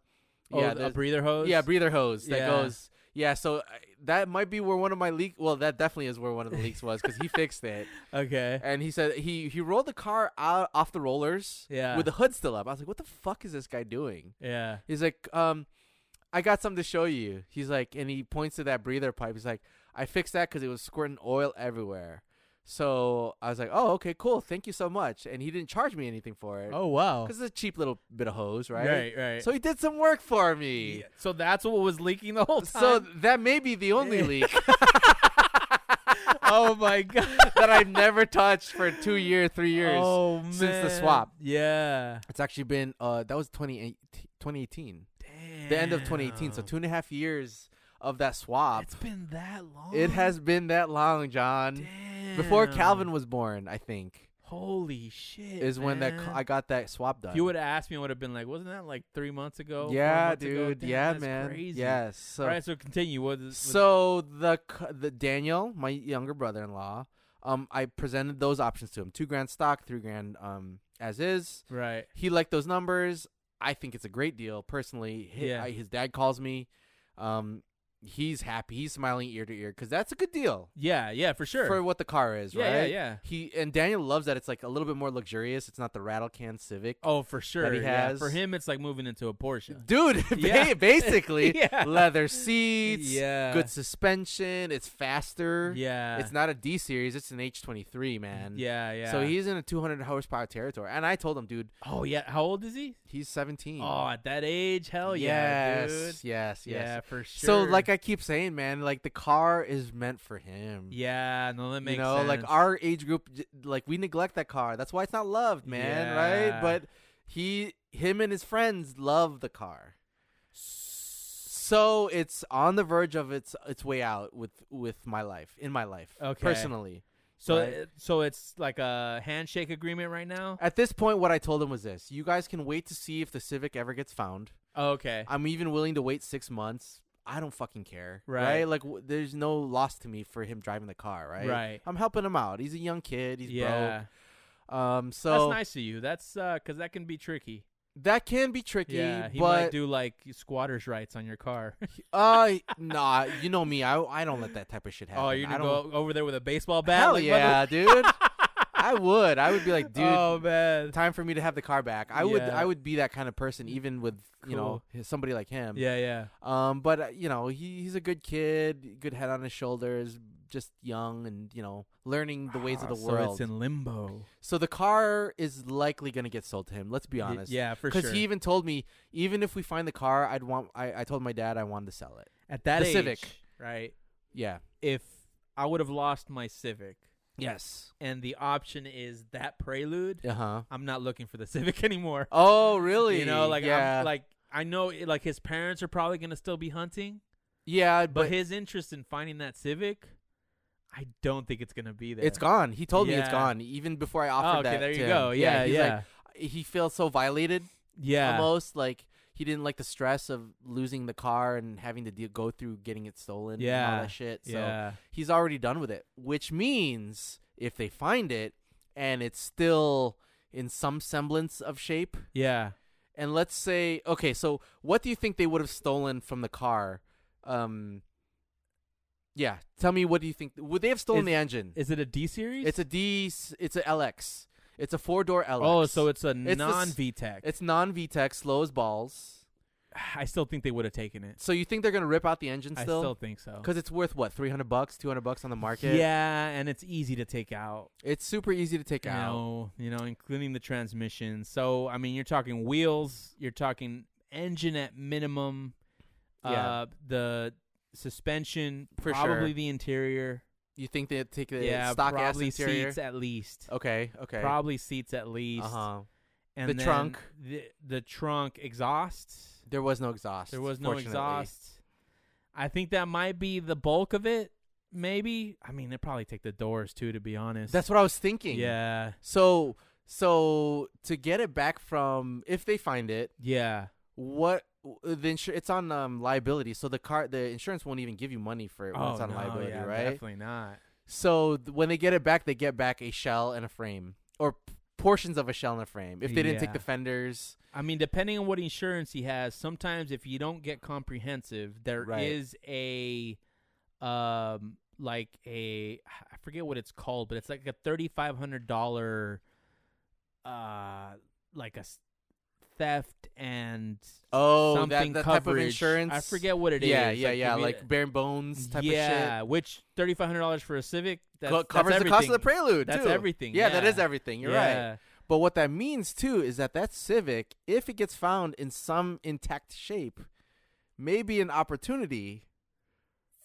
Speaker 1: Oh,
Speaker 2: yeah,
Speaker 1: a
Speaker 2: there's-
Speaker 1: breather hose.
Speaker 2: yeah breather hose that
Speaker 1: Yeah.
Speaker 2: goes. Yeah, so uh, that might be where one of my leak. Well, that definitely is where one of the leaks was because he fixed it,
Speaker 1: Okay.
Speaker 2: and he said he he rolled the car out off the rollers
Speaker 1: Yeah.
Speaker 2: with the hood still up. I was like, what the fuck is this guy doing?
Speaker 1: yeah.
Speaker 2: He's like, um, I got something to show you. He's like, and he points to that breather pipe. He's like, I fixed that because it was squirting oil everywhere. So I was like, oh, okay, cool. Thank you so much. And he didn't charge me anything for it.
Speaker 1: Oh wow.
Speaker 2: Because it's a cheap little bit of hose, right?
Speaker 1: Right. Right.
Speaker 2: So he did some work for me.
Speaker 1: Yeah, so that's what was leaking the whole
Speaker 2: So
Speaker 1: time.
Speaker 2: that may be the only
Speaker 1: Yeah.
Speaker 2: leak
Speaker 1: oh my god.
Speaker 2: that I've never touched for two year, three years.
Speaker 1: oh,
Speaker 2: since the
Speaker 1: man.
Speaker 2: swap.
Speaker 1: Yeah.
Speaker 2: It's actually been, uh, that was 2018, 2018.
Speaker 1: Damn.
Speaker 2: The end of 2018. So two and a half years of that swap.
Speaker 1: It's been that long.
Speaker 2: It has been that long, John.
Speaker 1: Damn.
Speaker 2: Before Calvin was born, I think,
Speaker 1: Holy shit.
Speaker 2: is when that
Speaker 1: man.
Speaker 2: I got that swap done.
Speaker 1: If you would have asked me, I would have been like, wasn't that like three months ago? four
Speaker 2: yeah,
Speaker 1: months ago?
Speaker 2: dude,
Speaker 1: Damn,
Speaker 2: yeah,
Speaker 1: that's
Speaker 2: man,
Speaker 1: Crazy.
Speaker 2: yes. So,
Speaker 1: All right, so continue. What is,
Speaker 2: so the c- the Daniel, my younger brother-in-law, um, I presented those options to him: two grand stock, three grand, um, as is.
Speaker 1: right.
Speaker 2: He liked those numbers. I think it's a great deal, personally. His,
Speaker 1: Yeah.
Speaker 2: his dad calls me. Um, he's happy. He's smiling ear to ear because that's a good deal
Speaker 1: Yeah, yeah, for sure.
Speaker 2: for what the car is,
Speaker 1: yeah,
Speaker 2: right?
Speaker 1: yeah, yeah.
Speaker 2: He and Daniel loves that it's like a little bit more luxurious. It's not the rattle can Civic.
Speaker 1: Oh, for sure. yeah. For
Speaker 2: has-
Speaker 1: him, it's like moving into a Porsche.
Speaker 2: Dude, ba-
Speaker 1: Yeah.
Speaker 2: basically
Speaker 1: Yeah.
Speaker 2: leather seats,
Speaker 1: yeah.
Speaker 2: good suspension, it's faster.
Speaker 1: Yeah.
Speaker 2: It's not a D series, it's an H23, man.
Speaker 1: Yeah, yeah.
Speaker 2: So he's in a 200 horsepower territory. And I told him, dude,
Speaker 1: Oh yeah. How old is he?
Speaker 2: he's 17.
Speaker 1: Oh, at that age, hell yeah,
Speaker 2: yes, yes,
Speaker 1: dude.
Speaker 2: yes.
Speaker 1: Yeah, for sure.
Speaker 2: So like I keep saying, man, like the car is meant for him.
Speaker 1: yeah, no, that makes
Speaker 2: you know,
Speaker 1: sense.
Speaker 2: like our age group, j- like we neglect that car. That's why it's not loved, man,
Speaker 1: Yeah.
Speaker 2: right? But he, him, and his friends love the car, so it's on the verge of its its way out with with my life, in my life,
Speaker 1: Okay.
Speaker 2: personally.
Speaker 1: so
Speaker 2: right?
Speaker 1: it- so it's like a handshake agreement right now.
Speaker 2: At this point, what I told him was this: you guys can wait to see if the Civic ever gets found.
Speaker 1: Okay.
Speaker 2: I'm even willing to wait six months. I don't fucking care,
Speaker 1: Right.
Speaker 2: Like, w- there's no loss to me for him driving the car, right?
Speaker 1: Right.
Speaker 2: I'm helping him out. He's a young kid. He's
Speaker 1: yeah.
Speaker 2: broke. Um. So
Speaker 1: That's nice of you. That's uh, cause that can be tricky.
Speaker 2: That can be tricky,
Speaker 1: Yeah, he
Speaker 2: but
Speaker 1: might do like squatters' rights on your car.
Speaker 2: uh, nah, you know me, I I don't let that type of shit happen.
Speaker 1: oh, you're
Speaker 2: I
Speaker 1: gonna
Speaker 2: don't,
Speaker 1: go over there with a baseball bat?
Speaker 2: hell
Speaker 1: Like,
Speaker 2: yeah, dude. I would, I would be like, dude,
Speaker 1: mother- oh man.
Speaker 2: time for me to have the car back. I would,
Speaker 1: Yeah. Mm,
Speaker 2: I would be that kind of person, even with you know
Speaker 1: Cool.
Speaker 2: his- somebody like him.
Speaker 1: Yeah, yeah.
Speaker 2: Um, but uh, you know, he he's a good kid, good head on his shoulders, just young and you know learning the ways of the
Speaker 1: Ah, So
Speaker 2: world.
Speaker 1: it's in limbo.
Speaker 2: so the car is likely gonna get sold to him. Let's be
Speaker 1: Y-
Speaker 2: honest.
Speaker 1: yeah, for
Speaker 2: Because
Speaker 1: sure.
Speaker 2: he even told me, even if we find the car, I'd want. I, I told my dad I wanted to sell it.
Speaker 1: At that
Speaker 2: the
Speaker 1: age,
Speaker 2: Civic.
Speaker 1: right?
Speaker 2: Yeah.
Speaker 1: If I would have lost my Civic,
Speaker 2: Yes.
Speaker 1: and the option is that Prelude,
Speaker 2: Uh huh.
Speaker 1: I'm not looking for the Civic anymore.
Speaker 2: Oh, really?
Speaker 1: You know, like
Speaker 2: yeah,
Speaker 1: I'm, like I know, it- like his parents are probably gonna still be hunting,
Speaker 2: yeah,
Speaker 1: but,
Speaker 2: but,
Speaker 1: his interest in finding that Civic, I don't think it's gonna be there.
Speaker 2: it's gone. He told me it's
Speaker 1: Yeah.
Speaker 2: gone, even before I offered
Speaker 1: Oh, okay,
Speaker 2: that.
Speaker 1: there
Speaker 2: to
Speaker 1: you
Speaker 2: him.
Speaker 1: go. Yeah,
Speaker 2: he's
Speaker 1: yeah,
Speaker 2: like- he feels so violated,
Speaker 1: yeah.
Speaker 2: almost like he didn't like the stress of losing the car and having to deal, go through getting it stolen. and
Speaker 1: Yeah,
Speaker 2: all that shit. So
Speaker 1: yeah.
Speaker 2: he's already done with it, which means if they find it and it's still in some semblance of shape,
Speaker 1: Yeah.
Speaker 2: and let's say okay so what do you think they would have stolen from the car um yeah tell me what do you think would they have stolen
Speaker 1: Is-
Speaker 2: the engine
Speaker 1: Is it a D series?
Speaker 2: it's a d s- it's a lx it's a four door lx
Speaker 1: Oh, so it's a
Speaker 2: the s-
Speaker 1: non VTEC.
Speaker 2: it's non vtech slow as balls
Speaker 1: I still think they would have taken it.
Speaker 2: so you think they're gonna rip out the engine
Speaker 1: I
Speaker 2: still
Speaker 1: still think so.
Speaker 2: because it's worth what 300 bucks 200 bucks on the market
Speaker 1: Yeah, and it's easy to take out.
Speaker 2: it's super easy to take
Speaker 1: You
Speaker 2: out
Speaker 1: know, you know, including the transmission. So I mean, you're talking wheels. You're talking engine at minimum.
Speaker 2: Yeah.
Speaker 1: Uh, the suspension,
Speaker 2: For
Speaker 1: probably
Speaker 2: sure.
Speaker 1: the interior.
Speaker 2: you think they take the
Speaker 1: yeah,
Speaker 2: stock ass
Speaker 1: probably
Speaker 2: interior
Speaker 1: seats at least.
Speaker 2: okay okay
Speaker 1: Probably seats at least.
Speaker 2: uh-huh
Speaker 1: And
Speaker 2: The
Speaker 1: then
Speaker 2: trunk.
Speaker 1: The, the trunk exhaust.
Speaker 2: there was no exhaust
Speaker 1: There was no
Speaker 2: fortunately.
Speaker 1: exhaust. I think that might be the bulk of it. Maybe. I mean, they probably take the doors too, to be honest.
Speaker 2: that's what i was thinking
Speaker 1: yeah,
Speaker 2: So so to get it back from if they find it,
Speaker 1: yeah.
Speaker 2: what the insur- it's on um, liability, so the car the insurance won't even give you money for it when it's on
Speaker 1: Oh, no,
Speaker 2: liability,
Speaker 1: yeah,
Speaker 2: right?
Speaker 1: Definitely not.
Speaker 2: So th- when they get it back, they get back a shell and a frame, or p- portions of a shell and a frame. If they didn't
Speaker 1: Yeah.
Speaker 2: take the fenders,
Speaker 1: I mean, depending on what insurance he has, sometimes if you don't get comprehensive, there is
Speaker 2: Right.
Speaker 1: a um like a I forget what it's called, but it's like a thirty five hundred dollar uh like a s- theft and
Speaker 2: oh,
Speaker 1: something
Speaker 2: that, that
Speaker 1: coverage.
Speaker 2: type of insurance.
Speaker 1: I forget what it is.
Speaker 2: yeah, yeah, yeah,
Speaker 1: if you-
Speaker 2: like bare bones type
Speaker 1: yeah,
Speaker 2: of shit.
Speaker 1: which thirty five hundred dollars for a Civic that's,
Speaker 2: Co-
Speaker 1: that's
Speaker 2: covers the cost of the
Speaker 1: everything.
Speaker 2: prelude.
Speaker 1: That's
Speaker 2: too.
Speaker 1: everything,
Speaker 2: Yeah, that
Speaker 1: yeah.
Speaker 2: is everything. You're right.
Speaker 1: yeah.
Speaker 2: But what that means too is that that Civic, if it gets found in some intact shape, may be an opportunity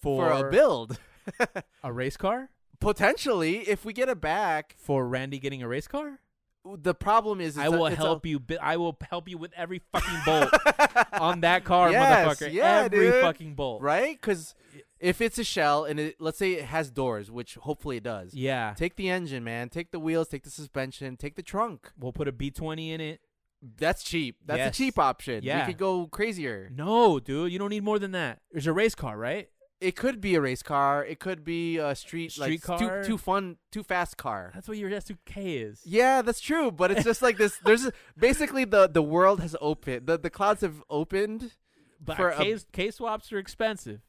Speaker 2: for, a build.
Speaker 1: a race car
Speaker 2: Potentially, if we get it back,
Speaker 1: for Randy getting a race car.
Speaker 2: the problem is
Speaker 1: I will help you. Bi- I will help you with every fucking bolt on that car,
Speaker 2: Yes,
Speaker 1: motherfucker.
Speaker 2: yeah,
Speaker 1: every
Speaker 2: dude.
Speaker 1: fucking bolt.
Speaker 2: right? Because if it's a shell and it, let's say it has doors, which hopefully it does,
Speaker 1: Yeah.
Speaker 2: take the engine, man. Take the wheels, take the suspension, take the trunk.
Speaker 1: We'll put a B20 in it.
Speaker 2: That's cheap. That's
Speaker 1: Yes.
Speaker 2: a cheap option.
Speaker 1: Yeah.
Speaker 2: We could go crazier.
Speaker 1: No, dude, you don't need more than that. There's a race car, right?
Speaker 2: It could be a race car. It could be a street,
Speaker 1: Street
Speaker 2: like
Speaker 1: car?
Speaker 2: too too fun, too fast car.
Speaker 1: That's what your S2K is.
Speaker 2: Yeah, that's true, but it's just like this. There's basically the the world has opened. The the clouds have opened.
Speaker 1: But uh,
Speaker 2: for a-
Speaker 1: K, K swaps are expensive.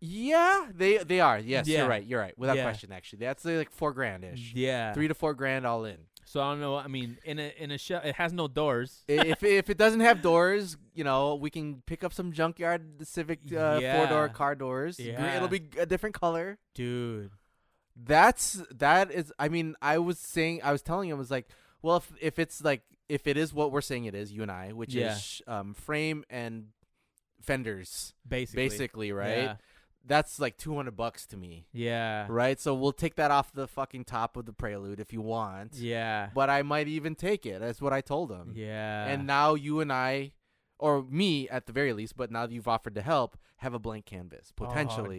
Speaker 2: Yeah, they they are. Yes,
Speaker 1: Yeah.
Speaker 2: you're right. You're right. Without
Speaker 1: Yeah.
Speaker 2: question, actually, that's uh, like four grand ish.
Speaker 1: Yeah.
Speaker 2: Three to four grand all in.
Speaker 1: So I don't know. I mean, in a in a shell, it has no doors.
Speaker 2: I- if if it doesn't have doors, you know, we can pick up some junkyard Civic uh,
Speaker 1: Yeah.
Speaker 2: four door car doors. Gre-
Speaker 1: Yeah.
Speaker 2: It'll be a different color.
Speaker 1: Dude.
Speaker 2: That's that is. I mean, I was saying, I was telling him, I was like, well, if if it's like if it is what we're saying it is, you and I, which
Speaker 1: Yeah.
Speaker 2: is sh- um, frame and fenders.
Speaker 1: Basically.
Speaker 2: basically, right?
Speaker 1: Yeah.
Speaker 2: That's like 200 bucks to me,
Speaker 1: Yeah.
Speaker 2: right? So we'll take that off the fucking top of the prelude if you want.
Speaker 1: Yeah.
Speaker 2: But I might even take it. That's what I told him.
Speaker 1: Yeah.
Speaker 2: And now you and I or me at the very least, but now that you've offered to help, have a blank canvas
Speaker 1: Oh,
Speaker 2: potentially.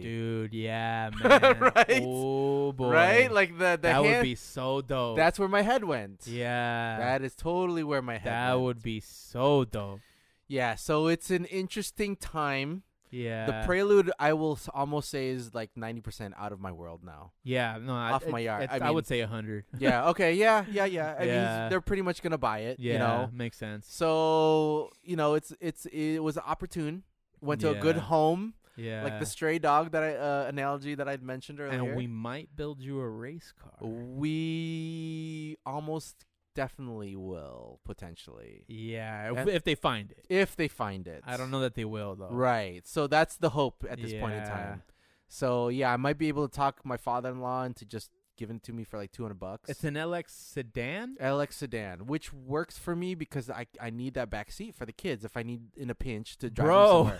Speaker 1: dude. Yeah, man.
Speaker 2: Right?
Speaker 1: Oh boy.
Speaker 2: Right? Like the the
Speaker 1: that would
Speaker 2: hand-
Speaker 1: be so dope.
Speaker 2: That's where my head went.
Speaker 1: yeah.
Speaker 2: That is totally where my head
Speaker 1: That
Speaker 2: went.
Speaker 1: would be so dope.
Speaker 2: Yeah, so it's an interesting time.
Speaker 1: Yeah.
Speaker 2: the prelude I will s- almost say is like 90% out of my world now.
Speaker 1: Yeah. No. I-
Speaker 2: off
Speaker 1: it-
Speaker 2: my yard.
Speaker 1: it's-
Speaker 2: I
Speaker 1: I,
Speaker 2: mean-
Speaker 1: would say a hundred.
Speaker 2: yeah. Okay. Yeah. Yeah. Yeah. I
Speaker 1: Yeah.
Speaker 2: mean, they're pretty much gonna buy it.
Speaker 1: Yeah.
Speaker 2: You know.
Speaker 1: Makes sense.
Speaker 2: So you know, it's it's it was opportune. Went to a good
Speaker 1: Yeah.
Speaker 2: home,
Speaker 1: Yeah.
Speaker 2: like the stray dog that I uh, analogy that I'd mentioned earlier.
Speaker 1: And we might build you a race car.
Speaker 2: we almost definitely will potentially
Speaker 1: Yeah. If,
Speaker 2: And-
Speaker 1: if they find it,
Speaker 2: if they find it.
Speaker 1: I don't know that they will though.
Speaker 2: Right. So that's the hope at this point in
Speaker 1: Yeah.
Speaker 2: time. So yeah, I might be able to talk my father-in-law into just giving to me for like two hundred bucks.
Speaker 1: It's an LX sedan.
Speaker 2: LX sedan, which works for me because I I need that back seat for the kids if I need in a pinch to drive
Speaker 1: Bro.
Speaker 2: them somewhere.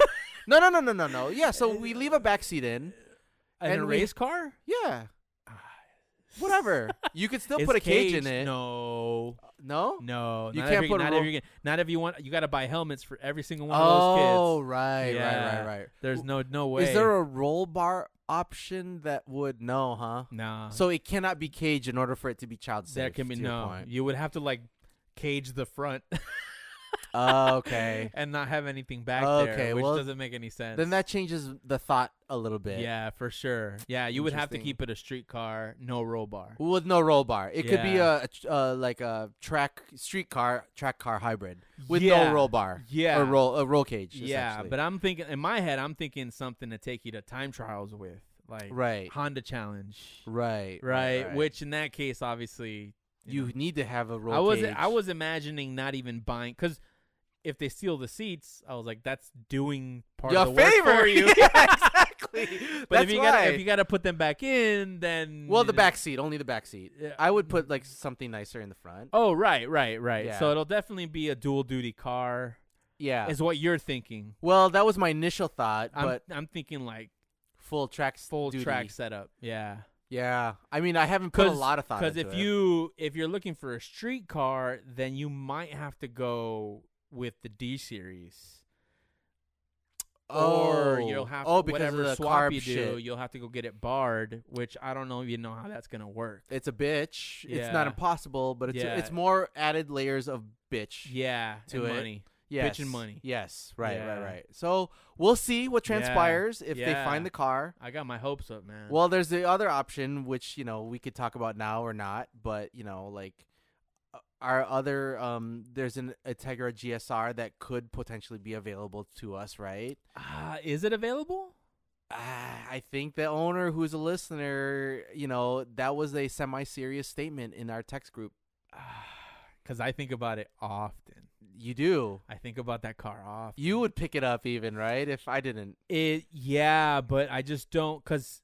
Speaker 2: no, no, no, no, no, no. Yeah, so we leave a back seat in.
Speaker 1: And, a
Speaker 2: And we-
Speaker 1: race car.
Speaker 2: Yeah, whatever. You could still
Speaker 1: It's
Speaker 2: put a cage in
Speaker 1: caged.
Speaker 2: it.
Speaker 1: No.
Speaker 2: No?
Speaker 1: No,
Speaker 2: You
Speaker 1: not
Speaker 2: can't
Speaker 1: every,
Speaker 2: put a
Speaker 1: not
Speaker 2: ro-
Speaker 1: every kid- not if you want. You got to buy helmets for every single one of
Speaker 2: Oh,
Speaker 1: those kids.
Speaker 2: right,
Speaker 1: Yeah.
Speaker 2: right, right, right.
Speaker 1: There's no no way.
Speaker 2: Is there a roll bar option that would no, huh?
Speaker 1: no?
Speaker 2: So it cannot be caged in order for it to be child safe.
Speaker 1: there can be
Speaker 2: to your
Speaker 1: no.
Speaker 2: point.
Speaker 1: You would have to like cage the front.
Speaker 2: Oh, okay.
Speaker 1: and not have anything back
Speaker 2: Okay,
Speaker 1: there, which
Speaker 2: well,
Speaker 1: doesn't make any sense.
Speaker 2: then that changes the thought a little bit.
Speaker 1: yeah, for sure. Yeah, you would have to
Speaker 2: Interesting.
Speaker 1: keep it a street car, no roll bar.
Speaker 2: With no roll bar, it could be
Speaker 1: Yeah.
Speaker 2: a, a tr- uh, like a track street car track car hybrid with
Speaker 1: Yeah.
Speaker 2: no roll bar.
Speaker 1: Yeah.
Speaker 2: or roll a roll cage.
Speaker 1: yeah,
Speaker 2: essentially.
Speaker 1: but I'm thinking in my head, I'm thinking something to take you to time trials with, like
Speaker 2: right,
Speaker 1: Honda Challenge,
Speaker 2: right,
Speaker 1: right? Which in that case, obviously,
Speaker 2: you
Speaker 1: know,
Speaker 2: need to have a roll.
Speaker 1: I was
Speaker 2: cage.
Speaker 1: I was imagining not even buying because if they steal the seats, I was like, that's doing part
Speaker 2: your
Speaker 1: of the
Speaker 2: favor.
Speaker 1: work for you.
Speaker 2: yeah, exactly.
Speaker 1: But
Speaker 2: That's
Speaker 1: if you
Speaker 2: why.
Speaker 1: gotta if you gotta put them back in, then
Speaker 2: well, the
Speaker 1: you know-
Speaker 2: back seat, only the back seat.
Speaker 1: Yeah.
Speaker 2: I would put like something nicer in the front.
Speaker 1: Oh, right, right, right.
Speaker 2: Yeah.
Speaker 1: So it'll definitely be a dual duty car,
Speaker 2: yeah.
Speaker 1: is what you're thinking.
Speaker 2: Well, that was my initial thought,
Speaker 1: I'm,
Speaker 2: but
Speaker 1: I'm thinking like
Speaker 2: full track,
Speaker 1: full
Speaker 2: duty.
Speaker 1: track setup. Yeah.
Speaker 2: Yeah, I mean, I haven't put a lot of thought.
Speaker 1: Because
Speaker 2: Because
Speaker 1: if you if you're looking for a street car, then you might have to go with the D series. Or you'll have
Speaker 2: oh, because
Speaker 1: whatever
Speaker 2: of the
Speaker 1: swap
Speaker 2: carb
Speaker 1: you do,
Speaker 2: shit.
Speaker 1: you'll have to go get it barred, which I don't know if you know how that's gonna work.
Speaker 2: it's a bitch. It's
Speaker 1: Yeah.
Speaker 2: not impossible, but it's
Speaker 1: Yeah.
Speaker 2: it's more added layers of bitch.
Speaker 1: Yeah,
Speaker 2: To
Speaker 1: and
Speaker 2: it.
Speaker 1: money.
Speaker 2: Yes.
Speaker 1: money.
Speaker 2: Yes. Right.
Speaker 1: Yeah.
Speaker 2: Right. Right. So we'll see what
Speaker 1: Yeah.
Speaker 2: transpires if they
Speaker 1: Yeah.
Speaker 2: find the car.
Speaker 1: I got my hopes up, man.
Speaker 2: Well, there's the other option, which you know we could talk about now or not, but you know, like uh, our other, um, there's an Integra GSR that could potentially be available to us, right?
Speaker 1: Ah, is it available?
Speaker 2: Uh, I think the owner, who's a listener, you know, that was a semi-serious statement in our text group.
Speaker 1: Because I think about it often.
Speaker 2: You do,
Speaker 1: I think about that car often.
Speaker 2: you would pick it up, even right? If I didn't,
Speaker 1: It, yeah, but I just don't. Because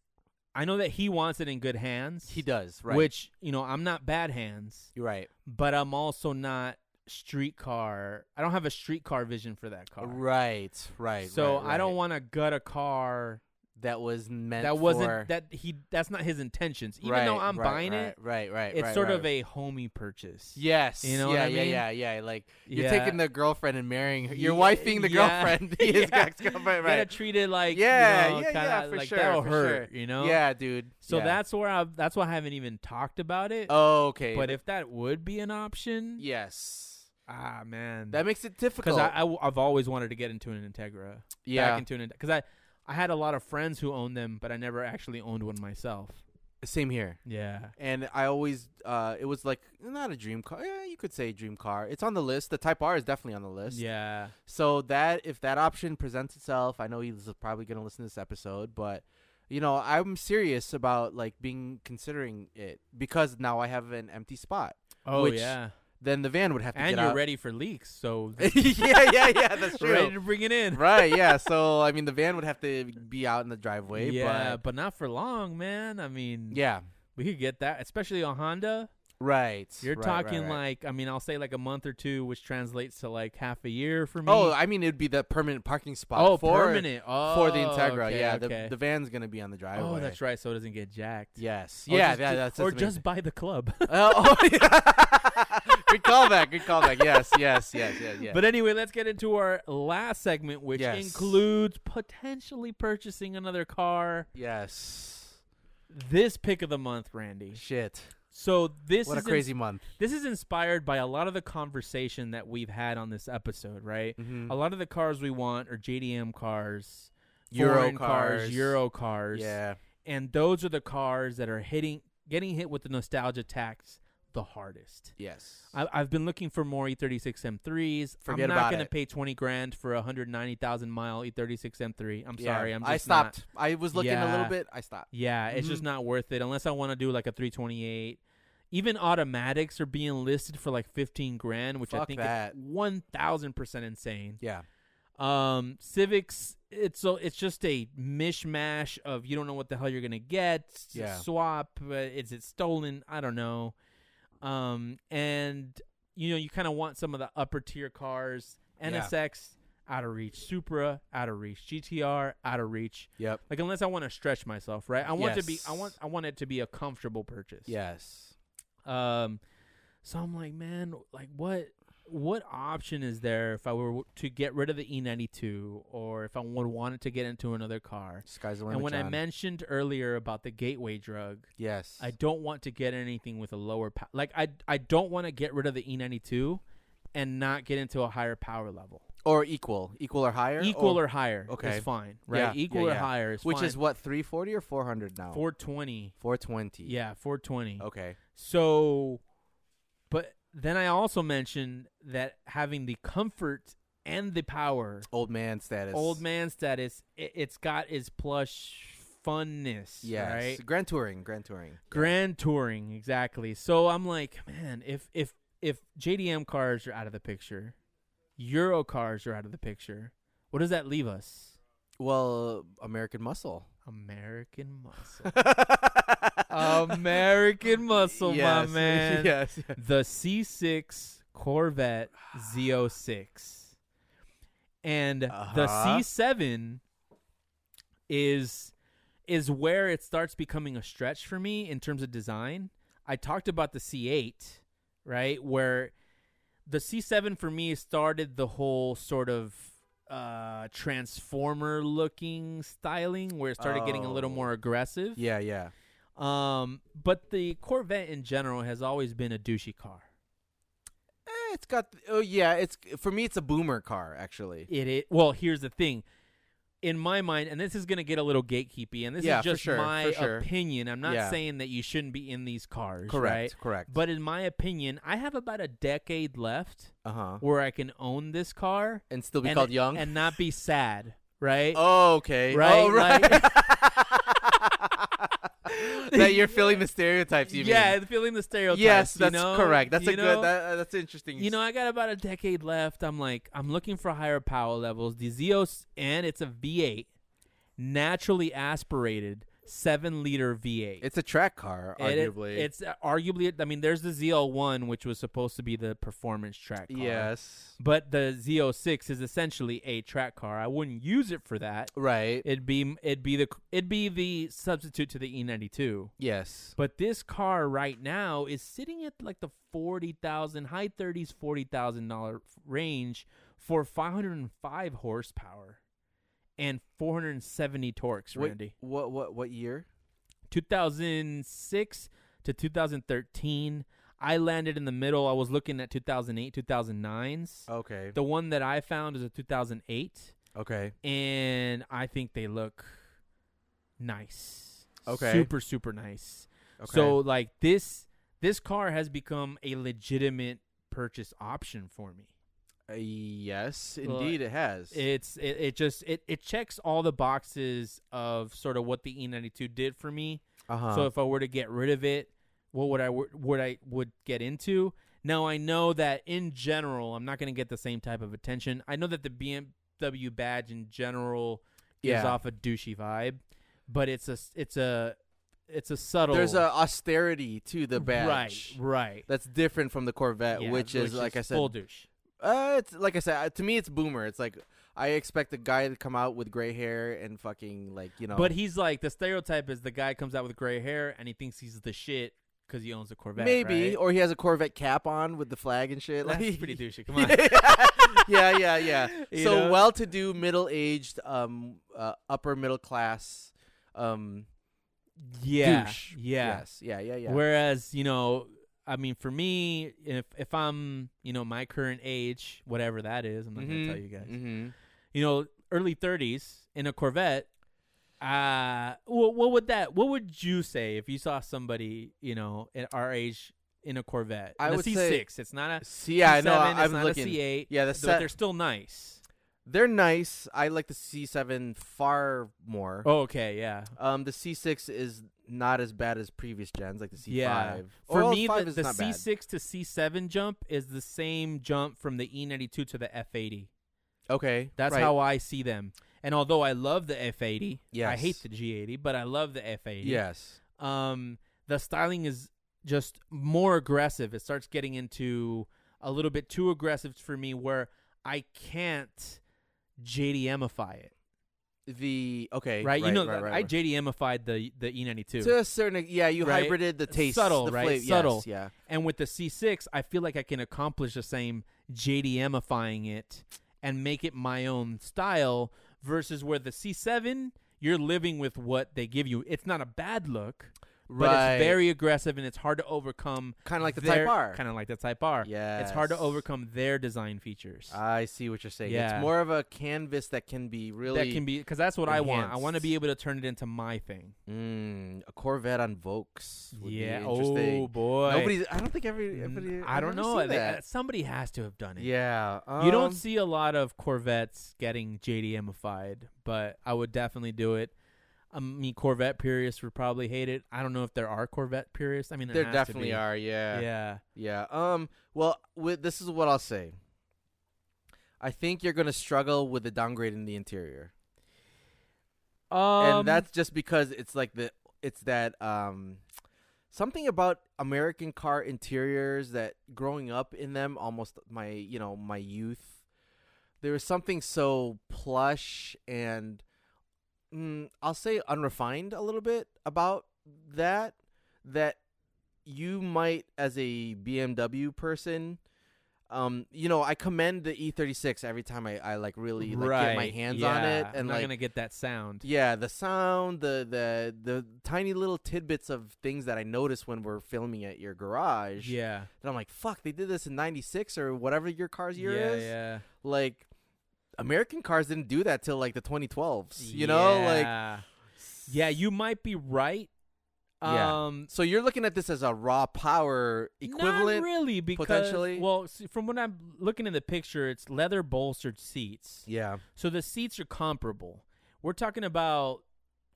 Speaker 1: I know that he wants it in good hands.
Speaker 2: he does, right?
Speaker 1: Which, you know, I'm not bad hands,
Speaker 2: you're right,
Speaker 1: but I'm also not street car. I don't have a street car vision for that car.
Speaker 2: right, right.
Speaker 1: so
Speaker 2: right,
Speaker 1: I don't
Speaker 2: right.
Speaker 1: want to gut a car
Speaker 2: that was meant
Speaker 1: that wasn't
Speaker 2: for-
Speaker 1: that he. That's not his intentions. Even though
Speaker 2: right,
Speaker 1: I'm
Speaker 2: right,
Speaker 1: buying
Speaker 2: right,
Speaker 1: it,
Speaker 2: right, right.
Speaker 1: it's
Speaker 2: right,
Speaker 1: sort
Speaker 2: right.
Speaker 1: of a homey purchase.
Speaker 2: Yes.
Speaker 1: You know what
Speaker 2: yeah,
Speaker 1: I mean?
Speaker 2: Yeah, yeah, yeah. Like you're
Speaker 1: Yeah.
Speaker 2: taking the girlfriend and marrying her. You're
Speaker 1: Ye-
Speaker 2: wifing the
Speaker 1: yeah.
Speaker 2: girlfriend. His
Speaker 1: Yeah.
Speaker 2: ex-girlfriend,
Speaker 1: You gotta
Speaker 2: right?
Speaker 1: treat it like
Speaker 2: Yeah,
Speaker 1: you know,
Speaker 2: yeah,
Speaker 1: kinda
Speaker 2: yeah, for
Speaker 1: like
Speaker 2: sure,
Speaker 1: that'll
Speaker 2: for
Speaker 1: hurt,
Speaker 2: sure.
Speaker 1: you know.
Speaker 2: Yeah, dude.
Speaker 1: So
Speaker 2: yeah.
Speaker 1: that's where I that's why I haven't even talked about it.
Speaker 2: oh, okay.
Speaker 1: but if that would be an option,
Speaker 2: yes,
Speaker 1: ah man,
Speaker 2: that makes it
Speaker 1: because
Speaker 2: difficult.
Speaker 1: I, I have always wanted to get into an Integra.
Speaker 2: yeah,
Speaker 1: back into an because I I had a lot of friends who owned them, but I never actually owned one myself.
Speaker 2: same here.
Speaker 1: Yeah.
Speaker 2: And I always, uh, it was like not a dream car. Yeah, you could say dream car. It's on the list. The Type R is definitely on the list.
Speaker 1: Yeah.
Speaker 2: So that if that option presents itself, I know he's probably going to listen to this episode, but you know, I'm serious about like being considering it because now I have an empty spot.
Speaker 1: Oh
Speaker 2: Which-
Speaker 1: yeah.
Speaker 2: Then the van would have to
Speaker 1: And
Speaker 2: get
Speaker 1: you're
Speaker 2: out.
Speaker 1: ready for leaks, so
Speaker 2: yeah, yeah, yeah, that's
Speaker 1: ready
Speaker 2: true.
Speaker 1: to bring it in.
Speaker 2: right, yeah. So I mean, the van would have to be out in the driveway,
Speaker 1: yeah,
Speaker 2: but
Speaker 1: but not for long, man. I mean,
Speaker 2: yeah.
Speaker 1: we could get that, especially on Honda.
Speaker 2: Right.
Speaker 1: You're
Speaker 2: right, right,
Speaker 1: talking
Speaker 2: right.
Speaker 1: like, I mean, I'll say like a month or two, which translates to like half a year for me.
Speaker 2: Oh, I mean it'd be the permanent parking spot
Speaker 1: oh,
Speaker 2: for
Speaker 1: permanent oh,
Speaker 2: for the Integra.
Speaker 1: okay,
Speaker 2: yeah,
Speaker 1: okay.
Speaker 2: the the van's going to be on the driveway.
Speaker 1: oh, that's right. So it doesn't get jacked.
Speaker 2: Yes.
Speaker 1: Or
Speaker 2: yeah,
Speaker 1: just,
Speaker 2: yeah, that's
Speaker 1: or
Speaker 2: that's amazing.
Speaker 1: just buy the club.
Speaker 2: Uh, oh, yeah. good callback. Good callback. Yes, yes, yes, yes, yes.
Speaker 1: But anyway, let's get into our last segment, which
Speaker 2: Yes.
Speaker 1: includes potentially purchasing another car.
Speaker 2: yes,
Speaker 1: This pick of the month, Randy.
Speaker 2: shit.
Speaker 1: So this
Speaker 2: what a
Speaker 1: is in-
Speaker 2: crazy month.
Speaker 1: this is inspired by a lot of the conversation that we've had on this episode, right?
Speaker 2: Mhm.
Speaker 1: A lot of the cars we want are JDM cars,
Speaker 2: Euro
Speaker 1: foreign
Speaker 2: cars.
Speaker 1: Euro cars,
Speaker 2: Yeah,
Speaker 1: and those are the cars that are hitting, getting hit with the nostalgia tax the hardest.
Speaker 2: yes.
Speaker 1: I, I've been looking for more E E36 M3s.
Speaker 2: Forget
Speaker 1: I'm not
Speaker 2: about
Speaker 1: gonna
Speaker 2: it.
Speaker 1: pay twenty grand for a hundred ninety thousand mile E E36 M3. I'm
Speaker 2: Yeah.
Speaker 1: sorry, I'm just
Speaker 2: I
Speaker 1: not-
Speaker 2: stopped. I was looking a
Speaker 1: Yeah.
Speaker 2: little bit. I stopped.
Speaker 1: yeah, it's just
Speaker 2: Mhm.
Speaker 1: not worth it unless I want to do like a 328. Even automatics are being listed for like 15 grand, which I
Speaker 2: Fuck
Speaker 1: think
Speaker 2: that.
Speaker 1: is 1000% insane.
Speaker 2: Yeah,
Speaker 1: Um Civics it's so it's just a mishmash of you don't know what the hell you're going to get. s-
Speaker 2: Yeah.
Speaker 1: Swap, uh, is it stolen? I don't know. Um and you know, you kind of want some of the upper tier cars,
Speaker 2: Yeah.
Speaker 1: NSX out of reach, Supra out of reach, GTR out of reach
Speaker 2: yep.
Speaker 1: like unless I want to stretch myself, right? I want to be I
Speaker 2: Yes.
Speaker 1: want I want it to be a comfortable purchase.
Speaker 2: Yes.
Speaker 1: Um so I'm like, man, like what what option is there if I were to get rid of the E92 or if I would want it to get into another car?
Speaker 2: Sky's the limit.
Speaker 1: And when I
Speaker 2: John.
Speaker 1: mentioned earlier about the gateway drug,
Speaker 2: yes,
Speaker 1: I don't want to get anything with a lower power. Like I I don't want to get rid of the E92 and not get into a higher power level.
Speaker 2: or equal, equal or higher,
Speaker 1: Equal or, higher
Speaker 2: okay.
Speaker 1: is fine, right?
Speaker 2: Yeah, yeah,
Speaker 1: Equal or
Speaker 2: yeah.
Speaker 1: higher is
Speaker 2: which
Speaker 1: fine.
Speaker 2: is what three forty or four hundred now.
Speaker 1: 420.
Speaker 2: Four twenty.
Speaker 1: Yeah, 420.
Speaker 2: Okay.
Speaker 1: So, but then I also mentioned that having the comfort and the power,
Speaker 2: Old man status.
Speaker 1: old man status, it, it's got its plush funness,
Speaker 2: Yes.
Speaker 1: right?
Speaker 2: Grand touring. Grand touring.
Speaker 1: Grand touring, exactly. So I'm like, man, if if if JDM cars are out of the picture, Euro cars are out of the picture, what does that leave us?
Speaker 2: Well, American muscle.
Speaker 1: American muscle, American Um, muscle, my
Speaker 2: Yes,
Speaker 1: man.
Speaker 2: Yes.
Speaker 1: the C6 Corvette Z06. And the
Speaker 2: Uh-huh.
Speaker 1: C7 is is where it starts becoming a stretch for me in terms of design. I talked about the C8, right? Where the C7 for me started the whole sort of uh transformer looking styling where it started getting a little
Speaker 2: Oh.
Speaker 1: more aggressive.
Speaker 2: Yeah. Yeah.
Speaker 1: Um, but the Corvette in general has always been a douchey car.
Speaker 2: it's got. Oh yeah, it's for me. It's a boomer car actually.
Speaker 1: It is well. Here's the thing, in my mind, and this is gonna get a little gatekeepy, and this
Speaker 2: Yeah,
Speaker 1: is
Speaker 2: for
Speaker 1: just
Speaker 2: sure,
Speaker 1: my
Speaker 2: for sure.
Speaker 1: opinion. I'm not
Speaker 2: Yeah.
Speaker 1: saying that you shouldn't be in these cars,
Speaker 2: correct.
Speaker 1: right?
Speaker 2: Correct.
Speaker 1: But in my opinion, I have about a decade left
Speaker 2: uh huh.
Speaker 1: where I can own this car
Speaker 2: And still be
Speaker 1: and,
Speaker 2: called young.
Speaker 1: and not be sad, right?
Speaker 2: oh okay.
Speaker 1: Right,
Speaker 2: Oh, right. that you're filling the stereotypes. You
Speaker 1: yeah,
Speaker 2: mean.
Speaker 1: feeling the stereotypes.
Speaker 2: Yes,
Speaker 1: you
Speaker 2: that's
Speaker 1: know?
Speaker 2: correct. That's
Speaker 1: You
Speaker 2: a
Speaker 1: know?
Speaker 2: good. That, that's interesting.
Speaker 1: you know, I got about a decade left. I'm like, I'm looking for higher power levels. The Zeos, and it's a V8, naturally aspirated, seven liter V8.
Speaker 2: it's a track car,
Speaker 1: It- it-
Speaker 2: arguably.
Speaker 1: it's arguably. I mean, there's the ZL1, which was supposed to be the performance track. Car,
Speaker 2: yes.
Speaker 1: But the Z06 is essentially a track car. I wouldn't use it for that.
Speaker 2: Right.
Speaker 1: It'd be it'd be the it'd be the substitute to the E E92.
Speaker 2: yes.
Speaker 1: But this car right now is sitting at like the forty thousand, high thirties, forty thousand dollar range for five hundred and five horsepower and four hundred and seventy torques,
Speaker 2: Wait,
Speaker 1: Randy.
Speaker 2: What? What? What year?
Speaker 1: Two thousand six to two thousand thirteen. I landed in the middle. I was looking at 2008, 2009s.
Speaker 2: Okay.
Speaker 1: The one that I found is a 2008,
Speaker 2: Okay.
Speaker 1: and I think they look nice.
Speaker 2: Okay.
Speaker 1: Super, super nice.
Speaker 2: Okay.
Speaker 1: So like this this car has become a legitimate purchase option for me.
Speaker 2: Uh, yes,
Speaker 1: Well,
Speaker 2: indeed, it has.
Speaker 1: It's it, it just it, it checks all the boxes of sort of what the E92 did for me.
Speaker 2: uh-huh.
Speaker 1: So if I were to get rid of it, what would I wor- would I would get into? Now I know that in general I'm not going to get the same type of attention. I know that the BMW badge in general gives
Speaker 2: Yeah.
Speaker 1: off a douchey vibe, but it's a s- it's a it's a subtle
Speaker 2: there's a austerity to the badge.
Speaker 1: right right
Speaker 2: That's different from the Corvette,
Speaker 1: Yeah,
Speaker 2: which is like I
Speaker 1: full
Speaker 2: said.
Speaker 1: douche.
Speaker 2: Uh, it's like I said. uh, To me, it's boomer. It's like I expect a guy to come out with gray hair and fucking like you know.
Speaker 1: But he's like the stereotype is the guy comes out with gray hair and he thinks he's the shit because he owns a Corvette.
Speaker 2: maybe,
Speaker 1: right?
Speaker 2: or he has a Corvette cap on with the flag and shit.
Speaker 1: that's
Speaker 2: like
Speaker 1: pretty douchey. Come on,
Speaker 2: yeah, yeah, yeah.
Speaker 1: You
Speaker 2: so
Speaker 1: know?
Speaker 2: well-to-do, middle-aged, um, uh, upper middle class, um,
Speaker 1: yeah,
Speaker 2: douche.
Speaker 1: yeah.
Speaker 2: Yes, yeah, yeah, yeah.
Speaker 1: Whereas you know, I mean, for me, if if I'm you know my current age, whatever that is, I'm not gonna tell you guys.
Speaker 2: Mm-hmm.
Speaker 1: You know, early 30s in a Corvette. Uh, what what would that? What would you say if you saw somebody you know at our age in a Corvette?
Speaker 2: I
Speaker 1: And a
Speaker 2: would say-
Speaker 1: C6. It's not a
Speaker 2: See, yeah, I
Speaker 1: C7,
Speaker 2: know. I-
Speaker 1: it's
Speaker 2: I'm
Speaker 1: not
Speaker 2: looking.
Speaker 1: a C8.
Speaker 2: Yeah, the
Speaker 1: but
Speaker 2: set,
Speaker 1: they're still nice.
Speaker 2: they're nice. I like the C7 far more.
Speaker 1: Oh, okay, yeah.
Speaker 2: Um, the C6 is not as bad as previous gens, like the C5.
Speaker 1: Yeah. For
Speaker 2: Well,
Speaker 1: me,
Speaker 2: five
Speaker 1: the,
Speaker 2: is
Speaker 1: the
Speaker 2: not bad.
Speaker 1: C6 to C7 jump is the same jump from the E92 to the F80.
Speaker 2: Okay,
Speaker 1: That's
Speaker 2: right.
Speaker 1: how I see them. And although I love the F80, I
Speaker 2: Yes.
Speaker 1: hate the G80, but I love the F80.
Speaker 2: Yes.
Speaker 1: Um, the styling is just more aggressive. It starts getting into a little bit too aggressive for me, where I can't JDMify it.
Speaker 2: The okay.
Speaker 1: Right? you know,
Speaker 2: right, right,
Speaker 1: I
Speaker 2: right.
Speaker 1: JDMified the the E E92.
Speaker 2: to a certain yeah, you
Speaker 1: Right.
Speaker 2: hybrided the taste,
Speaker 1: Subtle,
Speaker 2: the
Speaker 1: right?
Speaker 2: flavor.
Speaker 1: Subtle.
Speaker 2: Yes, yeah.
Speaker 1: And with the C6, I feel like I can accomplish the same JDMifying it and make it my own style versus where the C7, you're living with what they give you. It's not a bad look, but
Speaker 2: right.
Speaker 1: it's very aggressive and it's hard to overcome.
Speaker 2: kind of like the
Speaker 1: their,
Speaker 2: Type R.
Speaker 1: Kind of like the Type R.
Speaker 2: yeah.
Speaker 1: It's hard to overcome their design features.
Speaker 2: I see what you're saying.
Speaker 1: Yeah.
Speaker 2: It's more of a canvas that can be really
Speaker 1: that can be, because that's what I want. I want to
Speaker 2: enhanced.
Speaker 1: be able to turn it into my thing.
Speaker 2: Mm, a Corvette on Vokes. Would
Speaker 1: yeah.
Speaker 2: Be interesting.
Speaker 1: Oh, boy. Mm,
Speaker 2: Nobody's. I don't think every. everybody
Speaker 1: I
Speaker 2: I've
Speaker 1: don't
Speaker 2: never
Speaker 1: know.
Speaker 2: seen
Speaker 1: They- uh,
Speaker 2: that.
Speaker 1: Somebody has to have done it.
Speaker 2: Yeah.
Speaker 1: You
Speaker 2: um,
Speaker 1: don't see a lot of Corvettes getting JDMified, but I would definitely do it. I mean, Corvette purists would probably hate it. I don't know if there are Corvette purists. I mean,
Speaker 2: There
Speaker 1: has to
Speaker 2: definitely
Speaker 1: be.
Speaker 2: are. Yeah. Yeah.
Speaker 1: Yeah.
Speaker 2: Um. Well, with, this is what I'll say. I think you're gonna struggle with the downgrade in the interior,
Speaker 1: Um,
Speaker 2: and that's just because it's like the it's that um something about American car interiors that growing up in them almost my you know my youth there was something so plush and mm, I'll say unrefined a little bit about that that you might as a BMW person um, you know, I commend the E36 every time I, I like really like get my
Speaker 1: Right,
Speaker 2: hands on
Speaker 1: yeah.
Speaker 2: it
Speaker 1: I'm
Speaker 2: and
Speaker 1: not
Speaker 2: like
Speaker 1: gonna get that sound.
Speaker 2: yeah, the sound, the the the tiny little tidbits of things that I noticed when we're filming at your garage.
Speaker 1: Yeah,
Speaker 2: And I'm like, fuck, they did this in 96 or whatever your car's year
Speaker 1: yeah,
Speaker 2: is.
Speaker 1: yeah.
Speaker 2: Like American cars didn't do that till like the 2012s, you know? Like
Speaker 1: Yeah. yeah, you might be right.
Speaker 2: Yeah.
Speaker 1: Um,
Speaker 2: so you're looking at this as a raw power equivalent.
Speaker 1: Not really, because
Speaker 2: potentially?
Speaker 1: well, see, from what I'm looking in the picture, it's leather bolstered seats,
Speaker 2: Yeah.
Speaker 1: so the seats are comparable. We're talking about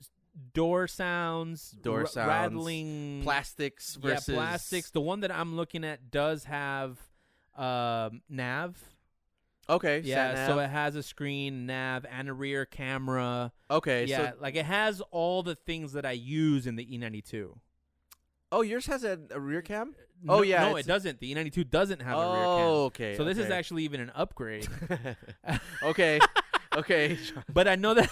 Speaker 1: s- door sounds,
Speaker 2: Door sounds,
Speaker 1: rattling,
Speaker 2: Plastics
Speaker 1: Mm. yeah,
Speaker 2: versus
Speaker 1: plastics. The one that I'm looking at does have um, nav.
Speaker 2: Okay,
Speaker 1: Yeah,
Speaker 2: sat
Speaker 1: so
Speaker 2: nav.
Speaker 1: it has a screen, nav, and a rear camera.
Speaker 2: okay, so
Speaker 1: yeah, like it has all the things that I use in the E E92.
Speaker 2: Oh, yours has a, a rear cam.
Speaker 1: No-
Speaker 2: Oh, yeah,
Speaker 1: no,
Speaker 2: it's-
Speaker 1: it doesn't. The E92 doesn't have a
Speaker 2: oh,
Speaker 1: rear camera.
Speaker 2: okay.
Speaker 1: So this is
Speaker 2: okay.
Speaker 1: actually even an upgrade.
Speaker 2: okay, okay.
Speaker 1: but I know that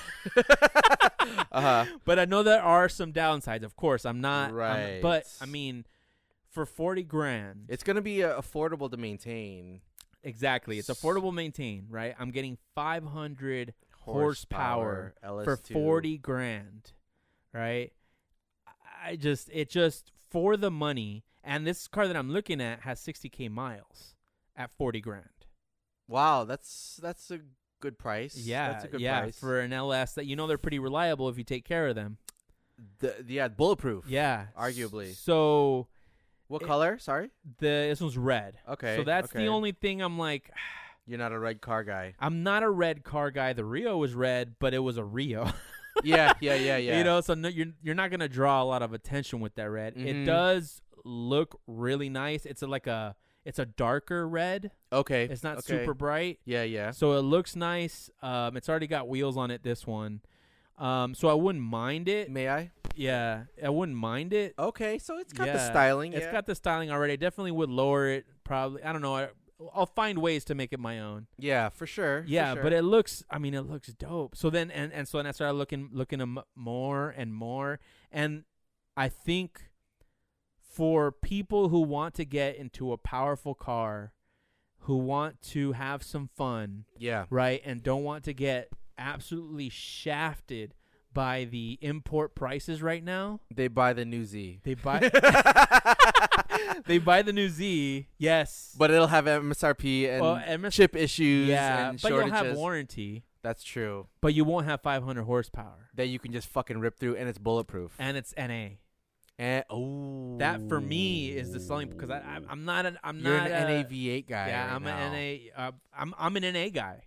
Speaker 2: uh-huh.
Speaker 1: but I know there are some downsides, of course. I'm not I'm-
Speaker 2: Right.
Speaker 1: but I mean for 40 grand.
Speaker 2: It's gonna be uh, affordable to maintain
Speaker 1: exactly. It's affordable maintain, right? I'm getting 500 Horsepower
Speaker 2: LS2.
Speaker 1: for 40 grand, right? I just it just for the money and this car that I'm looking at has 60k miles at 40 grand.
Speaker 2: Wow, that's that's a good price.
Speaker 1: Yeah,
Speaker 2: that's a good
Speaker 1: yeah,
Speaker 2: price.
Speaker 1: for an LS that you know they're pretty reliable if you take care of them.
Speaker 2: the, yeah, bulletproof.
Speaker 1: Yeah,
Speaker 2: Arguably.
Speaker 1: So
Speaker 2: What
Speaker 1: It-
Speaker 2: color? Sorry.
Speaker 1: the this one's red.
Speaker 2: Okay.
Speaker 1: so that's
Speaker 2: okay.
Speaker 1: the only thing I'm like.
Speaker 2: You're not a red car guy.
Speaker 1: I'm not a red car guy. The Rio was red, but it was a Rio.
Speaker 2: yeah, yeah, yeah, yeah.
Speaker 1: you know, so no, you're you're not gonna draw a lot of attention with that red. It
Speaker 2: Mhm.
Speaker 1: does look really nice. It's a, like a it's a darker red.
Speaker 2: Okay.
Speaker 1: It's not
Speaker 2: okay.
Speaker 1: super bright,
Speaker 2: Yeah, yeah.
Speaker 1: so it looks nice. Um, it's already got wheels on it. This one. Um, so I wouldn't mind it.
Speaker 2: May I?
Speaker 1: Yeah, I wouldn't mind it.
Speaker 2: Okay, so it's got the
Speaker 1: Yeah,
Speaker 2: styling.
Speaker 1: It's
Speaker 2: yeah.
Speaker 1: got the styling already. I definitely would lower it. Probably. I don't know. I, I'll find ways to make it my own.
Speaker 2: yeah, for sure. for
Speaker 1: Yeah,
Speaker 2: sure.
Speaker 1: but it looks. I mean, it looks dope. So then, and and so then I started looking, looking them more and more, and I think for people who want to get into a powerful car, who want to have some fun,
Speaker 2: yeah.
Speaker 1: right, and don't want to get absolutely shafted by the import prices right now,
Speaker 2: They buy the new Z.
Speaker 1: they buy they buy the new Z. Yes,
Speaker 2: but it'll have MSRP and
Speaker 1: Well, MS
Speaker 2: chip issues
Speaker 1: yeah,
Speaker 2: and
Speaker 1: but you'll
Speaker 2: shortages.
Speaker 1: have warranty,
Speaker 2: That's true.
Speaker 1: but you won't have 500 horsepower,
Speaker 2: That you can just fucking rip through and it's bulletproof.
Speaker 1: and it's NA.
Speaker 2: And, oh,
Speaker 1: That for me is the selling because I, I I'm not an I'm
Speaker 2: You're
Speaker 1: not
Speaker 2: an
Speaker 1: a,
Speaker 2: NAV8 guy.
Speaker 1: Yeah, I'm an NA. Uh, I'm I'm an NA guy.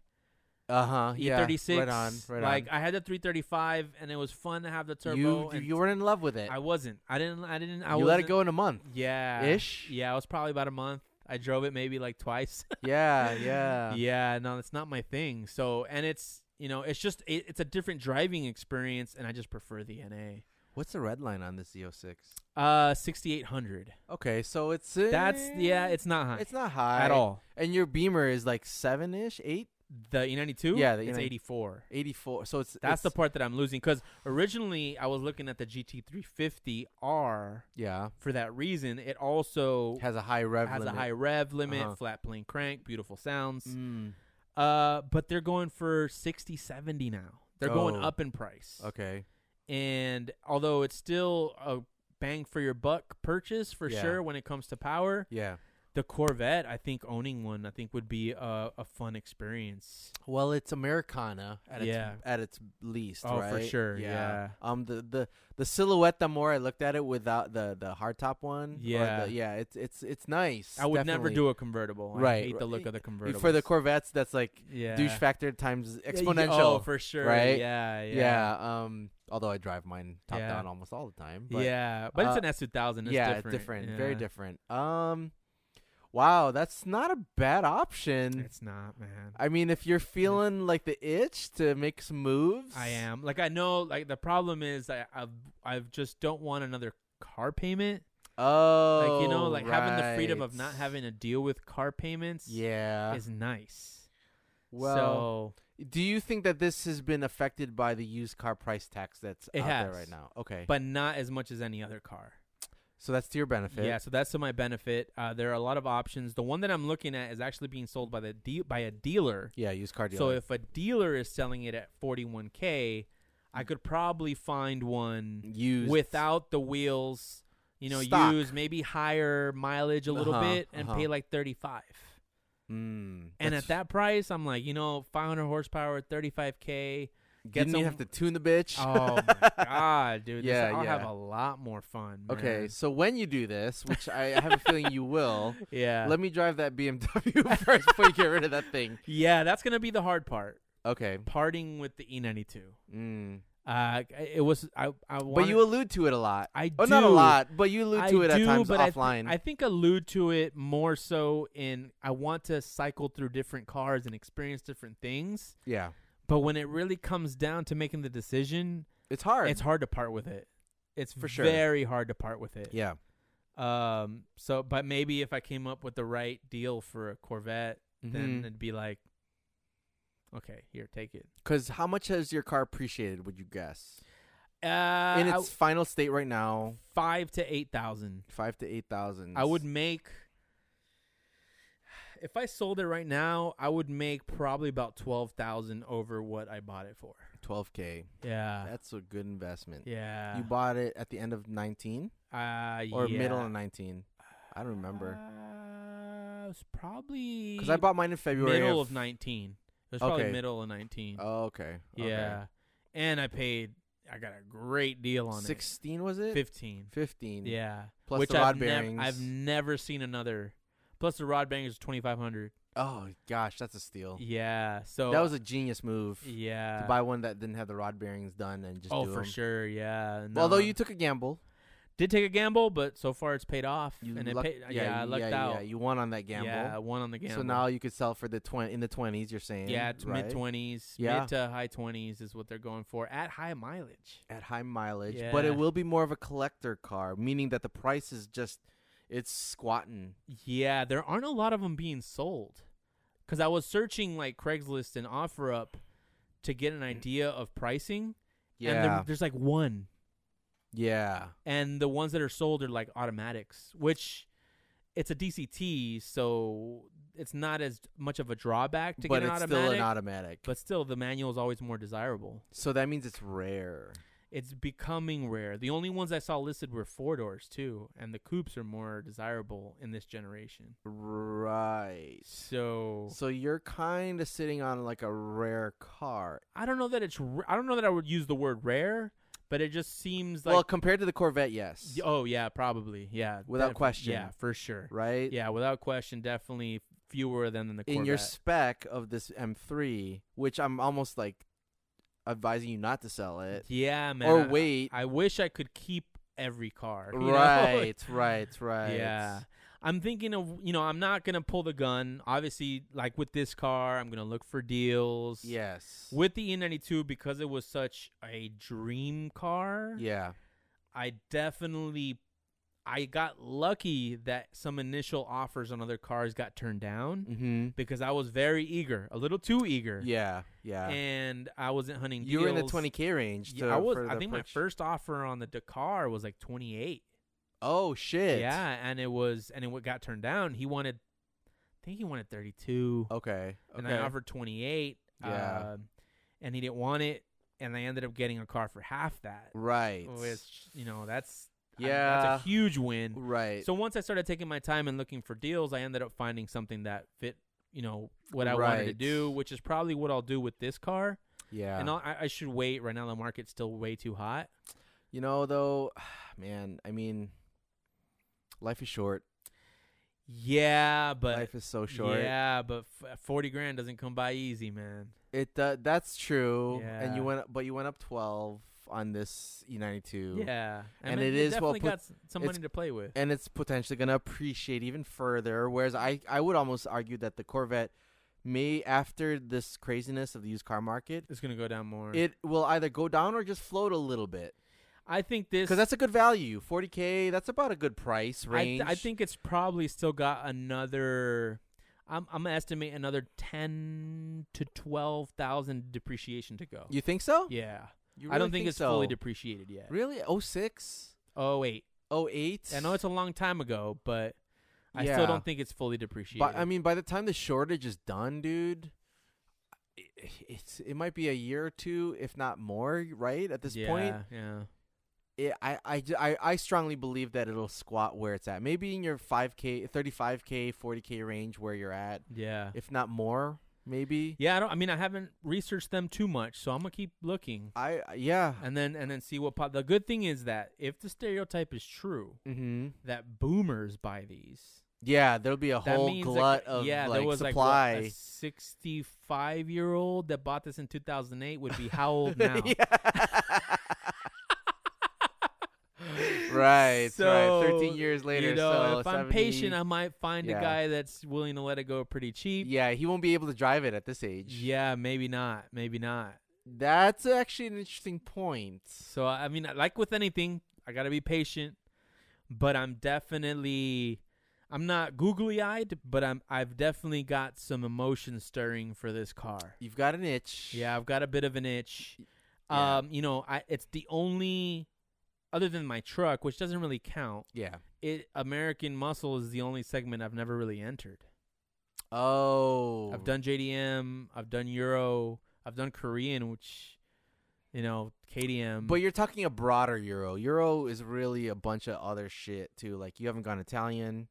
Speaker 2: NA. Uh huh.
Speaker 1: E36.
Speaker 2: Yeah. Right on. Right
Speaker 1: E like
Speaker 2: on.
Speaker 1: I had the 335, and it was fun to have the turbo.
Speaker 2: you you
Speaker 1: and
Speaker 2: you were in love with it.
Speaker 1: I wasn't. I didn't. I didn't. I
Speaker 2: you let it
Speaker 1: wasn't-
Speaker 2: go in a month.
Speaker 1: Yeah.
Speaker 2: Ish?
Speaker 1: Yeah, it was probably about a month. I drove it maybe like twice.
Speaker 2: Yeah. Yeah.
Speaker 1: yeah no that's not my thing so and it's you know it's just it, it's a different driving experience and i just prefer the na
Speaker 2: What's the red line on the Z06?
Speaker 1: uh 6800
Speaker 2: Okay, so it's
Speaker 1: that's
Speaker 2: eh,
Speaker 1: yeah it's not high
Speaker 2: it's not high
Speaker 1: at all
Speaker 2: And your Beamer is like seven ish, eight,
Speaker 1: the e92
Speaker 2: Yeah, the
Speaker 1: it's
Speaker 2: E90.
Speaker 1: 84
Speaker 2: eighty four. So it's
Speaker 1: that's the
Speaker 2: it's-
Speaker 1: part that i'm losing because originally i was looking at the gt350r
Speaker 2: yeah
Speaker 1: for that reason it also
Speaker 2: has a high rev.
Speaker 1: has a
Speaker 2: limit.
Speaker 1: high rev limit
Speaker 2: Uh-huh.
Speaker 1: flat plane crank beautiful sounds
Speaker 2: Mm.
Speaker 1: uh but they're going for 60 70 now they're going
Speaker 2: Oh.
Speaker 1: up in price
Speaker 2: Okay.
Speaker 1: and although it's still a bang for your buck purchase for
Speaker 2: Yeah.
Speaker 1: sure when it comes to power,
Speaker 2: Yeah.
Speaker 1: the Corvette, I think owning one, I think would be a, a fun experience.
Speaker 2: Well, it's Americana at
Speaker 1: Yeah.
Speaker 2: its at its least.
Speaker 1: Oh, for
Speaker 2: right?
Speaker 1: sure, yeah.
Speaker 2: Um, the, the the silhouette. The more I looked at it, without the the hardtop one. or
Speaker 1: Yeah.
Speaker 2: the- yeah. It's it's it's nice.
Speaker 1: I would never
Speaker 2: definitely.
Speaker 1: do a convertible. I
Speaker 2: Right,
Speaker 1: hate the
Speaker 2: right.
Speaker 1: look of the
Speaker 2: I mean,
Speaker 1: convertible
Speaker 2: for the Corvettes. That's like
Speaker 1: yeah.
Speaker 2: douche factor times
Speaker 1: Yeah, yeah,
Speaker 2: exponential.
Speaker 1: Oh, for sure.
Speaker 2: right?
Speaker 1: Yeah, yeah,
Speaker 2: yeah. Um. Although I drive mine top
Speaker 1: Yeah.
Speaker 2: down almost all the time. But
Speaker 1: Yeah,
Speaker 2: uh,
Speaker 1: But it's an S two thousand.
Speaker 2: yeah,
Speaker 1: different.
Speaker 2: different, very
Speaker 1: Yeah.
Speaker 2: different. Um, wow, that's not a bad option.
Speaker 1: It's not, man.
Speaker 2: I mean, if you're feeling like the itch to make some moves,
Speaker 1: I am like I know like the problem is I I've, I've just don't want another car payment.
Speaker 2: Oh,
Speaker 1: like you know like having the freedom of
Speaker 2: right.
Speaker 1: not having to deal with car payments
Speaker 2: Oh, Yeah.
Speaker 1: is nice
Speaker 2: Well, do you think that this has been affected by the used car price tax that's
Speaker 1: It
Speaker 2: out there
Speaker 1: has.
Speaker 2: right now? Okay.
Speaker 1: so but not as much as any other car
Speaker 2: So that's to your benefit.
Speaker 1: Yeah, so that's to my benefit. Uh, there are a lot of options. The one that I'm looking at is actually being sold by the de- by a dealer.
Speaker 2: Yeah, used car dealer.
Speaker 1: So if a dealer is selling it at 41k, I could probably find one
Speaker 2: used
Speaker 1: without the wheels. You know,
Speaker 2: Stock.
Speaker 1: use maybe higher mileage a little
Speaker 2: Uh-huh,
Speaker 1: bit and
Speaker 2: uh-huh.
Speaker 1: pay like 35.
Speaker 2: Mm,
Speaker 1: And
Speaker 2: that's-
Speaker 1: at that price, I'm like, you know, 500 horsepower, 35k. get
Speaker 2: didn't you
Speaker 1: some-
Speaker 2: have to tune the bitch?
Speaker 1: Oh my god, dude! This-
Speaker 2: Yeah,
Speaker 1: I'll have
Speaker 2: yeah.
Speaker 1: a lot more fun.
Speaker 2: okay,
Speaker 1: man.
Speaker 2: so when you do this, which I have a feeling you will,
Speaker 1: Yeah.
Speaker 2: let me drive that BMW first before you get rid of that thing.
Speaker 1: yeah, that's gonna be the hard part.
Speaker 2: Okay.
Speaker 1: Parting with the E E92.
Speaker 2: Mm.
Speaker 1: Uh, it was I. I
Speaker 2: But
Speaker 1: wanted,
Speaker 2: you allude to it a lot.
Speaker 1: I do,
Speaker 2: Oh, not a lot, but you allude
Speaker 1: I
Speaker 2: to it
Speaker 1: do,
Speaker 2: at times
Speaker 1: but I thi-
Speaker 2: offline.
Speaker 1: I think allude to it more so in I want to cycle through different cars and experience different things.
Speaker 2: yeah.
Speaker 1: But when it really comes down to making the decision,
Speaker 2: It's hard.
Speaker 1: it's hard to part with it. It's
Speaker 2: For sure.
Speaker 1: very hard to part with it.
Speaker 2: Yeah.
Speaker 1: Um. So, but maybe if I came up with the right deal for a Corvette, then
Speaker 2: Mhm.
Speaker 1: it'd be like, okay, here, take it.
Speaker 2: Because how much has your car appreciated? Would you guess
Speaker 1: Uh,
Speaker 2: in
Speaker 1: I-
Speaker 2: its final state right now?
Speaker 1: five to eight thousand.
Speaker 2: Five to eight thousand.
Speaker 1: I would make. If I sold it right now, I would make probably about twelve thousand over what I bought it for.
Speaker 2: twelve k.
Speaker 1: Yeah,
Speaker 2: That's a good investment.
Speaker 1: yeah.
Speaker 2: You bought it at the end of nineteen
Speaker 1: uh,
Speaker 2: or
Speaker 1: yeah.
Speaker 2: middle of nineteen? I don't remember
Speaker 1: Uh, it was probably
Speaker 2: because I bought mine in February.
Speaker 1: Uh, middle of nineteen. It was probably
Speaker 2: Okay.
Speaker 1: middle of nineteen.
Speaker 2: Oh, okay. okay.
Speaker 1: Yeah, and I paid. I got a great deal on
Speaker 2: Sixteen was it?
Speaker 1: it. Fifteen.
Speaker 2: Fifteen.
Speaker 1: Yeah,
Speaker 2: Plus
Speaker 1: which
Speaker 2: the rod
Speaker 1: I've, nev-
Speaker 2: bearings.
Speaker 1: I've never seen another. Plus the rod bearings twenty five hundred.
Speaker 2: oh gosh, that's a steal.
Speaker 1: Yeah, so
Speaker 2: That was a genius move.
Speaker 1: yeah.
Speaker 2: To buy one that didn't have the rod bearings done and just
Speaker 1: oh,
Speaker 2: do
Speaker 1: for
Speaker 2: 'em.
Speaker 1: sure, yeah. no.
Speaker 2: Although you took a gamble,
Speaker 1: did take a gamble, but so far it's paid off,
Speaker 2: you
Speaker 1: and it
Speaker 2: luck-
Speaker 1: paid. Yeah, I
Speaker 2: you-
Speaker 1: lucked
Speaker 2: yeah,
Speaker 1: out.
Speaker 2: Yeah, you won on that gamble.
Speaker 1: Yeah, I won on the gamble.
Speaker 2: So now you could sell for the twenty in the twenties. You're saying
Speaker 1: yeah, it's mid
Speaker 2: right?
Speaker 1: twenties,
Speaker 2: Yeah.
Speaker 1: mid to high twenties is what they're going for at high mileage.
Speaker 2: at high mileage, but
Speaker 1: Yeah.
Speaker 2: it will be more of a collector car, meaning that the price is just it's squatting.
Speaker 1: Yeah, there aren't a lot of them being sold, because I was searching like Craigslist and OfferUp to get an idea of pricing,
Speaker 2: Yeah,
Speaker 1: and there, there's like one.
Speaker 2: yeah,
Speaker 1: and the ones that are sold are like automatics, which it's a DCT, so it's not as much of a drawback to
Speaker 2: but
Speaker 1: get an
Speaker 2: it's
Speaker 1: automatic.
Speaker 2: still an automatic.
Speaker 1: but still, the manual is always more desirable.
Speaker 2: so that means it's rare.
Speaker 1: It's becoming rare. The only ones I saw listed were four doors too, and the coupes are more desirable in this generation.
Speaker 2: Right.
Speaker 1: So
Speaker 2: So you're kind of sitting on like a rare car.
Speaker 1: I don't know that it's. r I don't know that I would use the word rare, but it just seems like.
Speaker 2: well, compared to the Corvette, yes.
Speaker 1: Y- oh yeah, probably yeah,
Speaker 2: Without
Speaker 1: def-
Speaker 2: question.
Speaker 1: Yeah, for sure.
Speaker 2: right?
Speaker 1: Yeah, without question, definitely fewer than the Corvette.
Speaker 2: in your spec of this M3, which I'm almost like advising you not to sell it
Speaker 1: Yeah, man.
Speaker 2: or
Speaker 1: I-
Speaker 2: wait.
Speaker 1: I, wish I could keep every car. you know?
Speaker 2: right, right, right.
Speaker 1: yeah. I'm thinking of you know I'm not gonna pull the gun. Obviously, like with this car, I'm gonna look for deals.
Speaker 2: Yes.
Speaker 1: With the E92 because it was such a dream car.
Speaker 2: yeah.
Speaker 1: I definitely. I got lucky that some initial offers on other cars got turned down
Speaker 2: Mm-hmm.
Speaker 1: because I was very eager, a little too eager,
Speaker 2: Yeah. Yeah.
Speaker 1: and I wasn't hunting.
Speaker 2: you were in the
Speaker 1: deals.
Speaker 2: 20k range.
Speaker 1: Yeah,
Speaker 2: to-
Speaker 1: I was.
Speaker 2: for
Speaker 1: I
Speaker 2: the
Speaker 1: think my
Speaker 2: purch-
Speaker 1: first offer on the Dakar was like 28.
Speaker 2: Oh shit.
Speaker 1: Yeah, and it was, and it wa- got turned down. He wanted, I think he wanted 32,
Speaker 2: Okay.
Speaker 1: and
Speaker 2: Oh, okay.
Speaker 1: I offered 28.
Speaker 2: Yeah.
Speaker 1: um, and he didn't want it, and I ended up getting a car for half that,
Speaker 2: right.
Speaker 1: which you know that's Oh, I-
Speaker 2: yeah.
Speaker 1: that's a huge win.
Speaker 2: right.
Speaker 1: So once I started taking my time and looking for deals, I ended up finding something that fit, you know, what I wanted to
Speaker 2: Right.
Speaker 1: do, which is probably what I'll do with this car.
Speaker 2: yeah.
Speaker 1: And I'll, I, I should wait. Right now, the market's still way too hot.
Speaker 2: you know though, man. I mean, life is short.
Speaker 1: Yeah, but
Speaker 2: life is so short.
Speaker 1: Yeah, but f- uh, forty grand doesn't come by easy, man.
Speaker 2: It uh, that's true. And
Speaker 1: Yeah.
Speaker 2: you went, but you went up 12 on this E92.
Speaker 1: Yeah, I
Speaker 2: And
Speaker 1: mean,
Speaker 2: it
Speaker 1: you
Speaker 2: is well
Speaker 1: definitely
Speaker 2: put-
Speaker 1: got s- some
Speaker 2: it's-
Speaker 1: money to play with.
Speaker 2: And it's potentially gonna appreciate even further. Whereas I, I would almost argue that the Corvette may, after this craziness of the used car market,
Speaker 1: It's gonna go down more.
Speaker 2: it will either go down or just float a little bit
Speaker 1: I think this.
Speaker 2: because that's a good value 40k that's about a good price
Speaker 1: I,
Speaker 2: range
Speaker 1: th- I think it's probably still got another. I'm I'm gonna estimate another ten to twelve thousand depreciation to go.
Speaker 2: you think so
Speaker 1: yeah,
Speaker 2: You
Speaker 1: I don't
Speaker 2: really
Speaker 1: think, it's fully
Speaker 2: so?
Speaker 1: depreciated yet.
Speaker 2: really 06
Speaker 1: Oh wait,
Speaker 2: 08.
Speaker 1: I know it's a long time ago, but I
Speaker 2: Yeah.
Speaker 1: still don't think it's fully depreciated.
Speaker 2: But I mean, by the time the shortage is done, dude, i- it's it might be a year or two, if not more, right? At this point,
Speaker 1: Yeah, yeah.
Speaker 2: it, I, I, j- I- I strongly believe that it'll squat where it's at. Maybe in your 5K, 35K, 40K range where you're at,
Speaker 1: Yeah.
Speaker 2: if not more, maybe.
Speaker 1: Yeah, I don't I mean I haven't researched them too much, so I'm going to keep looking.
Speaker 2: I yeah.
Speaker 1: And then and then see what pop The good thing is that if the stereotype is true
Speaker 2: Mm-hmm.
Speaker 1: that boomers buy these,
Speaker 2: Yeah, there'll be a
Speaker 1: that
Speaker 2: whole
Speaker 1: means
Speaker 2: glut
Speaker 1: like,
Speaker 2: of
Speaker 1: yeah,
Speaker 2: like
Speaker 1: there was
Speaker 2: supply.
Speaker 1: like what, a 65 year old that bought this in 2008 would be how old now?
Speaker 2: right,
Speaker 1: So,
Speaker 2: right. Thirteen years later,
Speaker 1: you know,
Speaker 2: so
Speaker 1: if I'm
Speaker 2: 70
Speaker 1: patient, I might find
Speaker 2: Yeah.
Speaker 1: a guy that's willing to let it go pretty cheap.
Speaker 2: yeah, he won't be able to drive it at this age.
Speaker 1: Yeah, maybe not. Maybe not.
Speaker 2: that's actually an interesting point.
Speaker 1: So I mean, like with anything, I gotta be patient. But I'm definitely, I'm not googly eyed, but I'm I've definitely got some emotion stirring for this car.
Speaker 2: You've got an itch.
Speaker 1: Yeah, I've got a bit of an itch.
Speaker 2: Yeah.
Speaker 1: Um, you know, I it's the only, other than my truck, which doesn't really count.
Speaker 2: yeah.
Speaker 1: It American Muscle is the only segment I've never really entered.
Speaker 2: Oh,
Speaker 1: I've done JDM, I've done Euro, I've done Korean, which, you know, KDM.
Speaker 2: But you're talking a broader Euro. Euro is really a bunch of other shit too. Like you haven't gone Italian,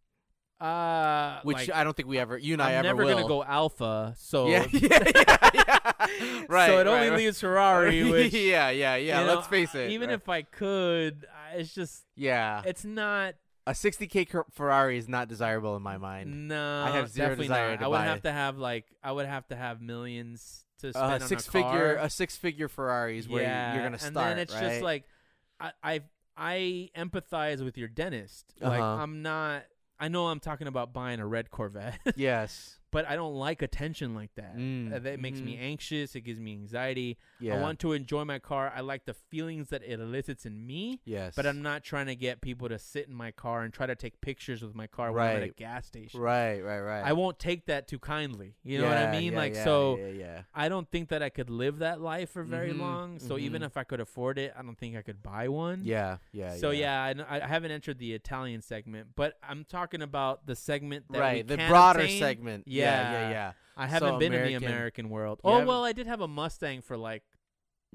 Speaker 1: uh,
Speaker 2: which
Speaker 1: like,
Speaker 2: I don't think we ever. You and I
Speaker 1: I'm
Speaker 2: ever
Speaker 1: never
Speaker 2: will.
Speaker 1: gonna go alpha, so
Speaker 2: Yeah, yeah, yeah, yeah. right.
Speaker 1: so it
Speaker 2: right,
Speaker 1: only
Speaker 2: right.
Speaker 1: leaves Ferrari. Which,
Speaker 2: yeah, yeah, yeah.
Speaker 1: you know,
Speaker 2: let's face it.
Speaker 1: Even
Speaker 2: right. Ah,
Speaker 1: if I could, I- it's just
Speaker 2: yeah,
Speaker 1: it's not.
Speaker 2: a 60k Fer- Ferrari is not desirable in my mind. Uh,
Speaker 1: No,
Speaker 2: I have zero
Speaker 1: definitely
Speaker 2: desire
Speaker 1: not.
Speaker 2: to
Speaker 1: I would
Speaker 2: buy-
Speaker 1: have to have like I would have to have millions to spend
Speaker 2: Uh,
Speaker 1: on
Speaker 2: six
Speaker 1: a
Speaker 2: figure,
Speaker 1: car.
Speaker 2: a six figure Ferrari is where you-
Speaker 1: yeah,
Speaker 2: you're gonna
Speaker 1: and
Speaker 2: start.
Speaker 1: then it's
Speaker 2: right?
Speaker 1: just like I I I empathize with your dentist. Like
Speaker 2: Uh-huh.
Speaker 1: I'm not. I know I'm talking about buying a red Corvette,
Speaker 2: yes,
Speaker 1: but I don't like attention like that.
Speaker 2: Mm.
Speaker 1: Uh, That makes me
Speaker 2: Mhm.
Speaker 1: anxious. It gives me anxiety.
Speaker 2: yeah,
Speaker 1: I want to enjoy my car. I like the feelings that it elicits in me,
Speaker 2: yes,
Speaker 1: but I'm not trying to get people to sit in my car and try to take pictures with my car when I'm at a
Speaker 2: Right.
Speaker 1: gas station.
Speaker 2: right, right, right.
Speaker 1: I won't take that too kindly. You know what I
Speaker 2: Yeah,
Speaker 1: mean?
Speaker 2: yeah,
Speaker 1: like
Speaker 2: yeah,
Speaker 1: so
Speaker 2: yeah, yeah.
Speaker 1: I don't think that I could live that life for very
Speaker 2: Mhm,
Speaker 1: long. So even
Speaker 2: mhm.
Speaker 1: if I could afford it, I don't think I could buy one.
Speaker 2: Yeah, yeah.
Speaker 1: So yeah, I kn- I, haven't entered the Italian segment, but I'm talking about the segment that we
Speaker 2: right. The
Speaker 1: can
Speaker 2: broader
Speaker 1: obtain.
Speaker 2: segment. Yeah, yeah,
Speaker 1: Yeah.
Speaker 2: yeah.
Speaker 1: I
Speaker 2: So
Speaker 1: haven't been in the
Speaker 2: American.
Speaker 1: American world.
Speaker 2: You
Speaker 1: oh
Speaker 2: haven't-
Speaker 1: well, I did have a Mustang for like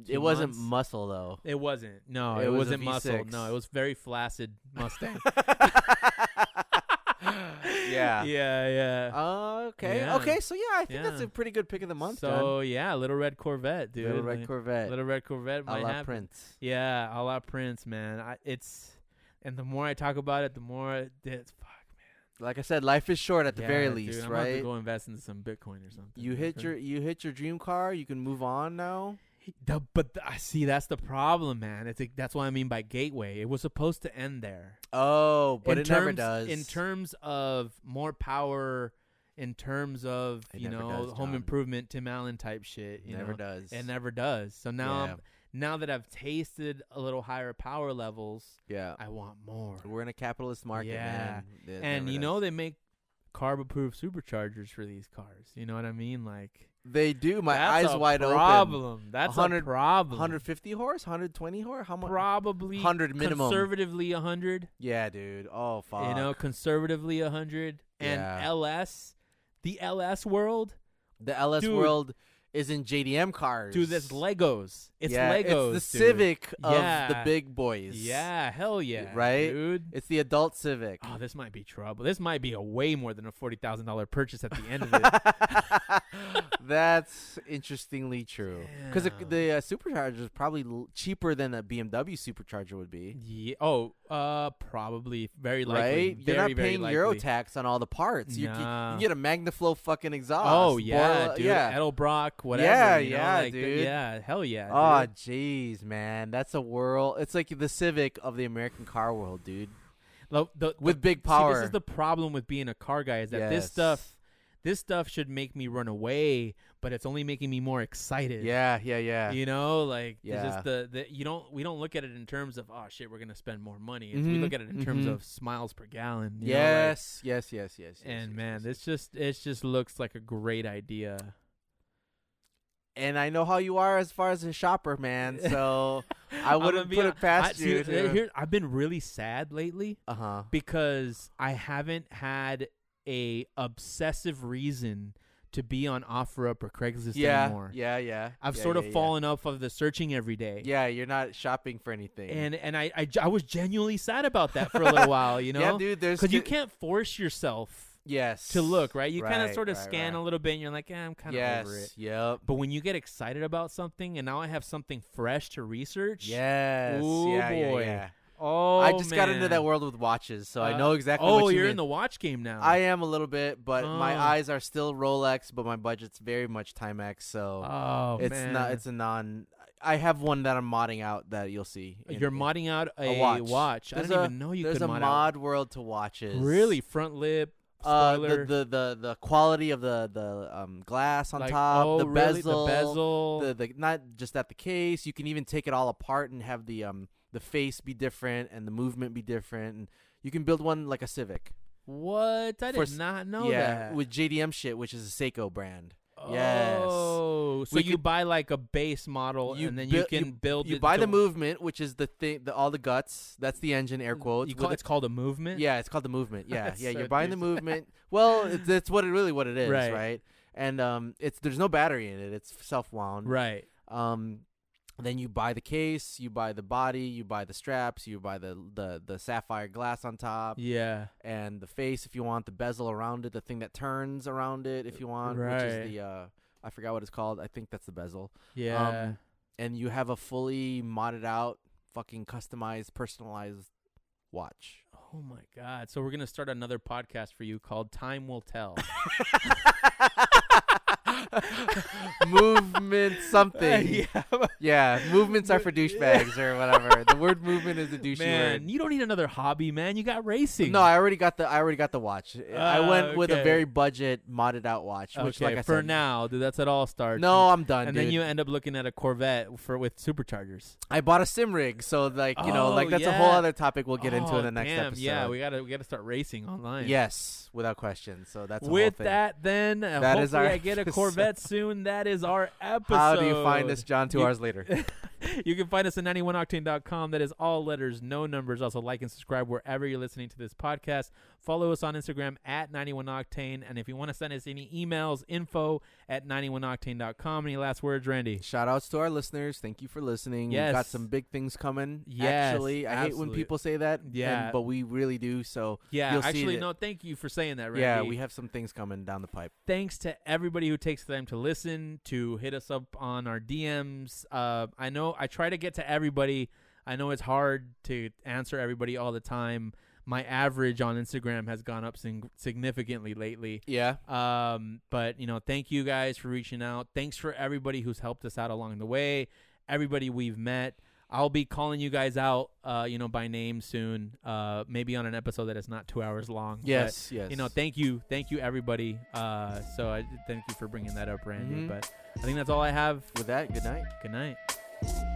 Speaker 2: It
Speaker 1: Two
Speaker 2: wasn't
Speaker 1: months.
Speaker 2: muscle though.
Speaker 1: It wasn't. No,
Speaker 2: It
Speaker 1: it,
Speaker 2: was
Speaker 1: was
Speaker 2: a
Speaker 1: not muscle.
Speaker 2: V6.
Speaker 1: No, it was very flaccid Mustang.
Speaker 2: yeah.
Speaker 1: Yeah, yeah.
Speaker 2: Okay.
Speaker 1: Yeah.
Speaker 2: Okay. So yeah, I think that's
Speaker 1: Yeah.
Speaker 2: a pretty good pick of the month.
Speaker 1: so yeah, little red Corvette,
Speaker 2: John.
Speaker 1: dude.
Speaker 2: little red
Speaker 1: Like,
Speaker 2: Corvette,
Speaker 1: Little red Corvette.
Speaker 2: a
Speaker 1: might
Speaker 2: la
Speaker 1: happen.
Speaker 2: Prince.
Speaker 1: Yeah, a la Prince, man. I, it's and the more I talk about it, the more it, it's fuck, man.
Speaker 2: Like I said, life is short at the
Speaker 1: Yeah,
Speaker 2: very
Speaker 1: dude,
Speaker 2: least,
Speaker 1: I'm gonna have to
Speaker 2: right?
Speaker 1: go invest into some Bitcoin or something.
Speaker 2: You
Speaker 1: dude.
Speaker 2: hit your you hit your dream car. You can move on now.
Speaker 1: The, but the, I see that's the problem, man. It's like, that's what I mean by gateway. It was supposed to end there.
Speaker 2: Oh, but
Speaker 1: in
Speaker 2: it
Speaker 1: terms,
Speaker 2: never does.
Speaker 1: In terms of more power, in terms of
Speaker 2: It
Speaker 1: you
Speaker 2: never
Speaker 1: know
Speaker 2: does,
Speaker 1: home
Speaker 2: John.
Speaker 1: improvement, Tim Allen type shit.
Speaker 2: it
Speaker 1: You
Speaker 2: never
Speaker 1: know?
Speaker 2: does.
Speaker 1: It never does. So now,
Speaker 2: Yeah.
Speaker 1: I'm- now that I've tasted a little higher power levels,
Speaker 2: yeah,
Speaker 1: I want more.
Speaker 2: we're in a capitalist market,
Speaker 1: Yeah.
Speaker 2: man. It
Speaker 1: and
Speaker 2: never
Speaker 1: you
Speaker 2: does.
Speaker 1: know they make carb-approved superchargers for these cars. You know what I mean? Like
Speaker 2: they do. My
Speaker 1: that's
Speaker 2: eyes
Speaker 1: a
Speaker 2: wide open.
Speaker 1: problem. That's a
Speaker 2: 100
Speaker 1: problem.
Speaker 2: 150 horse, 120 horse. How much?
Speaker 1: Probably
Speaker 2: 100 minimum.
Speaker 1: conservatively a hundred.
Speaker 2: Yeah, dude. Oh, fuck.
Speaker 1: You know, conservatively a hundred and
Speaker 2: Yeah.
Speaker 1: LS. The LS world,
Speaker 2: the LS
Speaker 1: Dude.
Speaker 2: world is in JDM cars.
Speaker 1: dude, that's Legos. It's
Speaker 2: yeah,
Speaker 1: Legos.
Speaker 2: It's the
Speaker 1: dude.
Speaker 2: Civic of the
Speaker 1: Yeah.
Speaker 2: big boys.
Speaker 1: Yeah, hell yeah,
Speaker 2: Right?
Speaker 1: dude.
Speaker 2: It's the adult Civic.
Speaker 1: Oh, this might be trouble. This might be a way more than a forty thousand dollar purchase at the end of it.
Speaker 2: That's interestingly true. Because
Speaker 1: Yeah.
Speaker 2: the uh, supercharger is probably l- cheaper than a BMW supercharger would be.
Speaker 1: Yeah. Oh, uh, probably very likely.
Speaker 2: Right,
Speaker 1: Very,
Speaker 2: you're not
Speaker 1: very
Speaker 2: paying euro
Speaker 1: likely.
Speaker 2: tax on all the parts. You, can,
Speaker 1: Nah.
Speaker 2: you get a MagnaFlow fucking exhaust.
Speaker 1: Oh yeah,
Speaker 2: boil-
Speaker 1: dude.
Speaker 2: yeah.
Speaker 1: Edelbrock, whatever.
Speaker 2: Yeah,
Speaker 1: you know,
Speaker 2: yeah,
Speaker 1: like, th-
Speaker 2: dude.
Speaker 1: Yeah, hell yeah.
Speaker 2: Oh
Speaker 1: dude.
Speaker 2: jeez, man, that's a world. It's like the Civic of the American car world, dude.
Speaker 1: Lo- the-
Speaker 2: With
Speaker 1: the-
Speaker 2: big
Speaker 1: See, this
Speaker 2: power.
Speaker 1: is the problem with being a car guy is that this
Speaker 2: Yes.
Speaker 1: stuff, this stuff should make me run away, but it's only making me more excited.
Speaker 2: Yeah, yeah, yeah.
Speaker 1: You know, like it's
Speaker 2: Yeah.
Speaker 1: just the, the you don't we don't look at it in terms of oh shit we're gonna spend more money. It's, We
Speaker 2: Mhm,
Speaker 1: look at it in terms
Speaker 2: mhm.
Speaker 1: of smiles per gallon. you know, like-
Speaker 2: yes, yes, yes, yes, yes. yes,
Speaker 1: and man,
Speaker 2: yes.
Speaker 1: this just it just looks like a great idea.
Speaker 2: and I know how you are as far as a shopper, man. So I
Speaker 1: I'm gonna
Speaker 2: wouldn't
Speaker 1: be
Speaker 2: put
Speaker 1: hon-
Speaker 2: it past
Speaker 1: I- see,
Speaker 2: you.
Speaker 1: uh, here, I've been really sad lately
Speaker 2: uh huh.
Speaker 1: because I haven't had a obsessive reason to be on OfferUp or Craigslist
Speaker 2: Yeah,
Speaker 1: anymore.
Speaker 2: yeah, yeah.
Speaker 1: I've
Speaker 2: yeah,
Speaker 1: sort of
Speaker 2: yeah, yeah.
Speaker 1: fallen off of the searching every day.
Speaker 2: Yeah, you're not shopping for anything.
Speaker 1: And and I, I, I was genuinely sad about that for a little while, you know?
Speaker 2: yeah, dude, there's
Speaker 1: Because you
Speaker 2: ca-
Speaker 1: can't force yourself
Speaker 2: yes
Speaker 1: to look, right? You kind of
Speaker 2: Right,
Speaker 1: sort of
Speaker 2: right,
Speaker 1: scan
Speaker 2: right.
Speaker 1: a little bit and you're like, eh, I'm kind of
Speaker 2: yes,
Speaker 1: over it.
Speaker 2: Yep.
Speaker 1: But when you get excited about something and now I have something fresh to research,
Speaker 2: Yes.
Speaker 1: Ooh,
Speaker 2: yeah, yeah,
Speaker 1: boy.
Speaker 2: yeah.
Speaker 1: oh,
Speaker 2: I just got into
Speaker 1: man.
Speaker 2: that world with watches, so I
Speaker 1: Uh,
Speaker 2: know exactly.
Speaker 1: Oh,
Speaker 2: what you
Speaker 1: are
Speaker 2: mean.
Speaker 1: in the watch game now.
Speaker 2: I am a little bit, but my
Speaker 1: Oh.
Speaker 2: eyes are still Rolex, but my budget's very much Timex, so
Speaker 1: oh,
Speaker 2: it's
Speaker 1: man.
Speaker 2: not. It's a non. I have one that I'm modding out that you'll see. in-
Speaker 1: You're
Speaker 2: in-
Speaker 1: modding out a,
Speaker 2: a watch.
Speaker 1: watch. I
Speaker 2: There's
Speaker 1: didn't
Speaker 2: a-
Speaker 1: even know you
Speaker 2: There's a
Speaker 1: could mod,
Speaker 2: mod world to watches.
Speaker 1: out. Really, front lip,
Speaker 2: Uh,
Speaker 1: spoiler,
Speaker 2: the, the the the quality of the the um, glass on
Speaker 1: like,
Speaker 2: top,
Speaker 1: oh,
Speaker 2: the
Speaker 1: really?
Speaker 2: bezel,
Speaker 1: the bezel.
Speaker 2: the, the not just that the case. You can even take it all apart and have the um the face be different and the movement be different. And you can build one like a Civic.
Speaker 1: what? I
Speaker 2: for
Speaker 1: did
Speaker 2: s-
Speaker 1: not know
Speaker 2: yeah,
Speaker 1: that.
Speaker 2: with JDM shit, which is a Seiko brand. yes.
Speaker 1: Oh, so
Speaker 2: We
Speaker 1: you
Speaker 2: could-
Speaker 1: buy like a base model
Speaker 2: You
Speaker 1: and then you
Speaker 2: buil-
Speaker 1: can build.
Speaker 2: You
Speaker 1: it
Speaker 2: buy the
Speaker 1: to-
Speaker 2: movement, which is the thing, the, all the guts. That's the engine, air quotes.
Speaker 1: You
Speaker 2: with
Speaker 1: call,
Speaker 2: a-
Speaker 1: it's called a movement.
Speaker 2: yeah, it's called the movement. Yeah,
Speaker 1: That's
Speaker 2: yeah.
Speaker 1: so
Speaker 2: you're buying the
Speaker 1: douchey.
Speaker 2: movement. well, it's, it's what it really what it is,
Speaker 1: Right.
Speaker 2: right? And um, it's there's no battery in it. It's self wound.
Speaker 1: Right.
Speaker 2: Um, then you buy the case, you buy the body, you buy the straps, you buy the the the sapphire glass on top,
Speaker 1: Yeah.
Speaker 2: and the face if you want, the bezel around it, the thing that turns around it if you want, which
Speaker 1: Right.
Speaker 2: is the uh, I forgot what it's called. I think that's the bezel.
Speaker 1: Yeah.
Speaker 2: Um, and you have a fully modded out, fucking customized, personalized watch.
Speaker 1: oh my God. So we're gonna start another podcast for you called Time Will Tell.
Speaker 2: movement something.
Speaker 1: yeah.
Speaker 2: Yeah, movements are for douchebags or whatever. The word movement is a douchey
Speaker 1: Man,
Speaker 2: word.
Speaker 1: you don't need another hobby, man. You got racing.
Speaker 2: No, I already got the I already got the watch. I went with
Speaker 1: Ah, okay.
Speaker 2: a very budget modded out watch, which
Speaker 1: okay,
Speaker 2: like I
Speaker 1: for
Speaker 2: said,
Speaker 1: now, dude, that's at all starts.
Speaker 2: No, I'm done,
Speaker 1: and
Speaker 2: dude.
Speaker 1: then you end up looking at a Corvette for with superchargers.
Speaker 2: I bought a sim rig, so like you know,
Speaker 1: Oh,
Speaker 2: like that's a whole
Speaker 1: yeah.
Speaker 2: other topic we'll get into
Speaker 1: Oh,
Speaker 2: in the next
Speaker 1: damn,
Speaker 2: episode.
Speaker 1: Yeah, we gotta we gotta start racing online.
Speaker 2: yes, without question. So that's a whole
Speaker 1: With
Speaker 2: thing.
Speaker 1: that, then uh,
Speaker 2: That
Speaker 1: hopefully
Speaker 2: is our
Speaker 1: I get a
Speaker 2: episode.
Speaker 1: Corvette soon. That is our episode.
Speaker 2: How do you find us, John? Two
Speaker 1: You-
Speaker 2: hours later.
Speaker 1: you can find us at 91octane.com. That is all letters, no numbers. Also, like and subscribe wherever you're listening to this podcast. Follow us on Instagram at 91octane. And if you want to send us any emails, info at 91octane.com. Any last words, Randy?
Speaker 2: Shout outs to our listeners. Thank you for listening. We've
Speaker 1: Yes.
Speaker 2: got some big things coming.
Speaker 1: Yes,
Speaker 2: actually, I hate
Speaker 1: absolute-
Speaker 2: when people say that. and-
Speaker 1: Yeah.
Speaker 2: but we really do. So
Speaker 1: Yeah,
Speaker 2: You'll see
Speaker 1: actually,
Speaker 2: that-
Speaker 1: no, thank you for saying that, Randy.
Speaker 2: yeah, we have some things coming down the pipe.
Speaker 1: Thanks to everybody who takes the time to listen, to hit us up on our DMs. Uh, I know I try to get to everybody. I know it's hard to answer everybody all the time. My average on Instagram has gone up sig- significantly lately.
Speaker 2: Yeah,
Speaker 1: Um, but you know, thank you guys for reaching out. Thanks for everybody who's helped us out along the way. Everybody we've met. I'll be calling you guys out, uh, you know, by name soon. Uh, maybe on an episode that is not two hours long. but,
Speaker 2: yes, yes.
Speaker 1: you know, thank you, thank you, everybody. Uh, so I thank you for bringing that up, Randy.
Speaker 2: Mhm.
Speaker 1: But I think that's all I have.
Speaker 2: With that, good night.
Speaker 1: Good night.